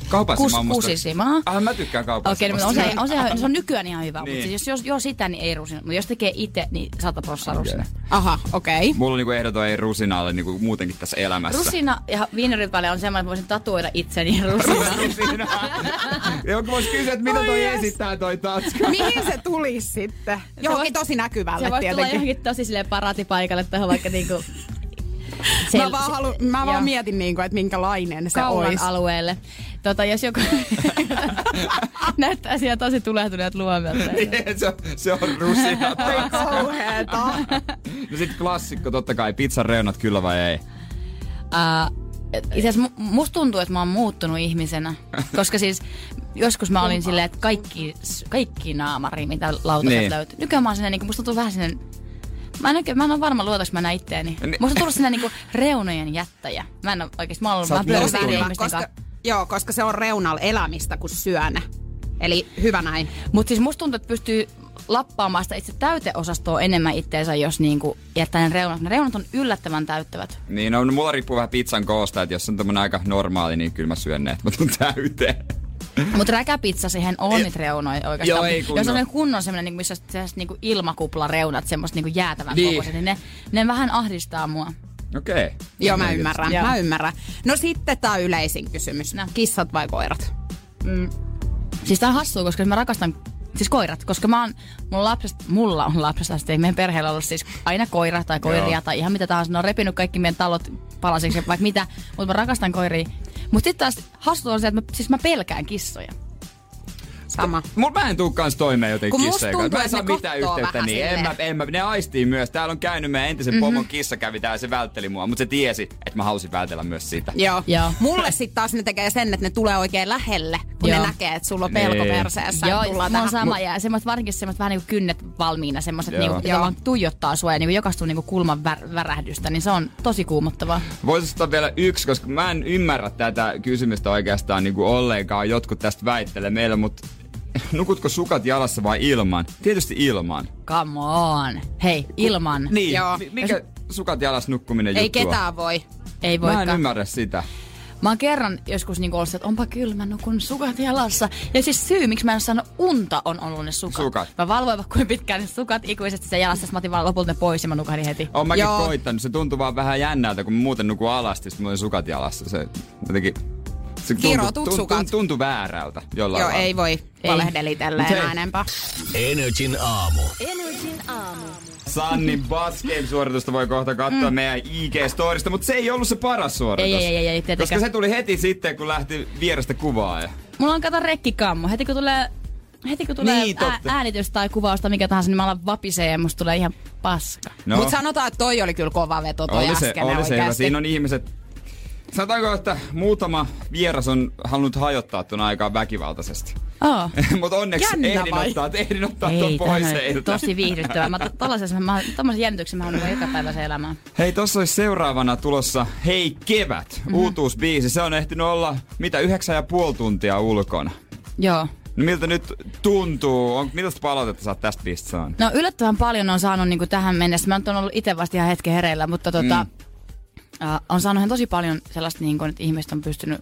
A: Kaupassa
H: kus, kusisimaa.
A: Ah, mä tykkään kaupassa.
H: Okei, no okay, on se, on se, se, on nykyään ihan hyvä,
A: Niin.
H: mutta siis jos, jos joo sitä, niin ei rusina. Mutta jos tekee itse, niin sata prossaa rusina.
B: Aha, okei. Okay.
A: Mulla on niinku ehdoton ei rusinalle niinku muutenkin tässä elämässä.
H: Rusina ja viiniripale on semmoinen, että voisin tatuoida itseni rusina.
A: Rusina. Joku voisi kysyä, että mitä
B: Oi
A: toi
B: jes.
A: esittää toi tatska.
B: Mihin se tulisi sitten? Johonkin
H: voisi-
B: tosi näkyvälle
H: Se voisi tulla
B: tietenkin.
H: johonkin tosi silleen paraatipaikalle tuohon vaikka niinku...
B: Mä vaan, halu, mä vaan
H: joo.
B: mietin, niin kuin, että minkälainen se
H: kaulan
B: olisi.
H: alueelle. Tota, jos joku näyttää siellä tosi tulehtuneet luomelta.
B: Niin.
A: Niin, se, on- se on rusina.
B: Ei kauheeta.
H: Niin
A: No sit klassikko totta kai, pizzan reunat kyllä vai ei.
H: Uh, itse asiassa mu- musta tuntuu, että mä oon muuttunut ihmisenä. Koska siis joskus mä olin silleen, että kaikki, kaikki naamari, mitä lautaset
A: Niin.
H: niin. löytyy. Nykyään mä oon sinne, niin musta tuntuu vähän sinne... Mä en, oikein, mä en ole varma, luotaks mä näin itteeni.
A: Niin.
H: Musta on tullut sinne niinku reunojen jättäjä. Mä en ole oikeesti, mä oon ollut
A: Sä oot
H: vähän pyörin
A: muuttunut.
H: väärien
B: Hyvä,
H: ihmisten
B: koska,
H: kanssa.
B: joo, koska se on reunal elämistä, kun syönä. Eli hyvä näin.
H: Mutta siis musta tuntuu, että pystyy lappaamaan sitä itse täyteosastoa enemmän itteensä, jos niinku jättää ne reunat. Ne reunat on yllättävän täyttävät.
A: Niin, no, no mulla riippuu vähän pizzan koosta, että jos on tämmönen aika normaali, niin kyllä mä syön ne, että mä tuun täyteen.
H: Mutta räkäpizza siihen on niitä reunoja oikeastaan.
A: Joo, ei kunnon.
H: Jos on kunnon semmoinen, niinku, missä on sellaiset niinku ilmakuplareunat, semmoista niinku jäätävän
A: Niin.
H: niin. kokoiset, niin ne, ne vähän ahdistaa mua.
A: Okei. Okay.
B: Joo, mä ymmärrän,
H: Joo.
B: mä ymmärrän. No sitten tää yleisin kysymys.
H: No.
B: Kissat vai koirat?
H: Siis tää on hassua, koska mä rakastan Siis koirat, koska mä oon, mun lapsesta, mulla on lapsesta asti, ei meidän perheellä ollut siis aina koira tai koiria
A: Joo.
H: tai ihan mitä tahansa. Ne on repinyt kaikki meidän talot palasiksi ja vaikka mitä, mutta mä rakastan koiria. Mutta sitten taas hassua on se, että mä, siis mä pelkään kissoja.
B: Sama.
A: Mut mä en tuu kans toimeen jotenkin
B: Kun musta
A: kissojen kanssa.
B: tuntuu,
A: Mä en
B: että
A: saa
B: ne
A: mitään
B: kattoo
A: yhteyttä
B: vähän
A: niin. En mä,
B: silleen. Mhm.
A: en mä, ne aistii myös. Täällä on käynyt meidän entisen mm-hmm. pomon kissa kävi täällä ja se vältteli mua, mutta se tiesi, että mä halusin vältellä myös sitä.
B: Joo.
H: Joo.
B: Mulle sitten taas ne tekee sen, että ne tulee oikein lähelle, kun
H: Joo.
B: ne näkee, että sulla on pelko
A: Niin.
B: perseessä. ja
H: Joo,
B: tullaan
H: mulla on
B: tähän.
H: sama ja semmoiset varsinkin semmoiset vähän niinku kynnet valmiina, semmoiset
A: Joo.
H: niinku,
B: Joo.
H: jotka vaan tuijottaa sua ja niinku jokastuu niinku kulman vär- värähdystä, niin se on tosi kuumottavaa.
A: Voisi ottaa vielä yksi, koska mä en ymmärrä tätä kysymystä oikeastaan niin kuin ollenkaan. Jotkut tästä väittelee meillä, mutta nukutko sukat jalassa vai ilman? Tietysti ilman.
H: Come on. Hei, ilman.
A: Niin,
B: Joo.
A: mi- mikä sukat jalassa nukkuminen
B: Ei
A: juttua?
B: ketään voi.
H: Ei
A: Mä en
H: voikaan.
A: ymmärrä sitä.
H: Mä oon kerran joskus niinku ollut, se, että onpa kylmä, nukun sukat jalassa. Ja siis syy, miksi mä en ole saanut unta, on ollut ne sukat.
A: Sukat.
H: Mä valvoin vaikka kuin pitkään ne sukat ikuisesti sen jalassa, sit mä otin vaan lopulta ne pois ja mä nukahdin heti.
A: Oon mäkin
B: Joo.
A: koittanut. Se tuntuu vaan vähän jännältä, kun mä muuten nukun alasti, sit mulla on sukat jalassa. Se jotenkin... Se
B: Kirotut sukat.
A: tuntuu väärältä jollain
B: Joo,
A: lailla.
B: ei voi valehdeli tällä
A: Mut hei.
B: enää enempää.
C: Energin aamu.
D: Energin aamu.
A: Sannin basket suoritusta voi kohta katsoa mm. meidän IG-storista, mutta se ei ollut se paras suoritus.
H: Ei, ei, ei, ei, ei,
A: Koska
H: tietenkään.
A: se tuli heti sitten, kun lähti vierestä kuvaa.
H: Mulla on kato rekkikammo. Heti kun tulee, heti kun tulee
A: Niin,
H: ää,
A: totta.
H: äänitys tai kuvausta, mikä tahansa, niin mä alan vapisee ja musta tulee ihan paska.
B: Mutta sanotaan, että toi oli kyllä kova veto toi
A: No. oli se,
B: äsken
A: oli se hyvä.
B: oikeasti.
A: Siinä on ihmiset sanotaanko, että muutama vieras on halunnut hajottaa ton aikaa väkivaltaisesti.
H: Oh.
A: Mutta onneksi
H: Jännä
A: ehdin
H: vai?
A: ottaa, ehdin ottaa ton
H: Ei,
A: pois
H: tämähän on
A: heiltä.
H: tosi viihdyttävää. Mä to- tollasessa- mä- tommosen jännityksen mä haluan joka päivä se elämään.
A: Hei, tossa olisi seuraavana tulossa Hei kevät,
H: Mhm.
A: mm-hmm. uutuusbiisi. Se on ehtinyt olla mitä yhdeksän ja puoli tuntia ulkona.
H: Joo.
A: No miltä nyt tuntuu? On, millaista palautetta sä oot tästä biisistä saanut?
H: No yllättävän paljon on saanut niin kuin tähän mennessä. Mä nyt on ollut itse vasta ihan hetken hereillä, mutta tota, mm. äh, on saanut ihan tosi paljon sellaista, niin kuin, että ihmiset on pystynyt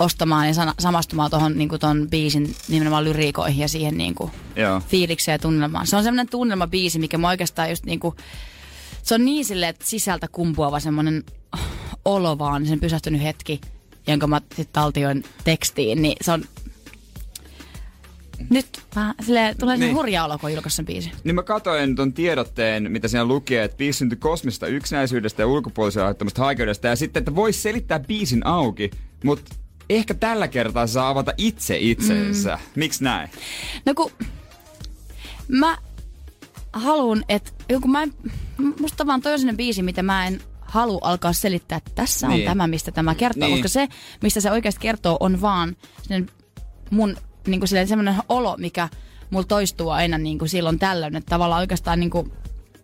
H: ostamaan ja sana, samastumaan tuohon niin ton biisin nimenomaan lyriikoihin ja siihen niin kuin,
A: Joo.
H: fiilikseen ja tunnelmaan. Se on semmoinen tunnelmabiisi, mikä mä oikeastaan just niin kuin, se on niin silleen, että sisältä kumpuava semmoinen olo vaan, sen pysähtynyt hetki, jonka mä sitten taltioin tekstiin, niin se on nyt vähän silleen, tulee niin.
A: Niin.
H: se hurja olo, kun julkaisi sen biisin.
A: Niin mä katoin ton tiedotteen, mitä siinä lukee, että biisi syntyi kosmista yksinäisyydestä ja ulkopuolisen aiheuttamasta haikeudesta. Ja sitten, että voisi selittää biisin auki, mutta ehkä tällä kertaa se saa avata itse itsensä. Mm. Miksi näin?
H: No kun mä haluun, että kun mä en, musta vaan toi on sellainen biisi, mitä mä en halua alkaa selittää, että tässä on
K: Niin.
H: niin. tämä, mistä tämä kertoo,
K: Niin.
H: niin. koska se, mistä se oikeasti kertoo, on vaan sellainen mun niin kuin sellainen olo, mikä mulla toistuu aina niin kuin silloin tällöin, että tavallaan oikeastaan niin kuin,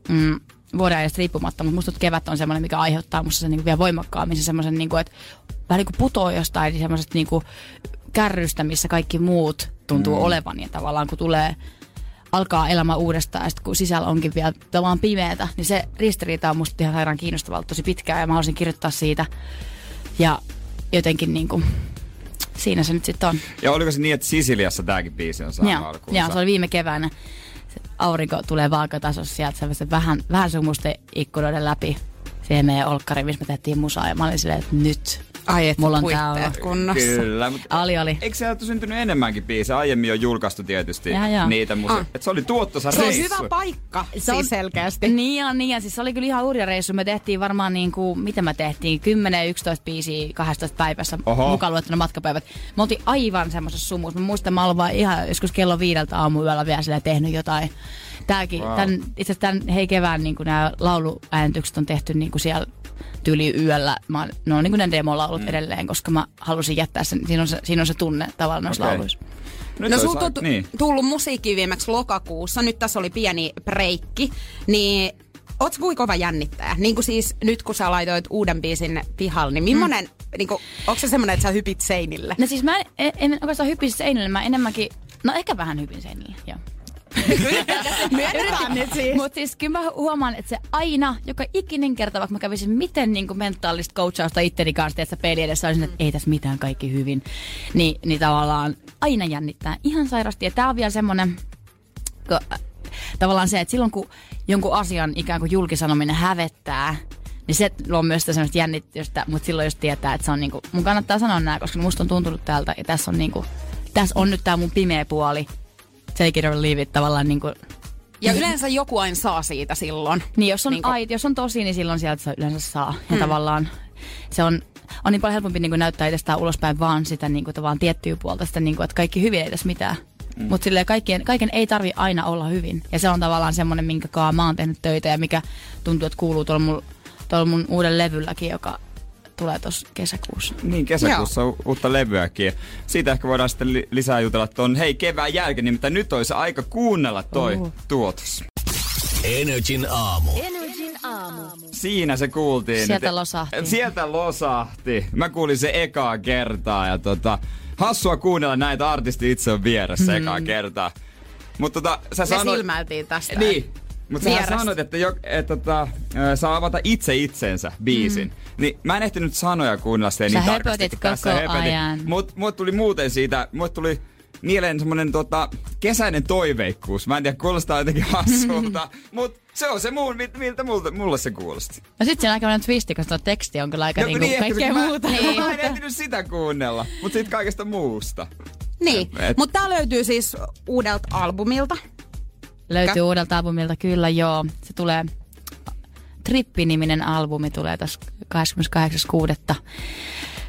H: mm, vuoden ajasta riippumatta, mutta musta tuntuu, että kevät on semmoinen, mikä aiheuttaa musta sen niin vielä voimakkaammin se semmoisen, niin kuin, että vähän niin kuin putoo jostain semmoisesta niin kuin kärrystä, missä kaikki muut tuntuu
K: Mm.
H: mm. olevan ja tavallaan kun tulee alkaa elämä uudestaan ja sitten kun sisällä onkin vielä tavallaan pimeätä, niin se ristiriita on musta ihan sairaan kiinnostavalta tosi pitkään ja mä haluaisin kirjoittaa siitä ja jotenkin niin kuin, siinä se nyt sitten on.
A: Ja oliko se niin, että Sisiliassa tääkin biisi on saanut
H: Joo,
A: alkuunsa?
H: joo, se oli viime keväänä. Se aurinko tulee vaakatasossa sieltä semmoisen vähän, vähän sumusten ikkunoiden läpi. Siihen meidän olkkariin, missä me tehtiin musaa. Ja mä olin silleen, että nyt.
B: Ai,
A: että
H: mulla on
A: puitteet
H: tää olo.
A: kunnossa. Kyllä, mutta-
H: Ali oli.
A: Eikö sieltä syntynyt enemmänkin biisejä? Aiemmin on julkaistu tietysti
H: Jaa, jaa.
A: niitä musa.
H: Ah.
A: Et se oli tuottosa
H: Se on
G: Niin.
A: reissu.
H: hyvä
B: paikka,
H: se on, siis selkeästi. Niin on, niin on. Siis se oli kyllä ihan hurja reissu. Me tehtiin varmaan niin kuin, mitä me tehtiin, 10, 11 biisiä 12 päivässä
K: Oho.
H: Oho. mukaan luettuna matkapäivät. Me oltiin aivan semmoisessa sumussa. Mä muistan, mä olin vaan ihan joskus kello viideltä aamuyöllä vielä sillä tehnyt jotain. Tääkin,
K: Wow.
H: wow. tämän, itse asiassa tämän hei kevään niin nämä lauluäänitykset on tehty niin kuin siellä tyyli yöllä. Mä, oon- ne on niin kuin ne demolaulut mm. edelleen, koska mä halusin jättää sen. Siinä on se, siinä on se tunne tavallaan noissa
A: Okei.
H: okay. lauluissa.
A: Nyt
G: no
A: olisi
G: sulta on
A: aika-
G: tu-
A: niin.
G: tullut musiikki viimeksi lokakuussa, nyt tässä oli pieni breikki, niin ootko kuinka kova jännittäjä? Niin kuin siis nyt kun sä laitoit uuden biisin pihalle, niin
H: Hmm.
G: millainen, mm. niin kuin, onko se semmoinen, että sä hypit seinille?
H: No siis mä en, en, en oikeastaan hypin seinille, mä enemmänkin, no ehkä vähän hypin seinille, joo.
G: Myönnetään nyt siis.
H: Mutta siis kyllä mä huomaan, että se aina, joka ikinen kerta, vaikka mä kävisin miten niin kuin mentaalista coachausta itteni kanssa, että peli edessä olisin, että ei tässä mitään kaikki hyvin, niin, niin tavallaan aina jännittää ihan sairasti. Ja tää on vielä semmonen, kun, äh, tavallaan se, että silloin kun jonkun asian ikään kuin julkisanominen hävettää, niin se on myös sitä semmoista jännitystä, mutta silloin jos tietää, että se on niinku, mun kannattaa sanoa nämä, koska musta on tuntunut tältä ja tässä on niinku, tässä on nyt tää mun pimeä puoli. Take it or leave it tavallaan niinku.
G: Ja yleensä joku aina saa siitä silloin.
H: Niin jos on,
G: Niinku-
H: niinku. ait, jos on tosi, niin silloin sieltä se yleensä saa. Ja mm. tavallaan se on, on niin paljon helpompi niinku näyttää itsestään ulospäin vaan sitä niinku tavallaan tiettyä puolta, sitä niinku, että kaikki hyvin ei tässä mitään. Mm. Mutta kaiken, kaiken ei tarvi aina olla hyvin. Ja se on tavallaan semmoinen, minkä kaa mä oon tehnyt töitä ja mikä tuntuu, että kuuluu tuolla mun, tuolla mun uuden levylläkin, joka tulee tuossa kesäkuussa.
A: Niin, kesäkuussa Joo. uutta levyäkin. Siitä ehkä voidaan sitten li- lisää jutella tuon hei kevään jälkeen, nimittäin nyt olisi aika kuunnella toi
C: Oho.
A: tuotos.
C: Energin aamu.
D: Energin aamu.
A: Siinä se kuultiin.
D: Sieltä
A: Te-
D: losahti.
A: Sieltä losahti. Mä kuulin se ekaa kertaa ja tota, hassua kuunnella näitä artisti itse on vieressä mm.
G: Mm.
A: ekaa kertaa. Mutta tota, sä
G: Me
A: sanoit...
G: silmäiltiin tästä.
A: Niin, mutta sä
G: Vierasta.
A: sanoit, että, jo, että, tota, ö, saa avata itse itsensä biisin. Mm. Niin mä en ehtinyt sanoja kuunnella sitä
H: Sä
A: niin tarkasti,
H: höpötit
A: kun tässä
H: koko
A: höpötin.
H: ajan.
A: Mut, mut tuli muuten siitä, mut tuli mieleen semmonen tota, kesäinen toiveikkuus. Mä en tiedä, kuulostaa jotenkin hassulta, mut se on se muun, mit- miltä multa, mulle se kuulosti.
H: No sit siinä on aika monen twisti, koska tuo teksti on kyllä aika no,
A: kun
H: niinku niin,
A: ehkä,
H: kaikkea
A: kun
H: muuta.
A: Mä, niin. mä en ehtinyt sitä kuunnella, mut sit kaikesta muusta.
G: Niin,
A: Et-
G: mutta tää löytyy siis uudelta albumilta.
H: Löytyy uudelta albumilta, kyllä joo. Se tulee, Trippi-niminen albumi tulee tässä 28.6.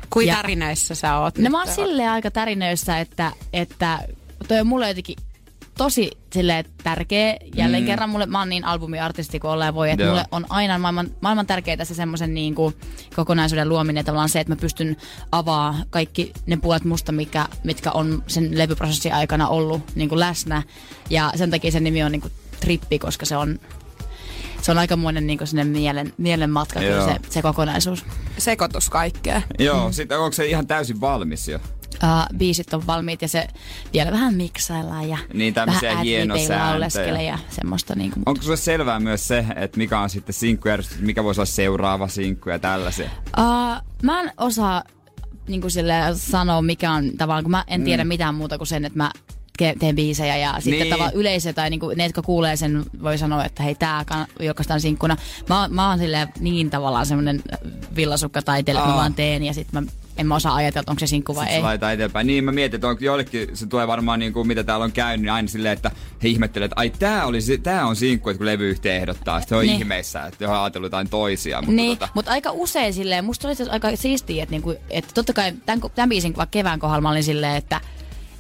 G: Kuin
H: Ja-
G: tärinöissä sä oot
H: No
G: nyt?
H: mä oon silleen aika tärinöissä, että, että toi on mulle jotenkin tosi silleen, tärkeä jälleen mm. kerran mulle. Mä oon niin albumiartisti kuin olleen voi, että
K: Joo.
H: mulle on aina maailman, maailman tärkeää se semmoisen niin kuin kokonaisuuden luominen. Tavallaan se, että mä pystyn avaa kaikki ne puolet musta, mikä, mitkä on sen levyprosessin aikana ollut niin kuin läsnä. Ja sen takia sen nimi on niin kuin trippi, koska se on se on aikamoinen niin kuin mielen, mielen matka kyllä
A: Joo.
H: se, se kokonaisuus.
B: Sekoitus kaikkea.
H: Mm.
A: Joo, sit onko se ihan täysin valmis jo?
H: Uh, biisit on valmiit ja se vielä vähän miksaillaan ja
A: Niin, tämmöisiä
H: vähän
A: hienosääntöjä.
H: ad-libbejä lauleskelee ja semmoista. Niin kuin,
A: Onko sulle selvää myös se, että mikä on sitten sinkkujärjestys, mikä voisi olla seuraava sinkku ja tällaisia?
H: Uh, mä en osaa niin kuin sanoa, mikä on tavallaan, kun mä en tiedä
A: Mm.
H: mm. mitään muuta kuin sen, että mä ke- teen biisejä ja niin. sitten
K: Niin.
H: tavallaan yleisö tai niin kuin, ne, jotka kuulee sen, voi sanoa, että hei, tää kan- julkaistaan sinkkuna. Mä, oon- mä oon silleen niin tavallaan semmoinen villasukka taiteilija, että mä
A: Aa.
H: vaan teen ja sitten mä en mä osaa ajatella, että onko se sinkku vai
A: Sitten
H: ei.
A: se laitetaan eteenpäin. Niin, mä mietin, että onko joillekin, se tulee varmaan niin kuin mitä täällä on käynyt, niin aina silleen, että he ihmettelee, että ai tää, oli, se- tää on sinkku, että kun levyyhtiö ehdottaa. Sitten he on
H: Niin.
A: ihmeissään, että he on ajatellut jotain toisia. Mutta
H: Niin,
A: tota,
H: mutta aika usein silleen, musta oli itse asiassa aika siistiä, että, niinku, että totta kai tämän, tämän biisin vaikka kevään kohdalla mä olin silleen, että,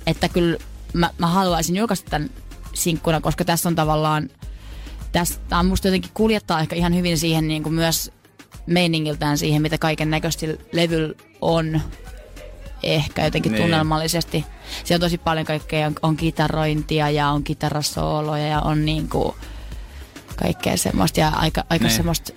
H: että kyllä mä, mä haluaisin julkaista tämän sinkkuna, koska tässä on tavallaan, tässä tää on musta jotenkin kuljettaa ehkä ihan hyvin siihen niin kuin myös meiningiltään siihen, mitä kaiken näköisesti levyllä on ehkä jotenkin
K: Niin.
H: niin. tunnelmallisesti. Siellä on tosi paljon kaikkea, on, on kitarointia ja on kitarasooloja ja on niinku kaikkea semmoista ja aika, aika
A: Niin.
H: semmoista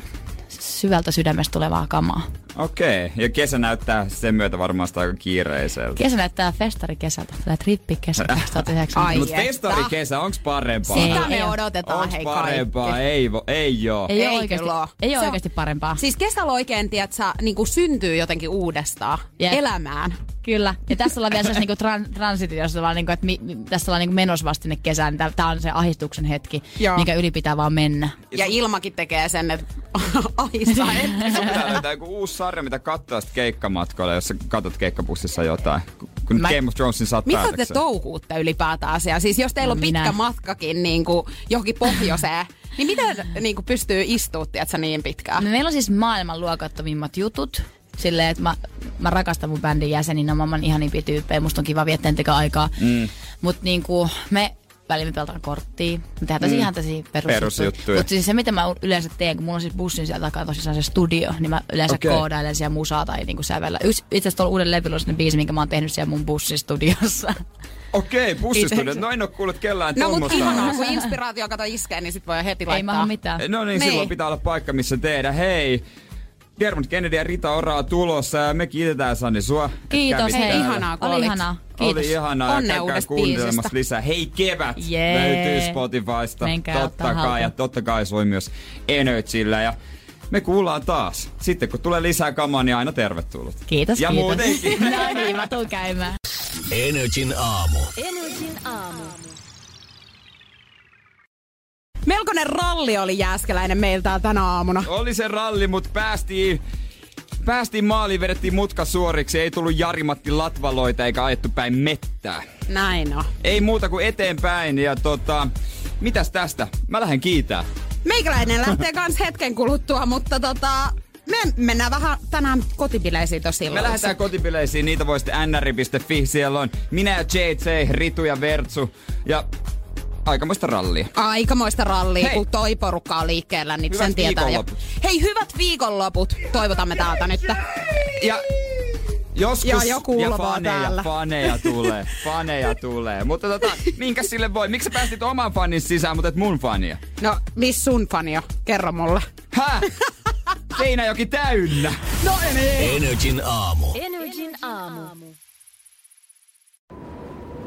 H: syvältä sydämestä tulevaa kamaa.
A: Okei, okay. ja kesä näyttää sen myötä varmaan sitä aika kiireiseltä.
H: Kesä näyttää festari kesältä, tai trippi kesä 2019.
A: Mutta festori kesä, onks parempaa?
H: Sitä me
A: Ei oo.
G: odotetaan,
A: onks
G: hei,
A: parempaa?
G: kaikki.
A: Ei, vo, ei joo.
H: Ei ole
G: Ei
H: oikeasti,
G: kyllä oo.
H: ei
G: Se on-
H: ole oikeasti parempaa.
G: Siis kesällä oikein, tiedät sä, niin kuin syntyy jotenkin uudestaan
H: Jep.
G: elämään.
H: Kyllä. Ja tässä ollaan vielä sellaisessa niinku tran- transitiossa, vaan niinku, että mi- mi- tässä ollaan niinku menossa vasta sinne kesään. Tämä on se ahdistuksen hetki,
G: Joo.
H: Joo. mikä yli pitää vaan mennä.
G: Ja ilmakin tekee sen, että ahistaa.
A: Niin Sun pitää löytää joku uusi sarja, mitä katsoa sitten keikkamatkoilla, jos sä katot keikkapussissa jotain. Kun
G: Mä-
A: Mä... Game of Thronesin saat
G: Mitä te
A: päätökseen.
G: touhuutte ylipäätään asiaa? Siis jos teillä on
H: No
G: pitkä
H: minä.
G: matkakin niin kuin johonkin pohjoiseen, niin miten niin kuin pystyy istumaan, tiedätkö, niin pitkään?
H: No meillä on siis maailman luokattomimmat jutut. Silleen, että mä, mä rakastan mun bändin jäseninä, mä oon ihanimpia tyyppejä, musta on kiva viettää niiden kanssa aikaa. Mm. Mutta niinku, me välillä me pelataan korttia. Me tehdään tosi
A: Mm.
H: mm. ihan tosi
A: Perusjuttuja.
H: perusjuttuja. Mutta siis se, mitä mä yleensä teen, kun mulla on siis bussin siellä takaa tosissaan se studio, niin mä yleensä
A: Okei.
H: okay. koodailen siellä musaa tai niinku sävellä. Yksi- Itse asiassa tuolla uuden levyllä on sellainen biisi, minkä mä oon tehnyt siellä mun bussistudiossa.
A: Okei, bussistudiot.
H: Itse-
A: No en oo kuullut kellään
G: No mut
A: tommosta.
G: ihanaa, kun inspiraatio kato iskee, niin sit voi heti laittaa.
H: mahda mitään.
A: No niin, silloin pitää olla paikka, missä tehdä. Hei, Dermot Kennedy ja Rita Oraa tulossa ja me kiitetään Sanni sua. että kävit
H: Kiitos, hei.
A: täällä.
H: Ihanaa, kun Oli olit. ihanaa. Kiitos.
A: Oli ihanaa.
H: Onnea
A: Onnea
H: uudesta
A: kuuntelemassa
H: biisistä.
A: lisää. Hei kevät
H: Jee.
A: löytyy Spotifysta.
H: Menkää
A: totta
H: ottaa
A: kai.
H: haltuun.
A: Ja totta kai soi myös Energyllä. Ja me kuullaan taas. Sitten kun tulee lisää kamaa, niin aina tervetullut.
H: Kiitos,
A: ja
H: kiitos.
A: muutenkin.
H: no niin, mä tuun käymään.
C: Energin aamu.
D: Energin aamu.
G: Melkoinen ralli oli Jääskeläinen meiltä tänä aamuna.
A: Oli se ralli, mutta päästiin, päästiin maaliin, vedettiin mutka suoriksi. Ei tullut Jari-Matti Latvaloita eikä ajettu päin mettää.
G: Näin on.
A: Ei muuta kuin eteenpäin ja tota, mitäs tästä? Mä lähden kiitää.
G: Meikäläinen lähtee kans hetken kuluttua, mutta tota, me mennään vähän tänään kotibileisiin tosiaan.
A: Me lähdetään kotipileisiin, niitä voi sitten nri.fi, siellä on minä ja JJ, Ritu ja Vertsu ja aikamoista rallia.
G: Aikamoista rallia, Hei. kun toi porukka on liikkeellä, niin
A: Hyvät
G: sen tietää. Ja...
A: viikonloput.
G: Hei, hyvät viikonloput. Toivotamme täältä nyt.
A: Ja joskus
G: Ja joku
A: ja
G: ulvoo
A: faneja,
G: täällä.
A: faneja tulee, faneja tulee. Mutta tota, minkä sille voi? Miksi sä päästit oman fanin sisään, mutta et mun fania?
G: No, miss sun fanio? Kerro mulle.
A: Hä? Seinäjoki täynnä.
G: No niin.
C: Energin aamu.
D: Energin aamu.